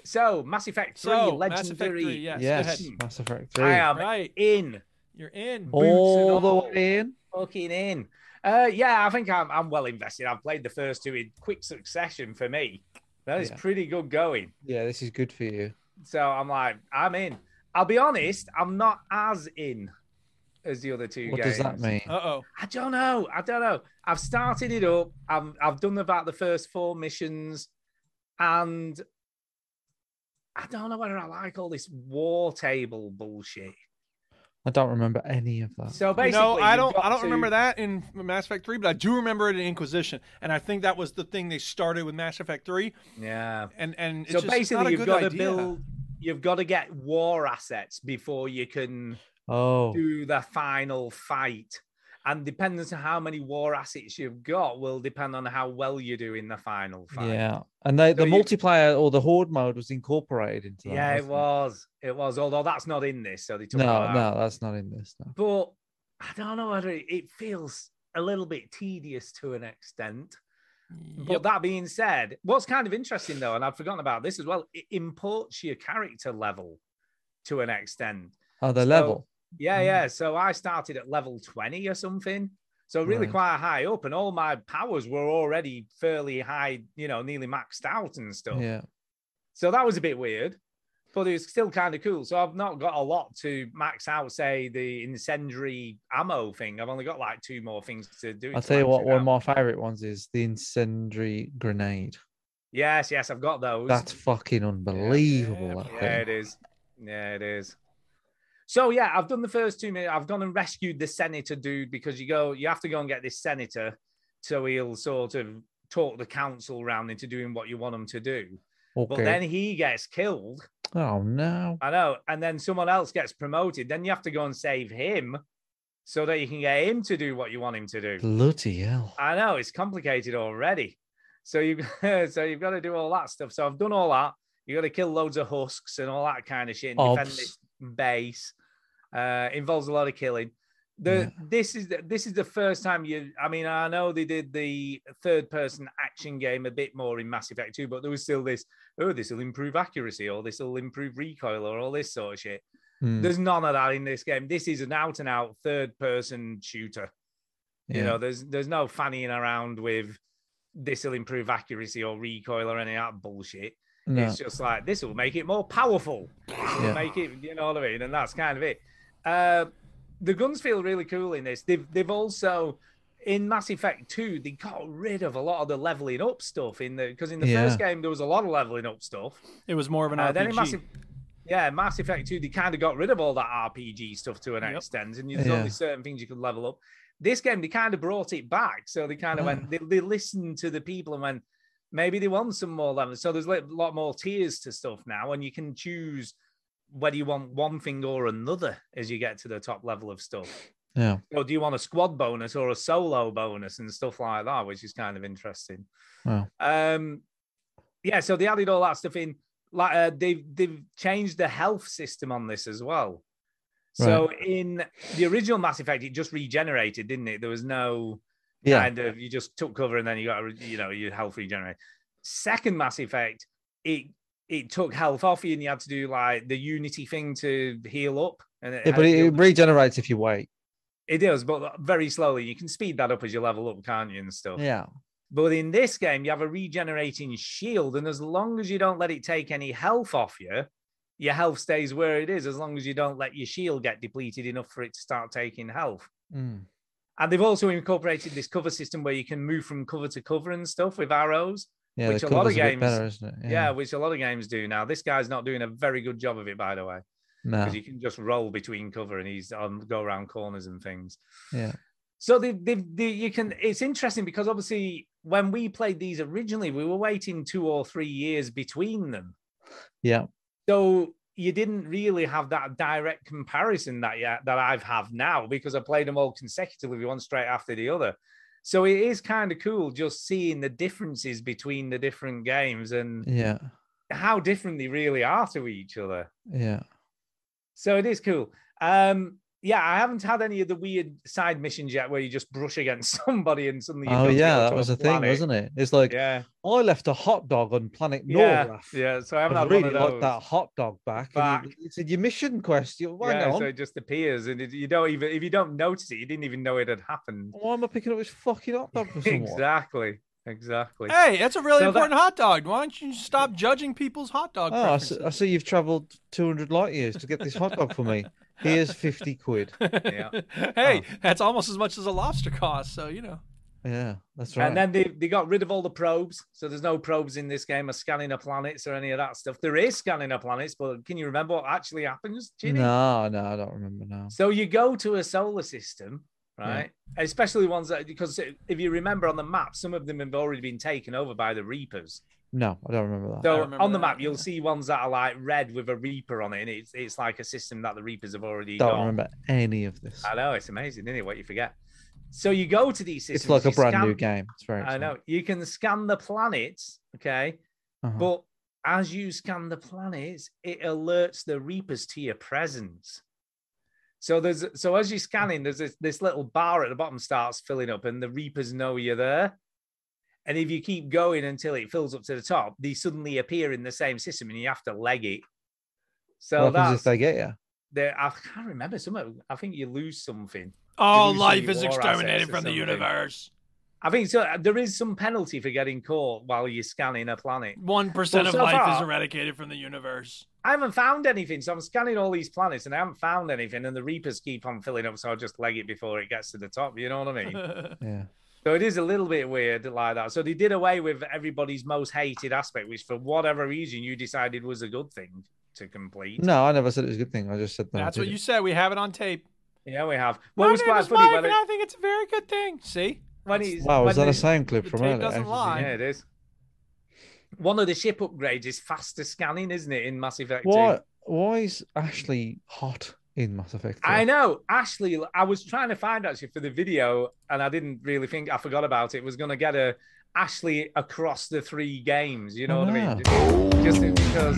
C: so Mass Effect Three,
A: Oh. So, Mass Effect
C: Legendary.
A: 3, yes, go
D: Yes,
A: ahead.
D: Mass Effect Three.
C: I am
A: Right.
C: in.
A: You're in.
C: Oh,
D: All the way in.
C: Fucking in. Uh, yeah, I think I'm, I'm well invested. I've played the first two in quick succession for me. That is
D: Yeah.
C: pretty good going.
D: Yeah, this is good for you.
C: So I'm like, I'm in. I'll be honest, I'm not as in as the other two
D: What
C: games.
D: does that mean?
A: Uh oh.
C: I don't know. I don't know. I've started it up. I'm, I've done about the first four missions, and I don't know whether I like all this war table bullshit.
D: I don't remember any of that.
C: So basically,
A: no, I
C: you've
A: don't.
C: got
A: I don't
C: to-
A: remember that in Mass Effect Three, but I do remember it in Inquisition, and I think that was the thing they started with Mass Effect Three.
C: Yeah.
A: And and it's
C: so
A: just
C: basically,
A: not a
C: you've
A: good
C: got to
A: idea.
C: build. You've got to get war assets before you can
D: Oh,
C: do the final fight. And depending on how many war assets you've got, will depend on how well you do in the final fight.
D: yeah. And they, the
C: you-
D: multiplayer or the horde mode was incorporated into that.
C: Yeah, it
D: wasn't
C: was. It was. Although that's not in this, so they took
D: No,
C: it out.
D: no, that's not in this. No.
C: But I don't know whether it, it feels a little bit tedious to an extent. But that being said, what's kind of interesting though, and I've forgotten about this as well, it imports your character level to an extent.
D: Oh, the
C: So-
D: level. Mm.
C: Yeah, yeah. So I started at level 20 or something. So really
D: Right.
C: quite high up, and all my powers were already fairly high, you know, nearly maxed out and stuff.
D: Yeah.
C: So that was a bit weird, but it was still kind of cool. So I've not got a lot to max out, say, the incendiary ammo thing. I've only got like two more things to do.
D: I'll
C: to
D: tell you
C: max
D: what,
C: it
D: one
C: out.
D: of my favorite ones is the incendiary grenade.
C: Yes, yes, I've got those.
D: That's fucking unbelievable. that
C: yeah,
D: thing.
C: it is. Yeah, it is. So yeah, I've done the first two minutes. I've gone and rescued the senator dude because you go, you have to go and get this senator, so he'll sort of talk the council round into doing what you want him to do. But
D: Okay.
C: then he gets killed.
D: Oh no.
C: I know. And then someone else gets promoted. Then you have to go and save him so that you can get him to do what you want him to do.
D: Bloody hell.
C: I know it's complicated already. So you so you've got to do all that stuff. So I've done all that. You got to kill loads of husks and all that kind of shit and defend
D: Obs.
C: this base. Uh, involves a lot of killing. The this is the, this is the first time you. I mean, I know they did the third person action game a bit more in Mass Effect 2, but there was still this. Oh, this will improve accuracy, or this will improve recoil, or all this sort of shit.
D: Hmm.
C: There's none of that in this game. This is an out and out third person shooter. You
D: Yeah.
C: know, there's there's no fannying around with this will improve accuracy or recoil or any of that bullshit.
D: No.
C: It's just like this will make it more powerful. This will
D: Yeah.
C: Make it, you know what I mean? And that's kind of it. Uh, the guns feel really cool in this. They've they've also in Mass Effect 2, they got rid of a lot of the leveling up stuff in the because in the
A: Yeah.
C: first game there was a lot of leveling up stuff.
A: It was more of an
C: Uh,
A: RPG.
C: then in Mass Eff- yeah, Mass Effect 2, they kind of got rid of all that RPG stuff to an extent, and there's
D: Yeah.
C: only certain things you could level up. This game, they kind of brought it back. So they kind of
D: Ah.
C: went, they, they listened to the people and went, maybe they want some more levels. So there's a lot more tiers to stuff now, and you can choose whether you want one thing or another as you get to the top level of stuff.
D: Yeah.
C: Or do you want a squad bonus or a solo bonus and stuff like that, which is kind of interesting.
D: Wow.
C: Um, yeah, so they added all that stuff in. Like uh, they've they've changed the health system on this as well. So in the original Mass Effect, it just regenerated, didn't it? There was no
D: Yeah.
C: kind of you just took cover and then you got a re- you know your health regenerated. Second Mass Effect, it it took health off you, and you had to do like the Unity thing to heal up. And it
D: Yeah,
C: had
D: but it,
C: healed
D: it regenerates if you wait.
C: It does, but very slowly. You can speed that up as you level up, can't you, and stuff.
D: Yeah.
C: But in this game, you have a regenerating shield, and as long as you don't let it take any health off you, your health stays where it is. As long as you don't let your shield get depleted enough for it to start taking health.
D: Mm.
C: And they've also incorporated this cover system where you can move from cover to cover and stuff with arrows,
D: Yeah, the
C: which a lot of
D: cover's a bit
C: games,
D: better, isn't it?
C: Yeah.
D: Yeah.
C: which a lot of games do now. This guy's not doing a very good job of it, by the way,
D: No.
C: you can just roll between cover and he's on go around corners and things.
D: Yeah.
C: So they, they, they, you can. It's interesting because obviously when we played these originally, we were waiting two or three years between them.
D: Yeah.
C: So you didn't really have that direct comparison that yeah, that I've have now because I played them all consecutively, one straight after the other. So it is kind of cool just seeing the differences between the different games and
D: Yeah.
C: how different they really are to each other.
D: Yeah.
C: So it is cool. Um, yeah, I haven't had any of the weird side missions yet where you just brush against somebody and suddenly. you've
D: oh
C: got to go
D: yeah,
C: to
D: that was the thing,
C: planet.
D: wasn't it? It's like
C: yeah.
D: I left a hot dog on planet
C: Yeah,
D: Norgraph.
C: yeah. So I haven't had one
D: really
C: of
D: like that
C: those.
D: hot dog back.
C: Back.
D: And he- he said your mission quest. You, hang
C: yeah,
D: on.
C: so it just appears, and it, you don't even if you don't notice it, you didn't even know it had happened.
D: Why am I picking up this fucking hot dog for someone?
C: Exactly, exactly.
A: Hey, that's a really
C: So that-
A: important hot dog. Why don't you stop judging people's hot dog
D: Oh, I s- I see,
A: preferences?
D: you've travelled 200 light years to get this hot dog for me. Here's 50 quid.
A: hey,
C: Oh.
A: that's almost as much as a lobster costs. So you know.
D: Yeah, that's right.
C: And then they, they got rid of all the probes. So there's no probes in this game of scanning of planets or any of that stuff. There is scanning of planets, but can you remember what actually happens, Ginny?
D: no, no, I don't remember now.
C: So you go to a solar system, right? Especially ones that, because if you remember on the map, some of them have already been taken over by the Reapers.
D: No, I don't remember that.
C: So on the map, you'll see ones that are like red with a Reaper on it, and it's, it's like a system that the Reapers have already
D: don't
C: got.
D: remember any of this.
C: I know it's amazing, isn't it? What you forget. So you go to these systems.
D: It's like a
C: you
D: brand new
C: scan-
D: game. It's very.
C: I know you can scan the planets, okay,
D: Uh-huh.
C: but as you scan the planets, it alerts the Reapers to your presence. So there's so as you're scanning, there's this, this little bar at the bottom starts filling up, and the Reapers know you're there. And if you keep going until it fills up to the top, they suddenly appear in the same system, and you have to leg it. So
D: what happens
C: that's
D: if they get you?
C: there. I can't remember some. of- I think you lose something.
A: All
C: You lose some of
A: life
C: your
A: is
C: war assets
A: exterminated
C: or
A: from the
C: something.
A: universe.
C: I think so. There is some penalty for getting caught while you're scanning a planet.
A: One percent of
C: Well, so
A: life is
C: far-
A: eradicated from the universe.
C: I haven't found anything, so I'm scanning all these planets and I haven't found anything. And the Reapers keep on filling up, so I'll just leg it before it gets to the top. You know what I mean?
D: Yeah.
C: so it is a little bit weird like that. So they did away with everybody's most hated aspect, which for whatever reason you decided was a good thing to complete.
D: No, I never said it was a good thing. I just said no, I
A: That's what
D: did
A: you
D: it.
A: said. We have it on tape.
C: Yeah, we have.
A: My
C: Well, it was
A: name
C: quite
A: is
C: funny
A: Mike,
C: when
A: and
C: it-
A: I think it's a very good thing. See,
C: when he's
D: Wow,
C: when
D: was that
C: the-
D: a sound clip
A: the
D: from
A: tape
D: earlier?
A: doesn't
D: Actually,
A: lie.
C: Yeah, it is. One of the ship upgrades is faster scanning, isn't it, in Mass Effect 2?
D: Why? Why is Ashley hot in Mass Effect?
C: I know. Ashley, I was trying to find actually for the video, and I didn't really think I forgot about it. Was going to get a Ashley across the three games. You know what I mean?
D: Ah.
C: Just, just because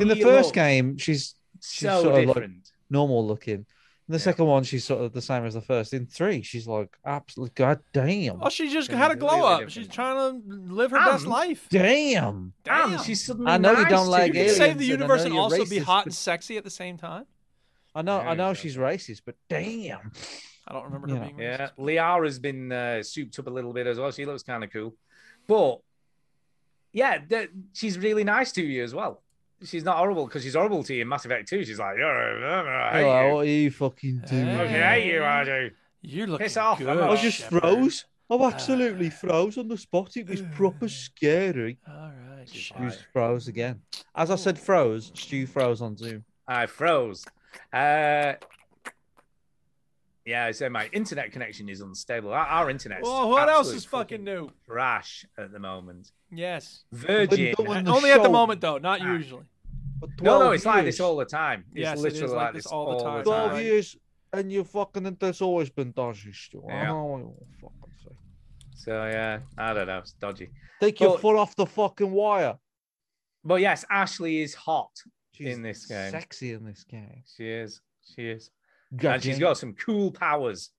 D: In the
C: he
D: first
C: looked
D: game, she's, she's
C: so
D: sort of like
C: different.
D: normal looking. In the second one, she's sort of the same as the first. In three, she's like absolutely goddamn,
A: Oh, she just had a glow
D: Completely
A: up. She's trying to live her best
D: Um,
A: life.
D: damn.
C: Damn, she's suddenly.
D: I know you
C: nice
D: don't
C: to
D: like
C: you.
A: You can save the
D: aliens and I
A: universe
D: know
A: and
D: you're
A: also be
D: racist,
A: hot
D: but-
A: and sexy at the same time.
D: I know, I
C: Very
D: know
C: good.
D: she's racist, but damn.
A: I don't remember
D: her
A: her
D: Yeah.
A: being
D: being
C: Yeah, Liara's been uh, souped up a little bit as well. She looks kind of cool, but yeah, th- she's really nice to you as well. She's not horrible because she's horrible to you in Mass Effect 2. She's like, "You're- I hate
D: Oh,
C: you.
D: what are you fucking doing?
C: I fucking hate you, I do.
A: You're looking
C: Piss off. I'm
D: I
C: not-
D: Oh, just froze. I absolutely froze on the spot. It was proper scary.
A: All right.
D: Just froze again. As I said, froze. Stu froze on Zoom.
C: I froze. Uh, yeah, so my internet connection is unstable. Our, our internet.
A: Well, what else is fucking new?
C: Trash at the moment.
A: Yes.
C: Virgin.
A: Window on the Only at the moment, though,
C: Ah.
A: not usually.
C: No, no, it's like this all the time. It's
A: Yes, it is
C: literally
A: like
C: like
A: this
C: this
A: all the time.
D: Twelve
A: Right.
D: years, and you're fucking. And that's always been dodgy, Stu. I
C: Yeah.
D: know. For fuck's sake.
C: So yeah, I don't know. It's dodgy.
D: Take your
C: Well-
D: foot off the fucking wire.
C: But yes, Ashley is hot in this game.
D: Sexy in this game.
C: She is. She is.
D: Gotcha.
C: And she's got some cool powers.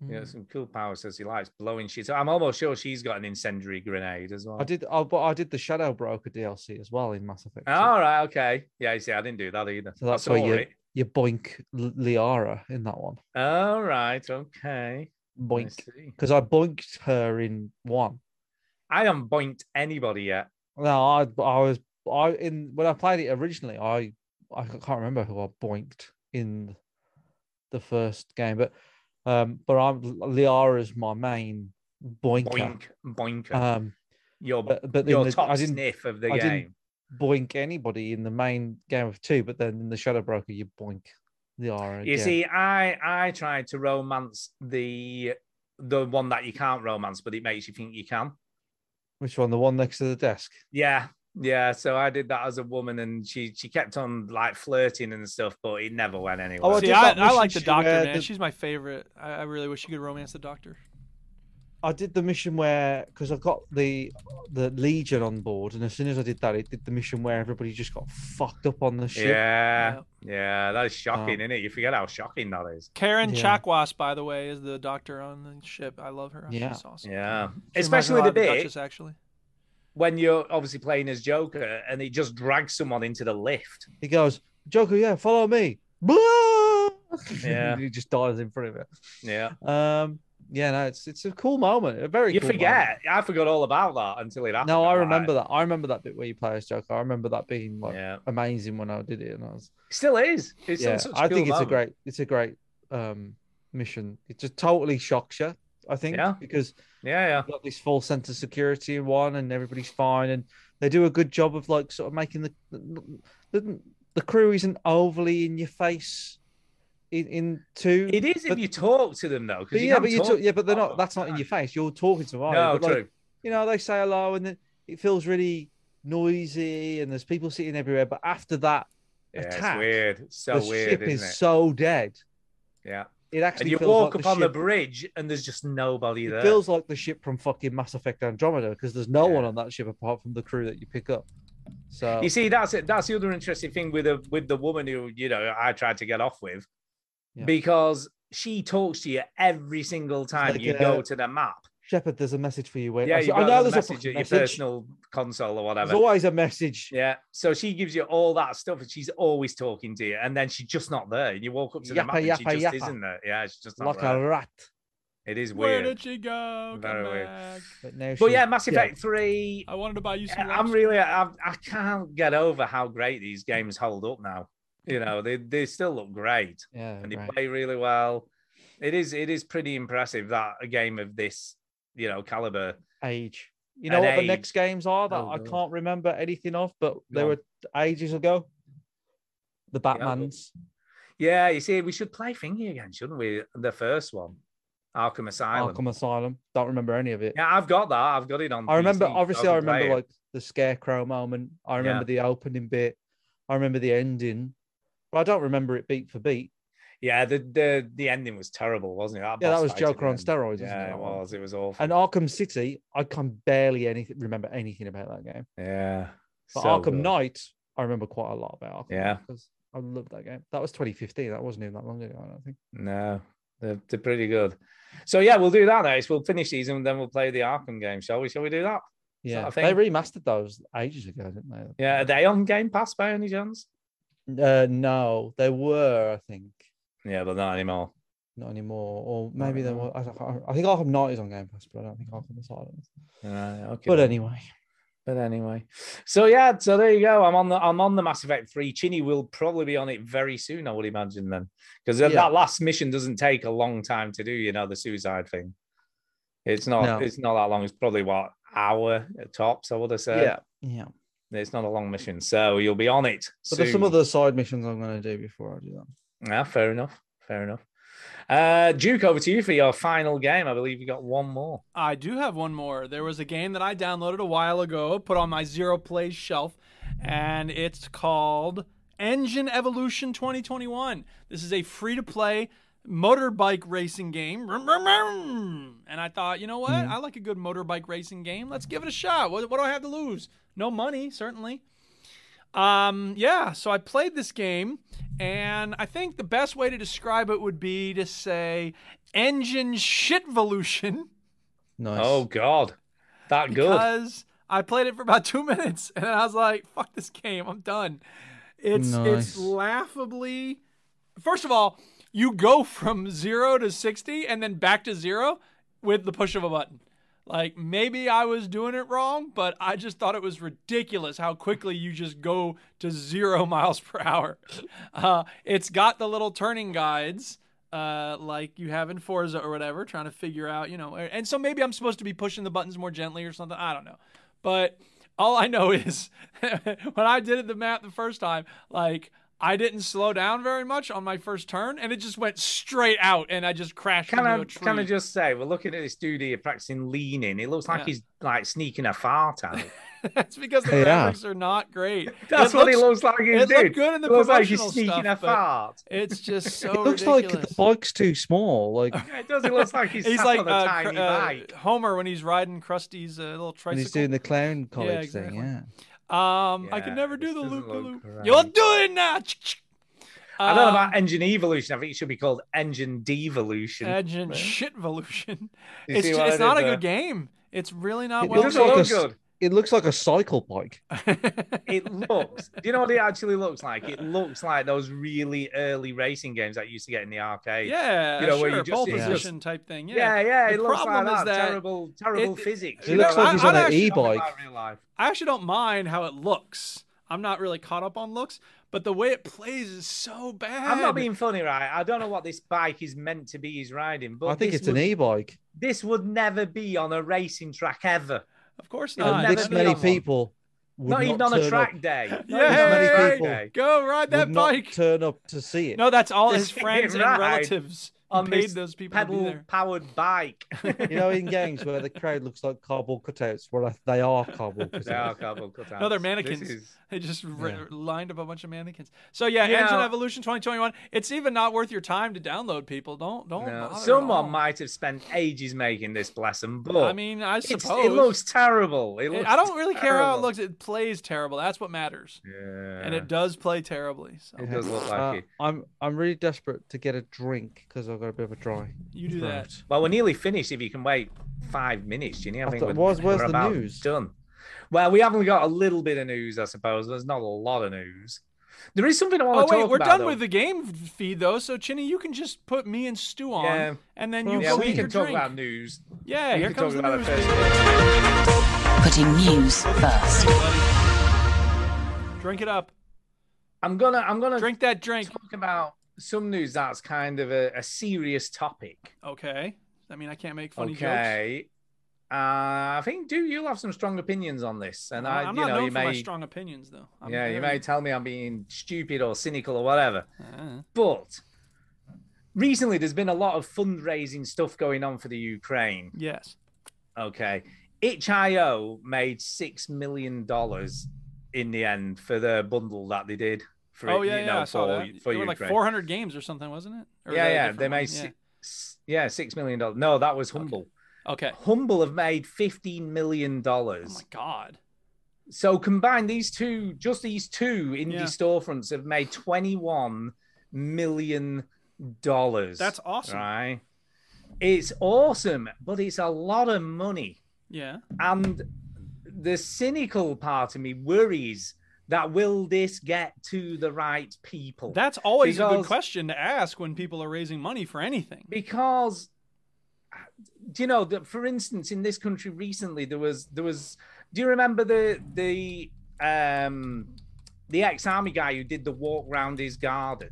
D: Mm.
C: Yeah, some cool power says he likes blowing shit. So I'm almost sure she's got an incendiary grenade as well.
D: I did. Oh, but I did the Shadow Broker DLC as well in Mass Effect.
C: All right, okay. Yeah, you see, I didn't do that either.
D: So that's
C: I saw
D: where you
C: it.
D: you boink L- Liara in that one.
C: All right, okay.
D: Boink.
C: see.
D: Because I boinked her in one.
C: I haven't boinked anybody yet.
D: No, I I was I in when I played it originally, I I can't remember who I boinked in the first game, but um but I'm Liara's my main boinker.
C: Boink, boinker.
D: Um
C: your
D: but, but in
C: your
D: the-
C: top
D: I didn't,
C: sniff of the
D: I
C: game.
D: didn't boink anybody in the main game of two, but then in the Shadow Broker you boink Liara.
C: You
D: again.
C: see, I I tried to romance the the one that you can't romance, but it makes you think you can.
D: which one? The one next to the desk.
C: Yeah, yeah. So I did that as a woman, and she she kept on like flirting and stuff, but it never went anywhere.
A: Oh, see, I, I like the
D: she
A: doctor,
D: wear
A: man.
D: the-
A: She's my favorite. I, I really wish she could romance the doctor.
D: I did the mission where because I've got the the Legion on board, and as soon as I did that, it did the mission where everybody just got fucked up on the ship.
C: yeah, yeah. That is shocking,
D: Oh.
C: isn't it? You forget how shocking that is.
A: Karen
D: Yeah.
A: Chakwas, by the way, is the doctor on the ship. I love her.
C: Yeah.
A: She's awesome. She
C: Yeah.
A: reminds me a
C: Especially
A: lot
C: the
A: of
C: bit-
A: Duchess, actually.
C: When you're obviously playing as Joker, and he just drags someone into the lift.
D: He goes, Joker, yeah, follow me. Blah!
C: Yeah.
D: he just dies in front of it.
C: Yeah.
D: Um, yeah, no, it's it's a cool moment, a very.
C: You
D: cool
C: forget. I forgot all about that until it
D: moment.
C: happened.
D: No, I
C: I'm like,
D: remember that. I remember that bit where you play as Joker. I remember that being like
C: Yeah.
D: amazing when I did it, and I was.
C: Still is. It's
D: yeah,
C: such a
D: I
C: cool
D: think it's a
C: moment.
D: great it's a great um mission. It just totally shocks you, I think,
C: Yeah.
D: because
C: Yeah, yeah.
D: you've got this full sense of security in one, and everybody's fine, and they do a good job of like sort of making the the, the crew isn't overly in your face in, in two.
C: It is if
D: but-
C: you talk to them though,
D: but
C: because
D: yeah, but you talk, yeah, but they're not. That's not in your face. You're talking to them. aren't you?
C: No,
D: But, like,
C: true.
D: you know, they say hello, and then it feels really noisy, and there's people sitting everywhere. But after that
C: Yeah, it's
D: attack,
C: weird. It's so
D: the
C: weird,
D: ship
C: isn't
D: is
C: it?
D: so dead.
C: Yeah.
D: It actually
C: and you
D: feels
C: walk
D: like
C: upon
D: the,
C: the,
D: ship,
C: bridge and there's just nobody there.
D: It feels like the ship from fucking Mass Effect Andromeda because there's no one on that ship apart from the crew that you pick up. So
C: you see, that's it. That's the other interesting thing with the with the woman who you know I tried to get off with,
D: Yeah.
C: because she talks to you every single time
D: like,
C: you
D: uh,
C: go to the map.
D: Shepard, there's a message for you. Wait,
C: Yeah,
D: I,
C: you
D: I
C: got
D: know
C: a
D: there's
C: message
D: a
C: at
D: fucking
C: your
D: message.
C: personal console or whatever.
D: There's always a message.
C: Yeah, so she gives you all that stuff, and she's always talking to you, and then she's just not there. And you walk up to
D: Yappa,
C: the map, and she
D: yappa,
C: just
D: yappa.
C: isn't there. Yeah, she's just not
D: Like
C: there.
D: a rat.
C: It is
A: Where
C: weird.
A: did she go?
C: Very
A: Come
C: weird.
A: back.
D: But, now
C: But
D: she's-
C: yeah, Mass Effect Three.
A: I wanted to buy you some.
C: I'm really, I, I can't get over how great these games hold up now. You know, they they still look great,
D: Yeah,
C: and they
D: right.
C: play really well. It is it is pretty impressive that a game of this, you know, caliber.
D: age. You know
C: and
D: what the
C: age-
D: next games are that
C: Oh,
D: I
C: God.
D: can't remember anything of, but they
C: No.
D: were ages ago. The Batmans.
C: Yeah, you see, we should play Thingy again, shouldn't we? The first one, Arkham Asylum.
D: Arkham Asylum. Don't remember any of it.
C: Yeah, I've got that. I've got it on.
D: I remember,
C: PC, so
D: obviously, I
C: can play
D: remember
C: it.
D: like the scarecrow moment. I remember the opening bit. I remember the ending, but I don't remember it beat for beat.
C: Yeah, the the the ending was terrible, wasn't it?
D: Yeah, that
C: boss
D: was
C: fight at
D: Joker
C: the
D: on
C: end.
D: steroids, wasn't it,
C: Yeah,
D: that
C: it
D: one?
C: was. It was awful.
D: And Arkham City, I can barely anything remember anything about that game.
C: Yeah.
D: But
C: so
D: Arkham
C: good.
D: Knight, I remember quite a lot about. Arkham Knight
C: Yeah.
D: because I loved that game. That was 2015. That wasn't even that long ago. I don't think.
C: No, they're, they're pretty good. So yeah, we'll do that next. We'll finish these and then we'll play the Arkham game, shall we? Shall we do that? Is that
D: Yeah,
C: a
D: they
C: thing?
D: remastered those ages ago, didn't they?
C: yeah, are they on Game Pass by any chance?
D: Uh, no, they were, I think,
C: Yeah, but not anymore.
D: not anymore. Or maybe they were. I, don't- I don't- I think Arkham Knight is on Game Pass, but I don't think Arkham Asylum is.
C: Right, okay.
D: But
C: then.
D: anyway,
C: But anyway, so yeah, so there you go. I'm on the I'm on the Mass Effect three. Chinny will probably be on it very soon, I would imagine then, because
D: Yeah.
C: that last mission doesn't take a long time to do. You know, the suicide thing. It's not
D: No.
C: it's not that long. It's probably what hour at tops. I would have said.
D: yeah, yeah.
C: it's not a long mission, so you'll be on it.
D: But there's some
C: soon.
D: other side missions I'm going to do before I do that.
C: Yeah, fair enough. Fair enough. Uh, Duke, over to you for your final game. I believe you got one more.
A: I do have one more. There was a game that I downloaded a while ago, put on my zero plays shelf, and it's called Engine Evolution 2021. This is a free to play motorbike racing game. Vroom, vroom, vroom. And I thought, you know what? I like a good motorbike racing game. Let's give it a shot. What, what do I have to lose? No money, certainly. Um, yeah, so I played this game, and I think the best way to describe it would be to say engine shitvolution.
P: Nice.
C: Oh God, that good.
A: because I played it for about two minutes and I was like, "Fuck this game, I'm done." It's
P: Nice.
A: it's laughably. First of all, you go from zero to sixty and then back to zero with the push of a button. Like maybe I was doing it wrong, but I just thought it was ridiculous how quickly you just go to zero miles per hour. Uh, it's got the little turning guides, uh, like you have in Forza or whatever, trying to figure out, you know. And so maybe I'm supposed to be pushing the buttons more gently or something. I don't know, but all I know is when I did it the map the first time, like. I didn't slow down very much on my first turn, and it just went straight out, and I just crashed
C: Can
A: into
C: I
A: a tree.
C: can I just say we're looking at this dude here practicing leaning. He looks like
A: Yeah.
C: he's like sneaking a fart out.
A: That's because the
C: Yeah.
A: graphics are not great.
C: That's
A: It
C: what he looks like he's
A: It looked
C: doing.
A: good in the
C: It looks like he's
A: professional
C: sneaking
A: stuff,
C: a
A: but
C: fart.
A: It's just so
P: it looks
A: ridiculous.
P: like the bike's too small. Like
C: Yeah, it does. It looks like he's,
A: he's
C: sat
A: like
C: on a
A: uh,
C: tiny
A: Cr- uh,
C: bike.
A: Homer when he's riding Krusty's uh, little tricycle.
P: when he's doing the clown college
A: exactly.
P: thing. Yeah.
A: Um, I
C: Yeah,
A: can never do
C: this
A: the
C: doesn't
A: loop de loop.
C: look right.
A: You'll do it now.
C: I don't know
A: Um,
C: about engine evolution. I think it should be called engine devolution.
A: Edge and shitvolution.
C: You
A: It's
C: see
A: ju-
C: what I
A: it's not a
C: did
A: good
C: there?
A: game. It's really not
P: It
A: well
P: looks
A: made.
P: like a,
C: look
P: s-
C: good.
P: it looks like a cycle bike.
C: It looks. do you know what it actually looks like? It looks like those really early racing games that you used to get in the arcade.
A: Yeah,
C: you know
A: sure,
C: where you just
A: pole
C: it's just-
A: position type thing. Yeah,
C: yeah, yeah,
A: The
C: it looks
A: problem
C: like
A: is
C: that.
A: that
C: Terrible, terrible
A: it-
C: physics.
A: He
P: It
A: No,
P: looks like
A: I-
P: he's
A: I'd
P: on an
A: actually-
P: e bike.
C: real life.
A: I actually don't mind how it looks. I'm not really caught up on looks, but the way it plays is so bad.
C: I'm
P: Um,
C: not being funny, right? I don't know what this bike is meant to be. He's riding, but
P: I think
C: this
P: it's
C: would,
P: an e bike.
C: This would never be on a racing track ever.
A: Of course
C: It'll
A: not.
C: never
P: This
C: be
P: many
C: on one.
P: people would
C: Not even on
P: turn
C: a track
P: up,
C: day. Not even on a
A: Yeah,
C: track
P: people.
C: day.
A: go ride that
P: would
A: bike.
P: Not turn up to see it.
A: No, that's all
C: To
A: his
C: see it
A: friends and
C: ride
A: relatives. He
C: on
A: paid
C: this
A: those people to be
C: pedal
A: there.
C: powered bike.
P: You know, in games where the crowd looks like cardboard cutouts, well, like, they are cardboard cutouts.
C: They are cardboard cutouts.
A: No, they're
C: This
A: mannequins.
C: is-
A: They just ri-
P: Yeah.
A: lined up a bunch of mannequins. So yeah,
C: You
A: Engine
C: know-
A: Evolution 2021. It's even not worth your time to download. People, don't don't.
C: No,
A: bother at all.
C: someone might have spent ages making this, bless them, but
A: I mean, I
C: it's-
A: suppose
C: it looks terrible. It looks
A: I don't really care how it
C: terrible.
A: looks. It plays terrible. That's what matters.
C: Yeah.
A: And it does play terribly. So
C: It does look like
P: Uh,
C: it.
P: I'm I'm really desperate to get a drink because I've got a bit of a dry.
A: you do that.
P: throat.
C: Well, we're nearly finished. If you can wait five minutes, do you know, I
P: I
C: think
P: thought-
C: we're,
P: where's- where's
C: we're
P: the
C: about
P: news?
C: done. Well, we haven't got a little bit of news, I suppose. There's not a lot of news. There is something I
A: Oh
C: want to
A: wait,
C: talk
A: we're
C: about.
A: done
C: though.
A: with the game feed though. So Chinny, you can just put me and Stu on,
C: Yeah.
A: and then you
P: Well,
C: Yeah,
A: go
C: we
A: get your
C: can talk
A: drink.
C: about news.
A: Yeah,
C: we
A: here
C: can
A: comes
C: talk
A: the
C: about
A: news.
C: it first.
R: Putting news first.
A: Drink it up.
C: I'm gonna, I'm gonna
A: Drink that drink.
C: talk about some news that's kind of a, a serious topic.
A: Okay. I mean, I can't make funny jokes.
C: okay. Uh, I think do you'll have some strong opinions on this, and I,
A: am
C: you
A: not
C: know,
A: known
C: you
A: for my
C: may,
A: strong opinions though. I'm
C: yeah, you may
A: very-
C: tell me I'm being stupid or cynical or whatever.
A: Uh,
C: But recently, there's been a lot of fundraising stuff going on for the Ukraine.
A: yes.
C: Okay. Itch.io made $6 million in the end for their bundle that they did. For,
A: Oh
C: it-
A: yeah,
C: you
A: yeah.
C: know,
A: I saw
C: for,
A: that.
C: for
A: There were like
C: Ukraine.
A: 400 games or something, wasn't it? Or
C: yeah,
A: the
C: yeah.
A: different
C: They made
A: ones?
C: si-
A: Yeah.
C: s- yeah, $6 million. No, that was Humble.
A: Okay.
C: Humble have made $15 million.
A: Oh my god.
C: So combined, these two, just these two indie
A: Yeah.
C: storefronts have made $21 million. That's
A: That's awesome.
C: Right. It's awesome, but it's a lot of money.
A: Yeah.
C: And the cynical part of me worries that will this get to the right people?
A: That's always a good
C: Because-
A: question to ask when people are raising money for anything.
C: because do you know that for instance in this country recently there was there was do you remember the the um the ex-army guy who did the walk round his garden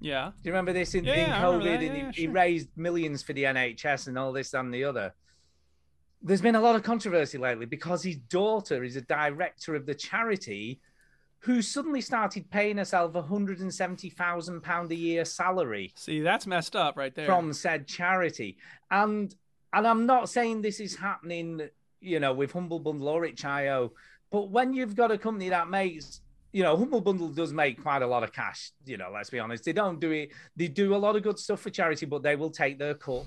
A: Yeah.
C: Do you remember this in,
A: Yeah,
C: in
A: yeah, I remember
C: COVID?
A: that.
C: and
A: Yeah,
C: he, he
A: sure.
C: raised millions for the NHS and all this and the other. There's been a lot of controversy lately because his daughter is a director of the charity who suddenly started paying herself £170,000 a year salary
A: See, that's messed up right there.
C: from said charity. And and I'm not saying this is happening, you know, with Humble Bundle or itch.io, but when you've got a company that makes, you know, Humble Bundle does make quite a lot of cash, you know, let's be honest. They don't do it, they do a lot of good stuff for charity, but they will take their cut.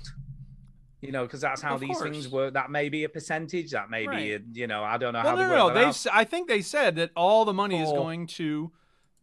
C: You know, because that's how
A: Of
C: these
A: course.
C: things work. That may be a percentage. That may be,
A: Right.
C: a, you know, I don't know
A: Well,
C: how.
A: no,
C: they
A: no, no.
C: work that
A: They,
C: out.
A: s- I think they said that all the money is
C: Oh.
A: going to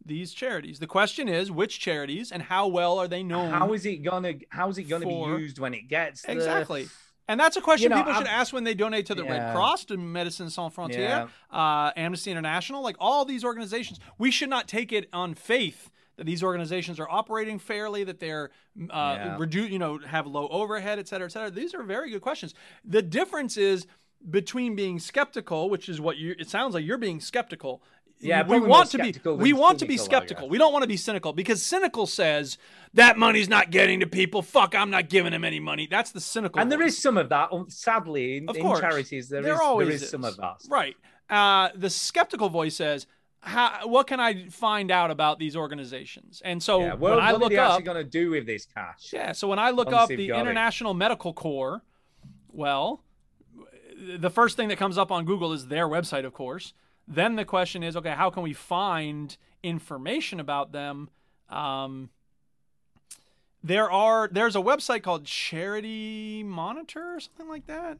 A: these charities. The question is which charities and how well are they known?
C: How is it gonna How is it gonna
A: for-
C: be used when it gets the-
A: Exactly. And that's a question
C: know,
A: people should
C: I'm-
A: ask when they donate to the Red
C: Yeah.
A: Cross, to Medicine Sans Frontières, uh, Amnesty International, like all these organizations. We should not take it on faith that these organizations are operating fairly, that they're uh,
C: Yeah.
A: redu- you know, have low overhead, et cetera, et cetera. These are very good questions. The difference is between being skeptical, which is what you, it sounds like you're being skeptical.
C: Yeah,
A: we
C: probably more
A: want to be
C: skeptical than
A: we want to be
C: cynical, I guess.
A: skeptical. We don't want to be cynical because cynical says that money's not getting to people. Fuck, I'm not giving them any money. That's the cynical.
C: And there is some of that, um, sadly, in,
A: Of
C: in
A: course.
C: charities. There,
A: There
C: is,
A: always
C: there is,
A: is.
C: some of that.
A: Right. Uh, the skeptical voice says, How, "What can I find out about these organizations?" And so
C: Yeah, well,
A: when I
C: what
A: look
C: are they
A: up,
C: actually going to do with this cash?
A: yeah, so when I look
C: Once
A: up
C: they've
A: the
C: got it.
A: International Medical Corps, well, the first thing that comes up on Google is their website, of course. Then the question is, okay, how can we find information about them? Um, there are there's a website called Charity Monitor or something like that.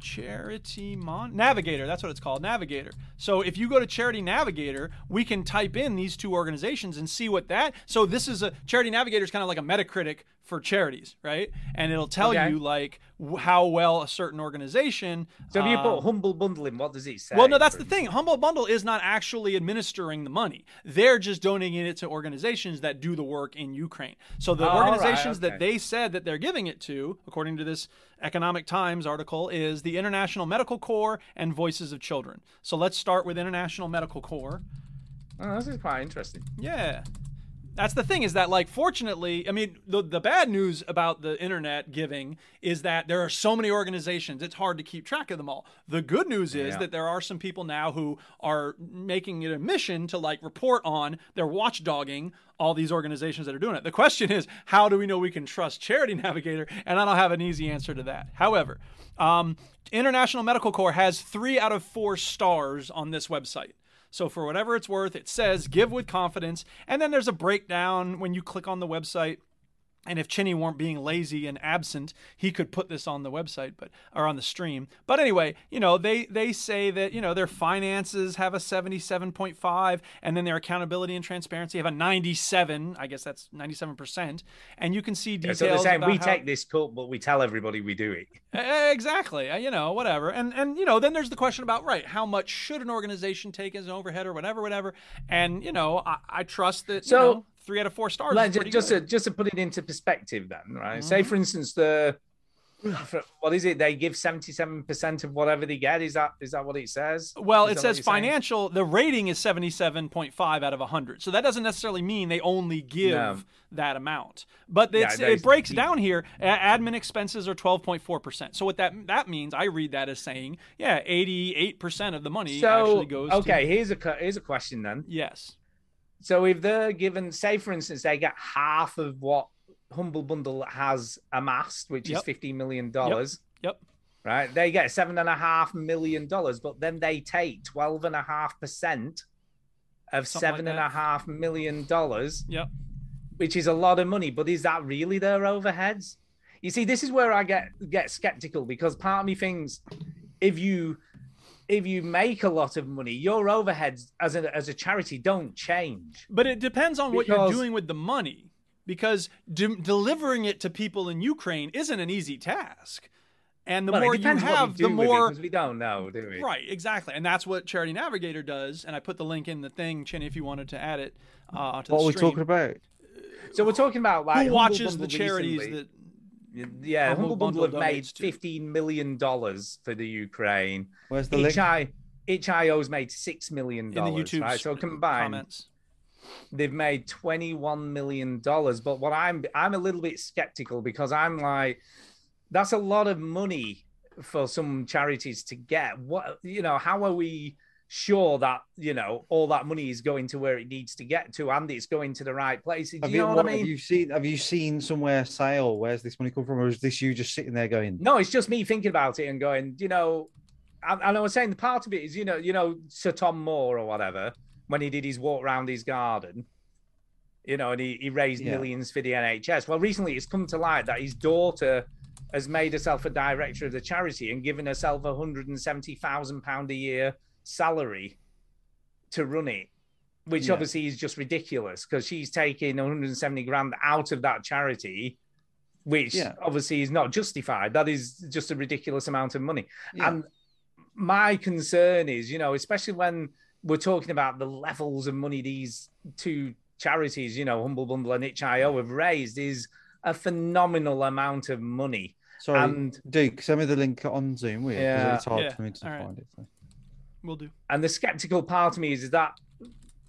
A: Charity Mon Navigator, that's what it's called, Navigator. So if you go to Charity Navigator, we can type in these two organizations and see what that. So this is a Charity Navigator is kind of like a Metacritic for charities, right? And it'll tell
C: Okay.
A: you like w- how well a certain organization.
C: So if you
A: um,
C: put humble bundling, what does it say?
A: well, no, that's
C: for
A: the thing. Humble Bundle is not actually administering the money. They're just donating it to organizations that do the work in Ukraine. So the
C: Oh, all right,
A: organizations that
C: okay.
A: they said that they're giving it to, according to this Economic Times article, is the International Medical Corps and Voices of Children. So let's start with International Medical Corps.
C: Oh, this is quite interesting.
A: Yeah. That's the thing is that like fortunately, I mean the the bad news about the internet giving is that there are so many organizations, it's hard to keep track of them all. The good news is
C: Yeah.
A: that there are some people now who are making it a mission to like report on, they're watchdogging all these organizations that are doing it. The question is, how do we know we can trust Charity Navigator? And I don't have an easy answer to that. However, um, International Medical Corps has three out of four stars on this website. So for whatever it's worth, it says give with confidence. And then there's a breakdown when you click on the website. And if Chinny weren't being lazy and absent, he could put this on the website, but or on the stream. But anyway, you know they they say that you know their finances have a seventy seven point five, and then their accountability and transparency have a ninety seven. I guess that's ninety seven percent. And you can see
C: Yeah,
A: details.
C: so they're saying
A: about
C: we
A: how-
C: take this cult, but we tell everybody we do it.
A: Eh, Exactly. Uh, You know, whatever. And and you know, then there's the question about right, how much should an organization take as an overhead or whatever, whatever. And you know, I, I trust that.
C: So-
A: you know, three out of four stars.
C: Like,
A: is
C: ju-
A: pretty
C: just
A: good. Mm-hmm.
C: to, just to put it into perspective, then, right? Say, for instance, the for- what is it? They give seventy-seven percent of whatever they get. Is that is that what it says?
A: Well,
C: Is
A: it
C: that what
A: says
C: you're saying?
A: financial. The rating is seventy-seven point five out of hundred, so that doesn't necessarily mean they only give
C: No.
A: that amount. But
C: Yeah,
A: it's,
C: that
A: it
C: is-
A: breaks down here. A- Admin expenses are twelve point four percent. So what that that means, I read that as saying, yeah, eighty-eight percent of the money actually goes. to-
C: okay here's a cu- here's a question then
A: yes
C: so if they're given say for instance they get half of what humble bundle has amassed which is
A: Yep.
C: 15 million dollars
A: Yep.
C: right they get seven and a half million dollars but then they take 12 and a half percent of
A: Something like
C: seven and
A: that.
C: a half million dollars
A: Yep.
C: which is a lot of money but is that really their overheads you see this is where i get get skeptical because part of me thinks if you if you make a lot of money your overheads as a as a charity don't change
A: But it depends on what you're
C: Because-
A: doing with the money because de- delivering it to people in Ukraine isn't an easy task. And the
C: Well, it
A: more you
C: depends what we
A: have,
C: do
A: the
C: with it,
A: more
C: 'cause we don't know do we
A: Right, exactly, and that's what Charity Navigator does. And I put the link in the thing, Chinny, if you wanted to add it uh, to
P: What
A: the
P: are we
A: stream.
P: talking about?
C: so we're talking about like
A: Who
C: Humble
A: watches the
C: Bundle
A: charities
C: recently.
A: that?
C: yeah
A: Humble
C: humble, bundle,
A: Bundle
C: have made
A: donates to-
C: 15 million dollars for the ukraine
P: Where's the link?
C: HI, hio's made six million
A: the
C: dollars
A: YouTube's
C: right so combined
A: comments.
C: they've made 21 million dollars but what i'm i'm a little bit skeptical because i'm like that's a lot of money for some charities to get what you know how are we sure that you know all that money is going to where it needs to get to and it's going to the right places
P: Have
C: you know what i mean
P: Have you seen? Have you seen somewhere say, "Oh, where's this money come from?" Or is this you just sitting there going,
C: No, it's just me thinking about it and going, you know, and, and I was saying the part of it is, you know, you know, Sir Tom Moore or whatever, when he did his walk round his garden, you know, and he, he raised
P: Yeah.
C: millions for the NHS. Well, recently it's come to light that his daughter has made herself a director of the charity and given herself a hundred and seventy thousand pound a year salary to run it. which
D: Yeah.
C: obviously is just ridiculous because she's taking 170 grand out of that charity, which
D: Yeah.
C: obviously is not justified. That is just a ridiculous amount of money. And my concern is, you know, especially when we're talking about the levels of money these two charities, you know, Humble Bundle and Itch.io have raised, is a phenomenal amount of money.
D: Sorry,
C: And
D: Duke, send me the link on Zoom, will you? 'Cause
C: Yeah.
D: it's hard
C: Yeah,
D: for me to
C: all right.
D: find it. so.
A: We'll do.
C: and the skeptical part of me is, is that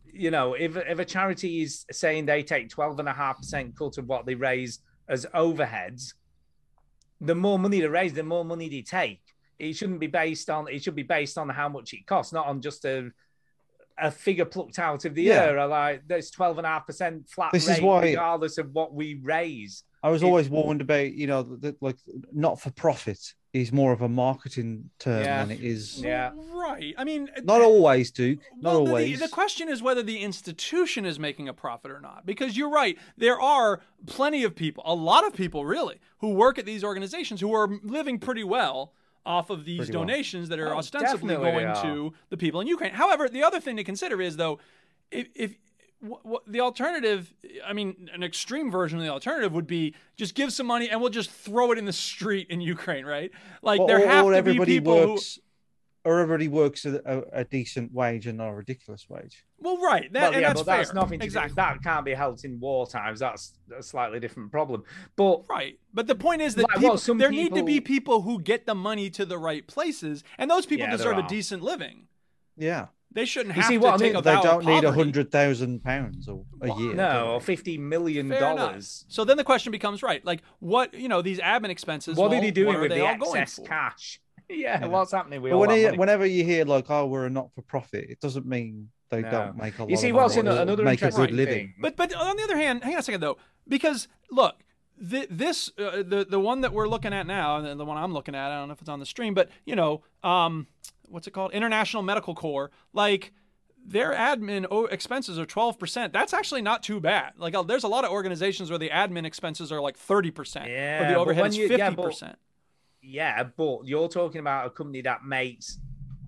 C: you know if, if a charity is saying they take 12.5% cut of what they raise as overheads the more money they raise the more money they take it shouldn't be based on it should be based on how much it costs not on just a a figure plucked out of the
D: Yeah.
C: air like there's 12.5% flat
D: This is
C: rate
D: why-
C: regardless of what we raise
D: I was
C: It-
D: always warned about, you know, that like not for profit is more of a marketing term
C: Yeah.
D: than it is.
A: Right. I mean,
D: Not always, Duke. Not
A: Well, the-
D: always.
A: The, the question is whether the institution is making a profit or not. Because you're right, there are plenty of people, a lot of people really, who work at these organizations who are living pretty well off of these
D: Pretty well.
A: donations that are
D: Oh,
A: ostensibly
D: definitely
A: going
D: they
A: to the people in Ukraine. However, the other thing to consider is though, if, if wh- wh- the alternative, I mean, an extreme version of the alternative would be just give some money and we'll just throw it in the street in Ukraine, right? Like
D: Or-
A: there
D: or-
A: have
D: or
A: to
D: everybody
A: be people who,
D: works, or everybody works at a, a decent wage and not a ridiculous wage.
A: Well, right. That,
C: Well,
A: and
C: yeah,
A: that's
C: but that's
A: fair.
C: nothing to do-
A: exactly.
C: that can't be helped in war times. That's a slightly different problem. But
A: right. But the point is that
C: Like, well,
A: people,
C: some
A: there need to be
C: people-
A: people who get the money to the right places, and those people
D: Yeah, there
A: deserve a
D: are.
A: decent living.
D: Yeah.
A: They shouldn't
C: You
A: have
C: see
A: to
C: what I
A: take
C: mean?
A: a
D: They
A: vow of
D: don't need a
A: poverty.
D: hundred thousand pounds a, a year.
C: no, or 50 million
A: Fair enough.
C: dollars.
A: So then the question becomes right, like what you know these admin expenses.
C: What are
A: well,
C: they doing
A: are
C: with
A: they
C: the
A: all going
C: excess
A: for?
C: cash? Yeah,
D: Yeah.
C: what's happening with
D: But
C: all
D: when
C: that
D: you-
C: money?
D: whenever you hear like, "Oh, we're a not-for-profit," it doesn't mean they don't make a lot.
C: You see,
D: of
C: what's
D: money
C: an-
D: or
C: another
D: make a good
C: interesting
D: living.
A: But but on the other hand, hang on a second though, because look, thi- this uh, the the one that we're looking at now, and the one I'm looking at, I don't know if it's on the stream, but you know, um, what's it called? International Medical Corps, like. Their admin o- expenses are 12%. That's actually not too bad. Like, uh, there's a lot of organizations where the admin expenses are like 30%,
C: Yeah,
A: or the
C: but
A: overhead
C: when
A: is
C: you-
A: 50%.
C: yeah, but- Yeah, but you're talking about a company that makes,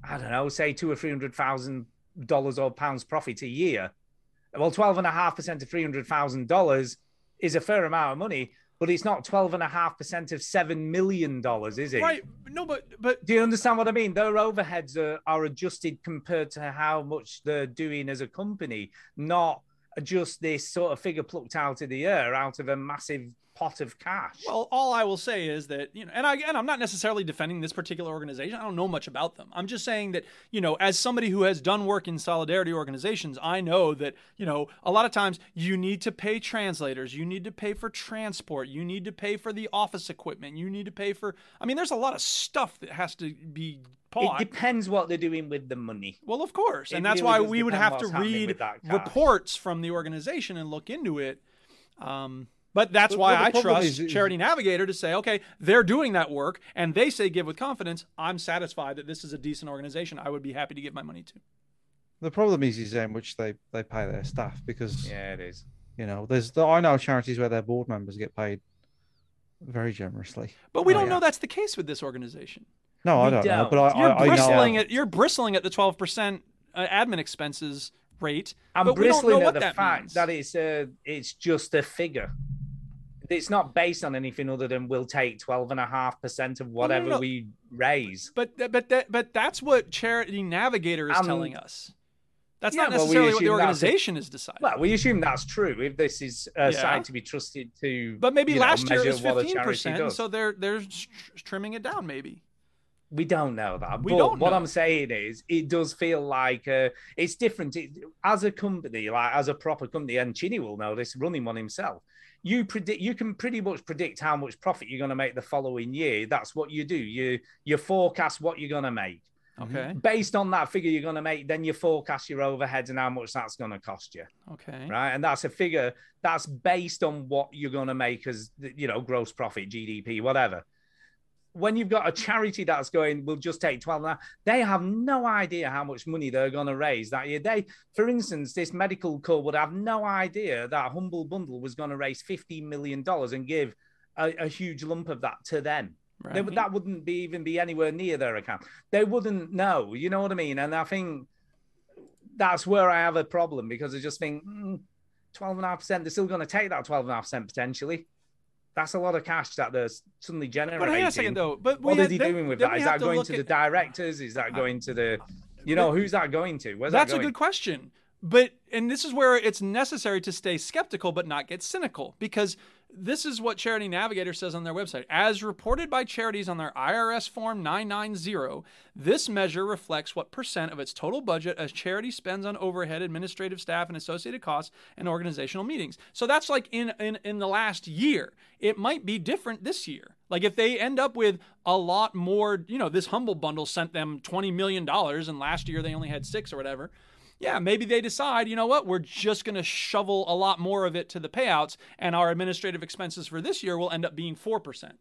C: I don't know, say two or three hundred thousand dollars or pounds profit a year. Well, twelve and a half percent of three hundred thousand dollars is a fair amount of money, but it's not twelve and a half percent of seven million dollars, is it?
A: Right. No, but but
C: do you understand what I mean? Their overheads are, are adjusted compared to how much they're doing as a company, not just this sort of figure plucked out of the air out of a massive pot of cash.
A: Well, all I will say is that you know, and I and I'm not necessarily defending this particular organization. I don't know much about them. I'm just saying that you know, as somebody who has done work in solidarity organizations, I know that you know a lot of times you need to pay translators, you need to pay for transport, you need to pay for the office equipment, you need to pay for. I mean, there's a lot of stuff that has to be.
C: It
A: bought.
C: depends what they're doing with the money.
A: Well, of course, and
C: It
A: that's
C: really
A: why
C: does
A: we would
C: depend
A: have to
C: what's happening
A: read
C: with that cash.
A: reports from the organization and look into it. Um, but that's
D: But-
A: why
D: but the
A: I
D: problem
A: trust
D: is- is-
A: Charity Navigator to say, okay, they're doing that work, and they say give with confidence. I'm satisfied that this is a decent organization. I would be happy to give my money to.
D: The problem is, is in which they they pay their staff because
C: yeah, it is.
D: You know, there's the, I know charities where their board members get paid very generously.
A: But
C: Oh,
A: we don't know that's the case with this organization.
D: No, I
A: We
D: don't, know. But
A: you're
D: I, I, I
A: bristling
D: know.
A: at you're bristling at the 12% uh, admin expenses rate.
C: I'm
A: but we
C: bristling
A: don't know
C: at
A: what
C: the
A: that
C: fact
A: means.
C: that it's a, it's just a figure. It's not based on anything other than we'll take twelve and a half percent of whatever
A: no.
C: we raise.
A: But th- but that but that's what Charity Navigator is
C: Um,
A: telling us. That's
C: Yeah,
A: not
C: well, we
A: necessarily what the
C: assume that's a-
A: organization is deciding.
C: Well, we assume that's true. If this is a
A: Yeah.
C: site to be trusted to,
A: but maybe
C: you know,
A: last year it
C: measure
A: was
C: what a
A: fifteen
C: charity
A: percent,
C: does.
A: so they're they're s- trimming it down. Maybe
C: We don't know that.
A: We
C: but
A: don't
C: what
A: know.
C: I'm saying is, it does feel like uh, it's different. It, as a company, like as a proper company, and Chini will know this, running one himself, you predict. You can pretty much predict how much profit you're going to make the following year. That's what you do. You you forecast what you're going to make. Mm-hmm.
A: Okay.
C: Based on that figure you're going to make, then you forecast your overheads and how much that's going to cost you
A: okay.
C: right and that's a figure that's based on what you're going to make as you know gross profit gdp whatever when you've got a charity that's going we'll just take 12 now they have no idea how much money they're going to raise that year they for instance this medical corps would have no idea that humble bundle was going to raise 50 million dollars and give a, a huge lump of that to them They
A: Right.
C: would- that wouldn't be even be anywhere near their account they wouldn't know you know what i mean and i think that's where I have a problem because I just think mm, 12.5%, they're still going to take that 12.5% potentially. That's a lot of cash that they're suddenly generating.
A: But hang on a second, though. But
C: what
A: we
C: is he
A: then-
C: doing with
A: then
C: that?
A: we
C: Is
A: have
C: that going
A: look
C: to the
A: at-
C: directors? Is that going to the, you know, who's that going to? Where's
A: That's
C: that
A: a
C: going?
A: good question. But and this is where it's necessary to stay skeptical but not get cynical because this is what Charity Navigator says on their website. As reported by charities on their IRS form 990, this measure reflects what percent of its total budget a charity spends on overhead, administrative staff and associated costs and organizational meetings. So that's like in in in the last year. It might be different this year. Like if they end up with a lot more, you know, this humble bundle sent them 20 million dollars and last year they only had 6 or whatever yeah, maybe they decide, you know what, we're just going to shovel a lot more of it to the payouts, and our administrative expenses for this year will end up being 4%.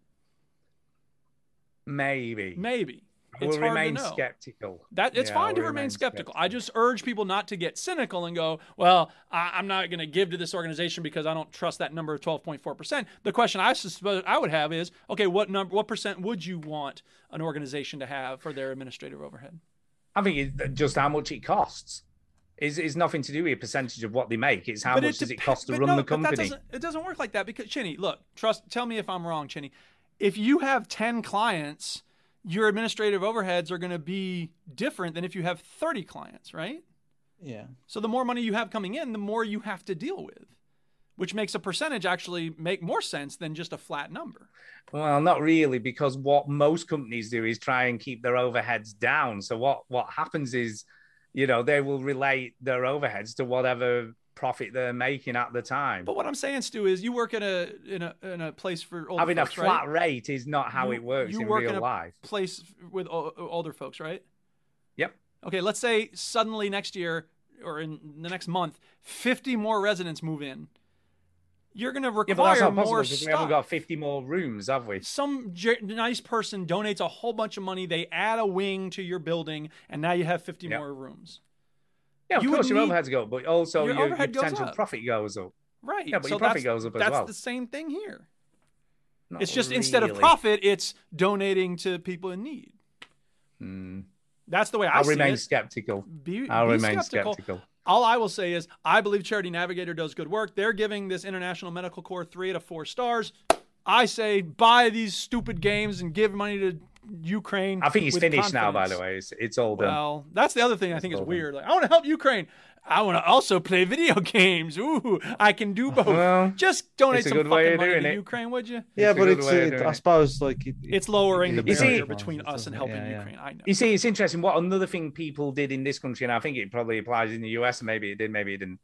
C: Maybe.
A: Maybe.
C: I
A: It's hard
C: will
A: to
C: remain
A: know.
C: skeptical.
A: That it's
C: Yeah, I
A: fine to
C: will
A: remain, skeptical. I just urge people not to get cynical and go, "Well, I, I'm not going to give to this organization because I don't trust that number of 12.4 percent." The question I suppose I would have is, okay, what number, what percent would you want an organization to have for their administrative overhead?
C: I think it's just how much it costs. Is is nothing to do with a percentage of what they make. It's how
A: But
C: much
A: it
C: does it
A: depe-
C: cost to
A: but
C: run
A: no,
C: the
A: but that
C: company.
A: doesn't- it doesn't work like that because Chinny, look, trust. Tell me if I'm wrong, Chinny. If you have ten clients, your administrative overheads are going to be different than if you have thirty clients, right?
D: Yeah.
A: So the more money you have coming in, the more you have to deal with, which makes a percentage actually make more sense than just a flat number.
C: Well, not really, because what most companies do is try and keep their overheads down. So what what happens is, you know, they will relate their overheads to whatever profit they're making at the time.
A: But what I'm saying, Stu, is you work in a in a in a place for older
C: Having a
A: folks, right?
C: flat rate is not how
A: You-
C: it works
A: you
C: in
A: work
C: real
A: in a
C: life.
A: Place with o- older folks, right?
C: Yep.
A: Okay, let's say suddenly next year or in the next month, 50 more residents move in. You're going to
C: Yeah, but that's
A: require
C: not possible
A: more
C: because we haven't
A: stuff.
C: got 50 more rooms, have we?
A: Some j- nice person donates a whole bunch of money. They add a wing to your building, and now you have 50 more rooms.
C: Yeah, of
A: You would
C: course your
A: need-
C: overheads go up, but also
A: your
C: your, your
A: overhead goes
C: potential
A: up.
C: profit goes up.
A: Right.
C: Yeah, but
A: so
C: your profit
A: that's,
C: goes up as
A: that's
C: well.
A: the same thing here.
C: Not
A: it's just instead of
C: really.
A: profit, it's donating to people in need.
C: Hmm.
A: That's the way I
C: I'll
A: see
C: remain
A: it.
C: skeptical.
A: Be-
C: I'll
A: be
C: remain
A: skeptical.
C: skeptical.
A: All I will say is, I believe Charity Navigator does good work. They're giving this International Medical Corps three out of four stars. I say buy these stupid games and give money to Ukraine.
C: I think he's
A: with
C: finished now, by the
A: confidence.
C: way. It's, it's all done.
A: Well, that's the other thing I think is
C: all done.
A: weird. Like, I want to help Ukraine. I want to also play video games. Ooh, I can do both.
D: Well,
A: Just donate
D: it's a
A: some
D: good
A: fucking
D: way
A: money
D: of doing
A: to
D: it.
A: Ukraine, would you?
D: Yeah,
C: It's a
D: but
C: good
D: it's
C: way of
D: it,
C: doing
D: I
C: it.
D: suppose like it,
A: It's lowering the
C: You see-
A: barrier between us and helping Ukraine. I know.
C: You see, it's interesting. What another thing people did in this country, and I think it probably applies in the US, and maybe it did, maybe it didn't.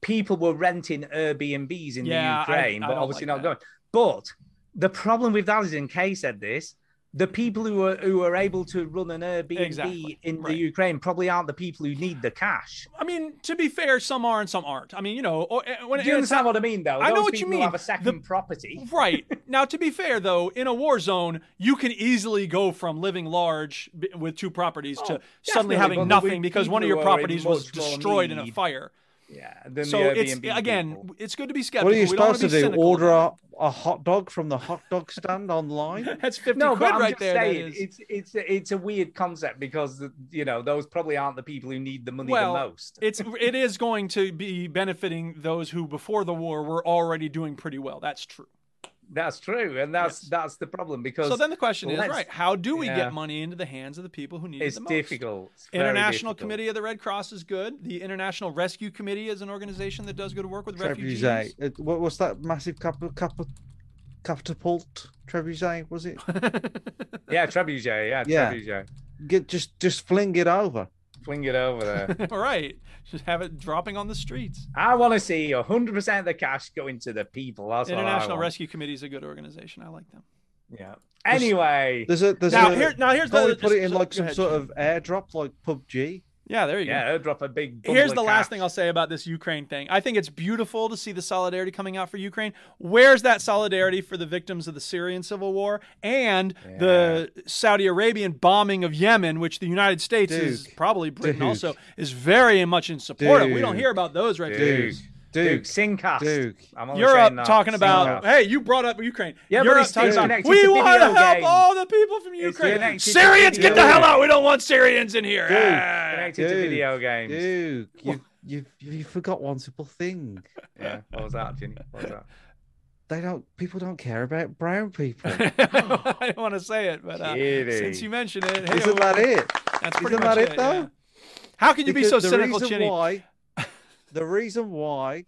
C: People were renting Airbnbs in
A: Yeah, I-
C: the Ukraine,
A: I
C: but
A: don't
C: obviously
A: like
C: not going. But the problem with that is, and Kay said this, the people who are who are able to run an Airbnb
A: Exactly,
C: in the Ukraine probably aren't the people who need the cash.
A: I mean, to be fair, some are and some aren't. I mean, you know, or- and- when
C: Do you
A: and it's
C: understand
A: not-
C: what I mean, though?
A: I know
C: Those
A: what you
C: people
A: mean.
C: Have a second property.
A: right now, to be fair, though, in a war zone, you can easily go from living large b- with two properties to suddenly
C: Oh, definitely,
A: having
C: but
A: nothing
C: we-
A: because one of
C: people
A: your
C: who are in
A: properties was
C: much more
A: destroyed in a
C: need
A: fire.
C: Yeah.
A: So it's again, it's good to be skeptical.
D: what are you
A: We don't wanna
D: supposed to
A: be
D: do?
A: cynical.
D: Order a, a hot dog from the hot dog stand online?
A: That's fifty
C: no,
A: quid
C: but I'm
A: right
C: just
A: there. that
C: saying
A: is.
C: it's it's it's a weird concept because you know those probably aren't the people who need the money
A: well,
C: the most.
A: it's it is going to be benefiting those who before the war were already doing pretty well. That's true.
C: That's true, and that's that's the problem because.
A: So then the question is,
C: let's-
A: right? How do we
C: yeah.
A: get money into the hands of the people who need it
C: It's
A: the most?
C: difficult. It's very
A: International
C: difficult.
A: Committee of the Red Cross is good. The International Rescue Committee is an organization that does good work with refugees.
D: Trebuchet. Uh, What was that massive cap- cap- catapult? Trebuchet was it?
C: Yeah, trebuchet. Yeah,
D: Yeah.
C: trebuchet.
D: Get just just fling it over.
C: Fling it over there.
A: All right, just have it dropping on the streets.
C: I want to see 100% of the cash going to the people. That's what I
A: International
C: want.
A: Rescue Committee is a good organization. I like them.
C: Yeah. Anyway,
D: There's a there's
A: Now,
D: a,
A: here- now here's the
D: can't we
A: other-
D: put it in
A: so-
D: like
A: go
D: some
A: ahead,
D: sort of airdrop like PUBG.
A: Yeah, there you go.
C: yeah, they'll drop a big. bundle
A: Here's
C: of
A: the last
C: cash.
A: thing I'll say about this Ukraine thing. I think it's beautiful to see the solidarity coming out for Ukraine. Where's that solidarity for the victims of the Syrian civil war and the Saudi Arabian bombing of Yemen, which the United States is
D: Duke.
A: probably Britain
D: Duke.
A: also is very much in support of. We don't
D: Duke.
A: hear about those right
C: Duke, Duke,
D: Duke.
C: Sincast.
D: Duke.
C: I'm only saying
A: Europe
C: that.
A: talking about,
C: Sincast.
A: hey, you brought up Ukraine.
C: Yeah, but
A: Europe
C: it's
A: talking about,
C: connected
A: we
C: to
A: want to
C: video
A: help
C: games.
A: all the people from
C: It's
A: Ukraine.
C: connected to
A: Syrians, get the
C: video
A: hell out.
C: games.
A: We don't want Syrians in here.
C: Dude,
A: Ah.
C: Connected to video games.
D: Duke, you, you, you forgot one simple thing.
C: Yeah, what was that, Ginny? What was that?
D: They don't. People don't care about brown people.
A: I didn't want to say it, but uh,
D: Kitty.
A: since you mentioned it, hey,
D: Isn't that it?
A: That's pretty
D: Isn't
A: much
D: that it, though?
A: yeah. How can you be so
D: Because the
A: cynical,
D: reason
A: Chinny?
D: Why, the reason why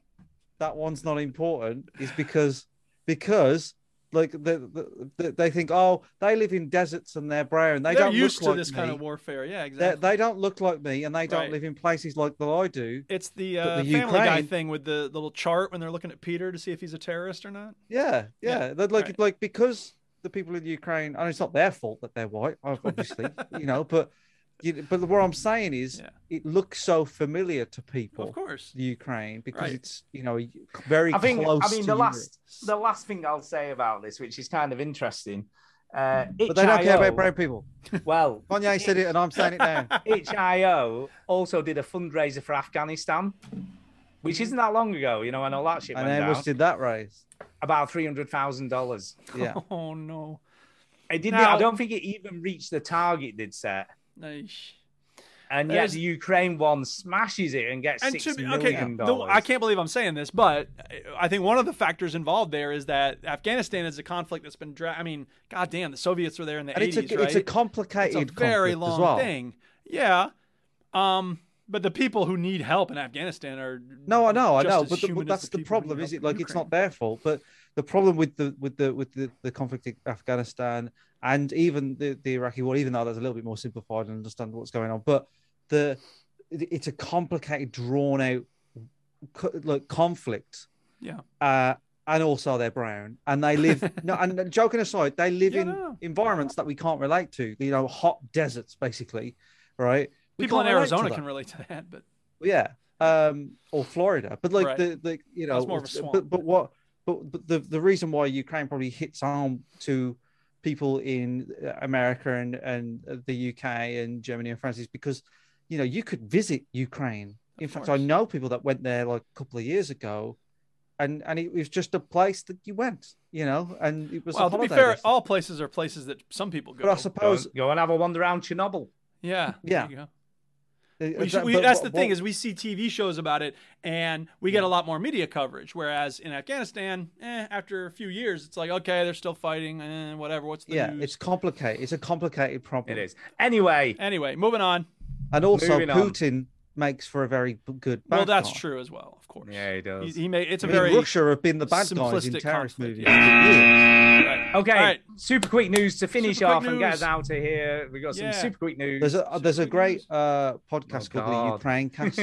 D: that one's not important is because because like the, the, they think oh they live in deserts and they're brown they
A: They're
D: don't
A: used
D: look
A: to this
D: like
A: kind
D: me.
A: of warfare. Yeah,
D: They-
A: exactly.
D: they, don't look like me and they don't
A: Right.
D: live in places like that I do
A: It's the,
D: But
A: uh,
D: the
A: Family Guy
D: Ukraine-
A: thing with the little chart when they're looking at Peter to see if he's a terrorist or not.
D: yeah yeah,
A: Yeah,
D: That like
A: right.
D: like because the people in Ukraine and it's not their fault that they're white obviously you know but you, but what I'm saying is it looks so familiar to people
A: Of course.
D: the Ukraine because
C: Right.
D: it's you know very
C: I think,
D: close
C: I mean,
D: to
C: the
D: Europe.
C: last, the last thing I'll say about this, which is kind of interesting, uh,
D: but they don't care
C: itch.io
D: about brown people.
C: Well,
D: Kanye said it, and I'm saying it now.
C: HIO also did a fundraiser for Afghanistan, which isn't that long ago, you know, and all that shit
D: And
C: went
D: how
C: down.
D: much did that raise?
C: About three hundred thousand dollars.
D: Yeah.
A: Oh no.
C: It didn't.
A: Now-
C: I don't think it even reached the target they'd set.
A: Nice.
C: And yet
A: There's-
C: the Ukraine one smashes it and gets
A: And
C: six
A: to be,
C: million
A: okay, though
C: dollars.
A: I can't believe I'm saying this, but I- I think one of the factors involved there is that Afghanistan is a conflict that's been. Dra- I mean, goddamn, the Soviets were there in the
D: And it's
A: 80s,
D: a
A: right?
D: it's a complicated,
A: it's a very
D: conflict
A: long
D: as well.
A: thing. Yeah. Um, but the people who need help in Afghanistan are
D: No, I know, I
A: just
D: know,
A: as
D: but, the,
A: human
D: but
A: as
D: that's the,
A: people who
D: problem,
A: need
D: is
A: help
D: it?
A: in
D: Like it's
A: Ukraine.
D: not their fault, but the problem with the with the with the, the conflict in Afghanistan and even the, the Iraqi war, even though that's a little bit more simplified and understand what's going on, but the it- it's a complicated, drawn out co- like conflict.
A: Yeah.
D: Uh, and also they're brown and they live no and joking aside they live
A: Yeah,
D: in
A: no, no.
D: environments that we can't relate to you know hot deserts basically right We
A: People in
D: can't relate to
A: Arizona
D: that
A: can relate to that, but
D: yeah um or florida but like
A: Right.
D: the the you know
A: That's more of a
D: it's-
A: swamp.
D: but but what but, but the the reason why ukraine probably hits home to people in uh, america and and uh, the uk and germany and france is because you know you could visit ukraine in fact i know people that went there like a couple of years ago and and it was just a place that you went you know and it was a
A: well, to be
D: holiday
A: fair,
D: destination.
A: all places are places that some people go.
D: but i suppose
C: Go and have a wander around Chernobyl.
A: yeah,
D: yeah
A: There you go.
D: Uh,
A: We should,
D: that-
A: we,
D: but
A: that's
D: what-
A: the thing
D: what-
A: is we see TV shows about it and we get a lot more media coverage. Whereas in Afghanistan, eh, after a few years, it's like okay, they're still fighting and eh, whatever. What's the
D: yeah
A: news?
D: it's complicated it's a complicated problem
C: It is. Anyway,
A: Anyway, moving on.
D: And also,
C: Moving on.
D: Putin makes for a very b- good. Bad
A: well, that's
D: guy.
A: true as well, of course.
C: Yeah, he
A: He,
C: does.
A: he made it's a
D: I mean,
A: very
D: Russia have been the bad guys in
A: simplistic
D: terrorist
A: conflict,
D: movies.
A: yeah.
D: for years.
A: Right.
C: Okay,
A: All right.
C: super quick news to finish
A: Super quick
C: off and get
A: news.
C: us out of here. We got
A: Yeah.
C: some super quick news.
D: There's a uh, there's a great uh, podcast
C: Oh,
D: called the
C: God.
D: Ukraine Cast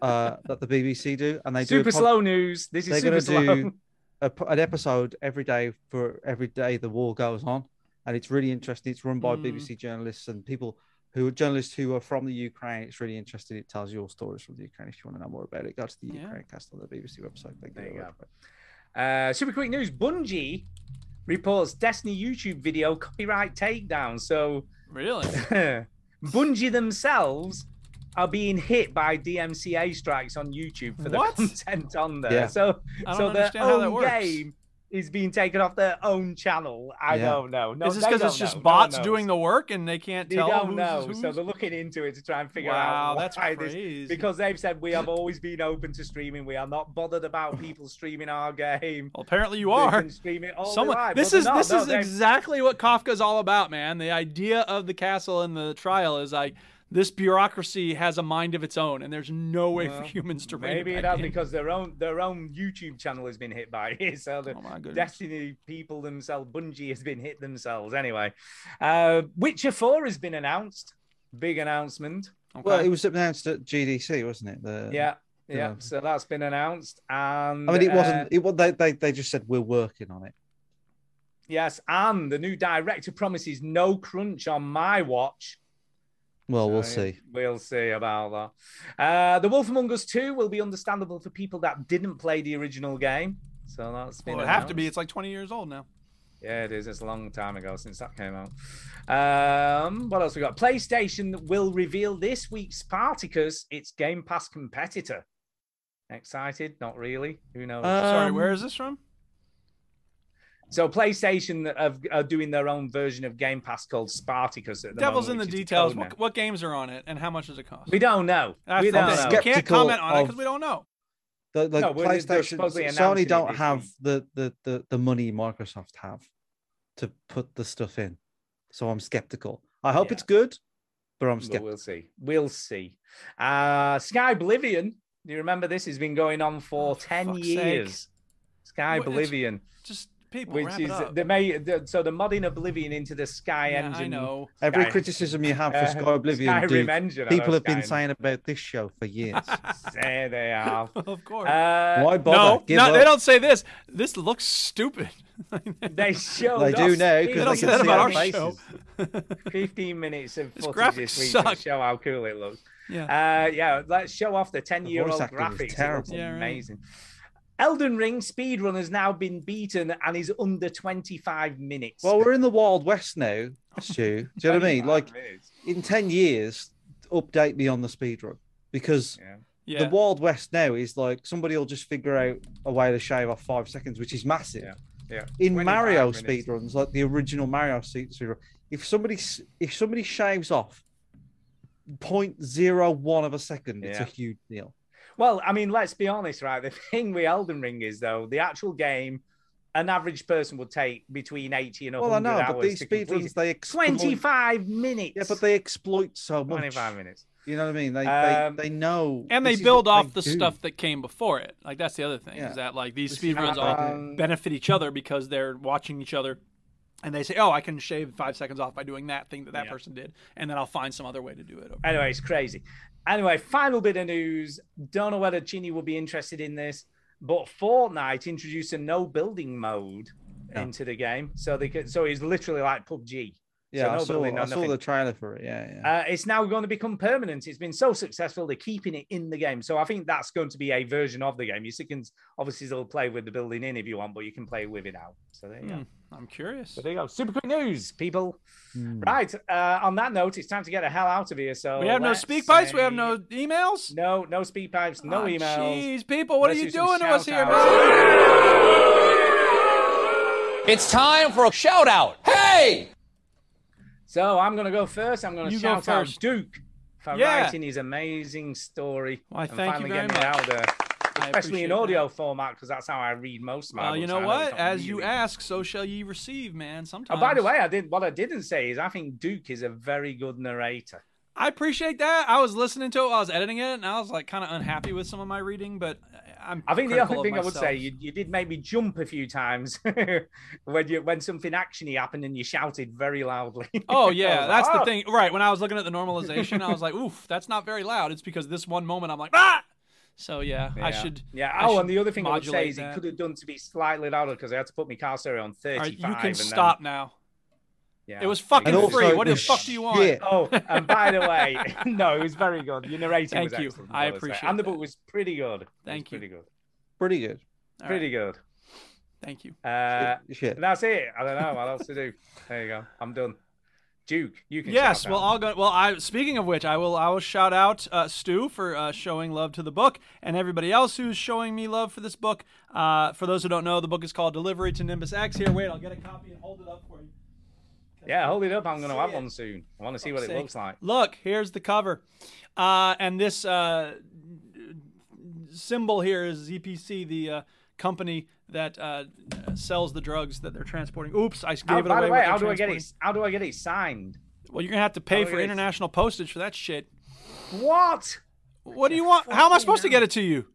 D: uh, that the BBC do, and they do a
C: super
D: pod-
C: slow news. This
D: They're
C: is
D: going
C: super
D: to
C: slow.
D: do a, p- an episode every day for every day the war goes on, and it's really interesting. It's run by
A: Mm.
D: BBC journalists and people who are journalists who are from the Ukraine. It's really interesting. It tells you all stories from the Ukraine. If you want to know more about it, go to the
A: Yeah.
D: Ukraine Cast on the BBC website. They
C: There
D: give
C: you
D: it a
C: go.
D: website.
C: Uh, super quick news. Bungie reports Destiny YouTube video copyright takedown. So
A: really
C: Bungie themselves are being hit by DMCA strikes on YouTube for the
A: What?
C: content on there.
D: Yeah.
C: So
A: I don't
C: so their
A: understand how that
C: own
A: works.
C: game is being taken off their own channel. I
D: Yeah.
C: don't know. No,
A: is this
C: they
A: because
C: don't
A: it's just
C: know. No one
A: bots
C: knows.
A: doing the work and they can't
C: They
A: tell
C: don't
A: who's,
C: know,
A: who's
C: so they're looking into it to try and figure
A: Wow,
C: out
A: that's
C: why
A: crazy.
C: this because they've said we have always been open to streaming. We are not bothered about people streaming our game.
A: Well, apparently you
C: They
A: are.
C: can stream it all they
A: Someone,
C: like,
A: this
C: but
A: is
C: they're not.
A: this
C: No,
A: is
C: they've-
A: exactly what Kafka's all about, man. The idea of the castle and the trial is like this bureaucracy has a mind of its own, and there's no way
C: Well,
A: for humans to rein
C: Maybe
A: it
C: it
A: back
C: has
A: in.
C: because their own their own YouTube channel has been hit by it. So the
A: Oh my goodness.
C: Destiny people themselves, Bungie has been hit themselves. Anyway, uh, Witcher Four has been announced. Big announcement.
A: Okay.
D: Well, it was announced at GDC, wasn't it? The-
C: Yeah, yeah.
D: Yeah.
C: So that's been announced. And
D: I mean, it
C: uh,
D: wasn't. It was. They, they they just said we're working on it.
C: Yes, and the new director promises no crunch on my watch.
D: Well, we'll
C: So, Oh, yeah,
D: see.
C: We'll see about that. Uh, the Wolf Among Us 2 will be understandable for people that didn't play the original game. So that's been.
A: Well, it have to be.
C: announced.
A: It's like 20 years old now.
C: Yeah, it is. It's a long time ago since that came out. Um, what else we got? PlayStation will reveal this week's Spartacus, its Game Pass competitor. Excited? Not really. Who knows?
D: Uh,
A: Sorry,
D: Um,
A: where is this from?
C: So PlayStation have, are doing their own version of Game Pass called Spartacus. At the
A: Devil's in
C: moment,
A: the
C: which is
A: details.
C: code
A: What, what games are on it, and how much does it cost?
C: We don't know.
A: That's
C: we
A: the thing.
C: don't know.
A: We can't
P: Skeptical
A: comment on it
P: of-
A: because we don't know.
P: The, like
C: No, well, they're
P: PlayStation,
C: supposedly announcing
P: Sony
C: it
P: don't
C: this
P: have the, the the the money Microsoft have to put the stuff in, so I'm skeptical. I hope it's good, but I'm
C: But
P: skeptical.
C: we'll see. We'll see. Uh, Sky Oblivion. Do you remember this has been going on for ten
A: Oh, fuck's
C: years?
A: sake.
C: Sky
A: Well, it's-
C: Oblivion.
A: Just people
C: Which
A: wrap it
C: is
A: up.
C: they may the, so the modding Oblivion into the Sky
A: Yeah, I
C: Engine.
A: know.
P: Every
C: Sky-
P: criticism you have for
C: uh,
P: Sky Oblivion,
C: Sky
P: dude,
C: Revenge, I know,
P: people have been
C: Sky-
P: saying about this show for years.
C: Uh, There they are.
A: of course.
C: Uh,
P: Why bother?
A: No,
P: Give
A: no,
P: up.
A: they don't say this. This looks stupid.
C: they show.
P: They do now
A: They
P: because
A: don't
P: they
A: say
P: can
A: that
P: see
A: about
P: our
A: our
P: faces.
A: show.
C: 15 minutes of footage
A: graphics
C: this week
A: suck.
C: to show how cool it looks.
A: Yeah.
C: Uh, yeah, let's show off the 10 year old
P: voice acting was
C: graphics. It looks
P: terrible.
A: Yeah, right.
C: amazing. Elden Ring speedrun has now been beaten and is under 25 minutes.
P: Well, we're in the Wild West now, Stu. Do you know what I mean?
C: 25
P: Like
C: minutes.
P: in ten years, update me on the speed run because
A: Yeah.
P: the Wild West now is like somebody will just figure out a way to shave off five seconds, which is massive.
C: yeah.
P: In
C: 25
P: Mario
C: minutes.
P: speedruns, like the original Mario se- speedrun, if somebody s- if somebody shaves off 0.01 of a second, it's a
C: Yeah.
P: huge deal.
C: Well, I mean, let's be honest, right? The thing with Elden Ring is, though, the actual game, an average person would take between 80 and 100
P: Well, I know,
C: hours
P: but these
C: to complete
P: speedruns
C: it.
P: they exploit,
C: 25 minutes.
P: yeah, but they exploit so much.
C: 25 minutes.
P: You know what I mean? They
C: Um,
P: they, they know,
A: And they
P: this is
A: build
P: what
A: off
P: they
A: the
P: do.
A: stuff that came before it. Like that's the other thing
P: Yeah.
A: is that like these
P: This is
A: speedruns
P: what
A: all
P: they
C: Um,
P: do.
A: benefit each other because they're watching each other, and they say, "Oh, I can shave five seconds off by doing that thing that that person did," and then I'll find some other way to do it. Over.
C: Anyway, it's crazy. Anyway, final bit of news. Don't know whether Chini will be interested in this, but Fortnite introduced a no building mode into the game, so they could, so it's literally like PUBG.
P: Yeah,
C: so no
P: I saw,
C: building, no
P: I saw
C: nothing.
P: the trailer for it. Yeah, yeah.
C: Uh, it's now going to become permanent. It's been so successful, they're keeping it in the game. So I think that's going to be a version of the game. You still can obviously still play with the building in if you want, but you can play with it out. So there you
A: Hmm,
C: go.
A: I'm curious.
C: So there you go. Super quick news, people. Right. Uh, on that note, it's time to get the hell out of here. So
A: we have no
C: let's
A: speak pipes. We have
C: say-
A: no emails.
C: no, no speed pipes, no
A: Ah,
C: emails.
A: Jeez, people, what
C: Let's
A: are you
C: do some
A: doing to us here,
C: shout-outs.
A: man?
F: It's time for a shout out. Hey!
C: So I'm going to go first. I'm going to
A: You go
C: shout out
A: first.
C: Duke for
A: Yeah.
C: writing his amazing story.
A: Why,
C: and
A: thank you
C: finally
A: very
C: getting it
A: much.
C: out there,
A: I
C: especially
A: appreciate
C: in audio format, because that's how I read most of my
A: Well, Uh, you
C: books.
A: know
C: I it's
A: what?
C: not
A: As
C: really-
A: you ask, so shall ye receive, man. Sometimes.
C: Oh, by the way, I did. What I didn't say is I think Duke is a very good narrator.
A: I appreciate that. I was listening to it while I was editing it, and I was like kind of unhappy with some of my reading, but I'm.
C: I think the
A: critical
C: other
A: of
C: thing I would say
A: myself.
C: you, you did make me jump a few times when you when something actiony happened and you shouted very loudly.
A: Oh
C: I was
A: yeah,
C: like,
A: that's the
C: "Oh,
A: thing. Right, when I was looking at the normalization, I was like, "Oof, that's not very loud." It's because this one moment I'm like, "Ah!" So yeah, I
C: Yeah.
A: should.
C: Yeah.
A: I
C: Oh,
A: should
C: and the other thing I would say
A: modulate
C: is it
A: that.
C: could have done to be slightly louder because I had to put my car stereo on
A: All
C: 35.
A: right, you
C: and
A: can stop now.
C: Then, yeah.
A: It was fucking
P: And also
A: free. What
P: it
A: the
P: was
A: fuck do you want?
P: shit.
C: Oh, and by the way, no, it was very good. Your narrating was
A: Thank you.
C: excellent,
A: I
C: gotta say.
A: appreciate
C: And the
A: that.
C: book was pretty good. It was
A: Thank you.
C: Pretty good.
P: Pretty good.
A: All right,
C: Pretty good.
A: Thank you.
C: Uh,
P: Shit.
C: and that's it. I don't know what else to do. There you go. I'm done. Duke, you can.
A: Yes,
C: shout
A: well,
C: out.
A: I'll go. Well, I speaking of which, I will. I will shout out uh, Stu for uh, showing love to the book, and everybody else who's showing me love for this book. Uh, for those who don't know, the book is called Delivery to Nimbus X. Here, wait, I'll get a copy and hold it up for you.
C: yeah, hold it up. I'm going to
A: See
C: have
A: it.
C: one soon. I want to see what it
A: sake.
C: looks like.
A: Look, here's the cover, uh, and this uh, symbol here is ZPC, the uh, company that uh, sells the drugs that they're transporting. Oops, I gave
C: How,
A: it away.
C: Oh, by the way,
A: what
C: how do
A: they're
C: I get it?
A: transporting.
C: How do I get it signed?
A: Well, you're gonna have to pay
C: do I
A: for
C: get it?
A: international postage for that shit.
C: What?
A: What do you want? How am I supposed to get it to you?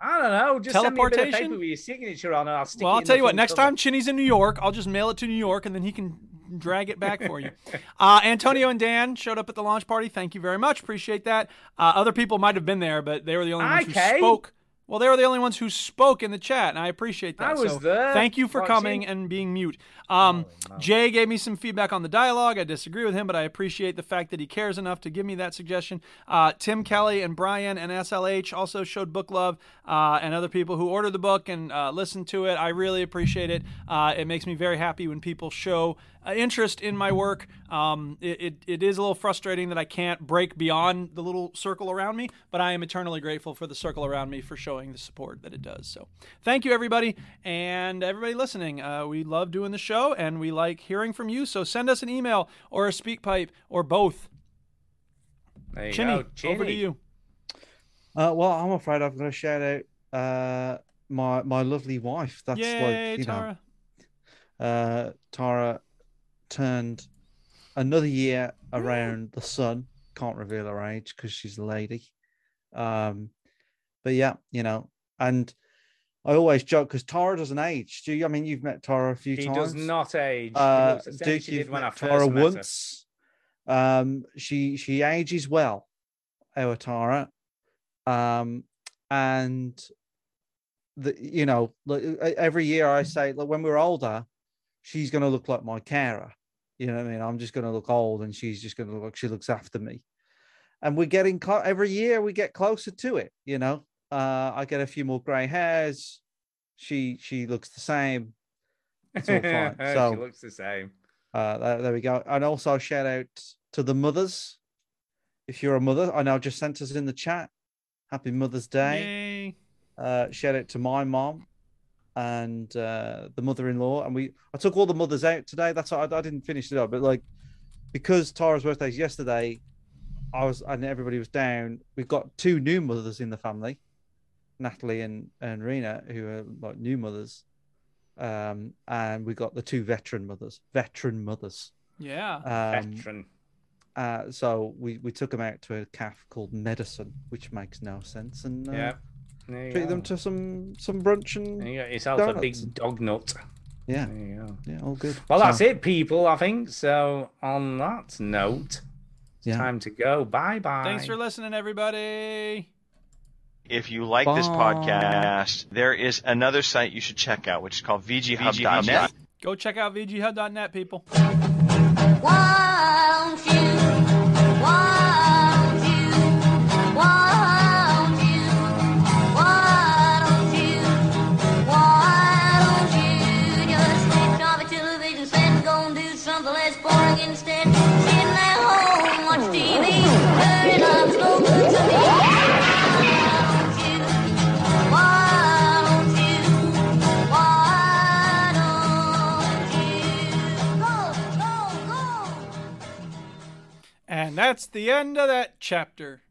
C: I don't know. Just send me a bit of
A: Teleportation?
C: paper with your signature on, and I'll stick
A: Well,
C: it
A: I'll
C: in
A: tell
C: the
A: you what.
C: front
A: Next
C: cover.
A: time Chinny's in New York, I'll just mail it to New York, and then he can drag it back for you. Uh, Antonio and Dan showed up at the launch party. Thank you very much. Appreciate that. Uh, other people might have been there, but they were the only ones
C: Okay.
A: who spoke. Well, they were the only ones who spoke in the chat, and I appreciate that.
C: I was
A: So
C: there,
A: Thank you for
C: watching.
A: coming and being mute. Um, Jay gave me some feedback on the dialogue. I disagree with him, but I appreciate the fact that he cares enough to give me that suggestion. Uh, Tim Kelly and Brian and SLH also showed book love, uh, and other people who ordered the book and uh, listened to it. I really appreciate it. Uh, it makes me very happy when people show uh, interest in my work. Um, it, it, it is a little frustrating that I can't break beyond the little circle around me, but I am eternally grateful for the circle around me for showing the support that it does. So thank you, everybody, and everybody listening. Uh, we love doing the show and we like hearing from you. So send us an email or a speak pipe or both.
C: There you
A: Chinny,
C: go.
A: over to
C: Chinny.
A: you.
D: Uh, well, I'm afraid I'm going to shout out uh, my my lovely wife. That's
A: Yay,
D: like you
A: Tara.
D: know, uh, Tara turned another year around the sun. Can't reveal her age because she's a lady. Um, but yeah, you know, and I always joke because Tara doesn't age. Do you? I mean, you've met Tara a few
C: She
D: times.
C: does not age. She
D: Uh,
C: looks the same
D: Duke,
C: she did
D: you've
C: when I
D: met
C: first
D: Tara
C: met her.
D: once. Um, she she ages well, our Tara, um, and the you know like, e- every year I say like when we're older, she's going to look like my carer. You know what I mean? I'm just going to look old, and she's just going to look like she looks after me. And we're getting clo- every year we get closer to it. You know, uh, I get a few more grey hairs. She she looks the same. It's all fine. So
C: she looks the same.
D: uh, there, there we go. And also shout out to the mothers. If you're a mother, I know just sent us in the chat. Happy Mother's Day.
A: Yay.
D: Uh, shout out to my mom and uh, the mother-in-law. And we, I took all the mothers out today. That's why I, I didn't finish it up. But like, because Tara's birthday's yesterday, I was and everybody was down. We've got two new mothers in the family, Natalie and and Rena, who are like new mothers. Um, and we got the two veteran mothers, veteran mothers.
A: Yeah.
D: Um, Uh, so we, we took them out to a calf called Medicine, which makes no sense, and uh,
C: Yeah. There you
D: treat
C: go.
D: them to some some brunch and
C: There you got yourself a
D: donuts.
C: big dog nut.
D: Yeah.
C: There you go.
D: Yeah, all good.
C: Well, that's
D: So-
C: it, people, I think. So, on that note, it's
D: Yeah.
C: time to go. Bye bye.
A: Thanks for listening, everybody.
U: If you like this
A: Bye.
U: podcast, there is another site you should check out, which is called VGHub.net.
A: Go check out VGHub.net, people.
K: Won't you? Won't you? Won't you? Why don't you? Why don't you just switch off the television set and go and do something less boring instead? Sitting at home, watch TV, turn it up, smoke good some weed. Why don't you? Why don't you? Why don't you? Go, go, go!
A: And that's the end of that chapter.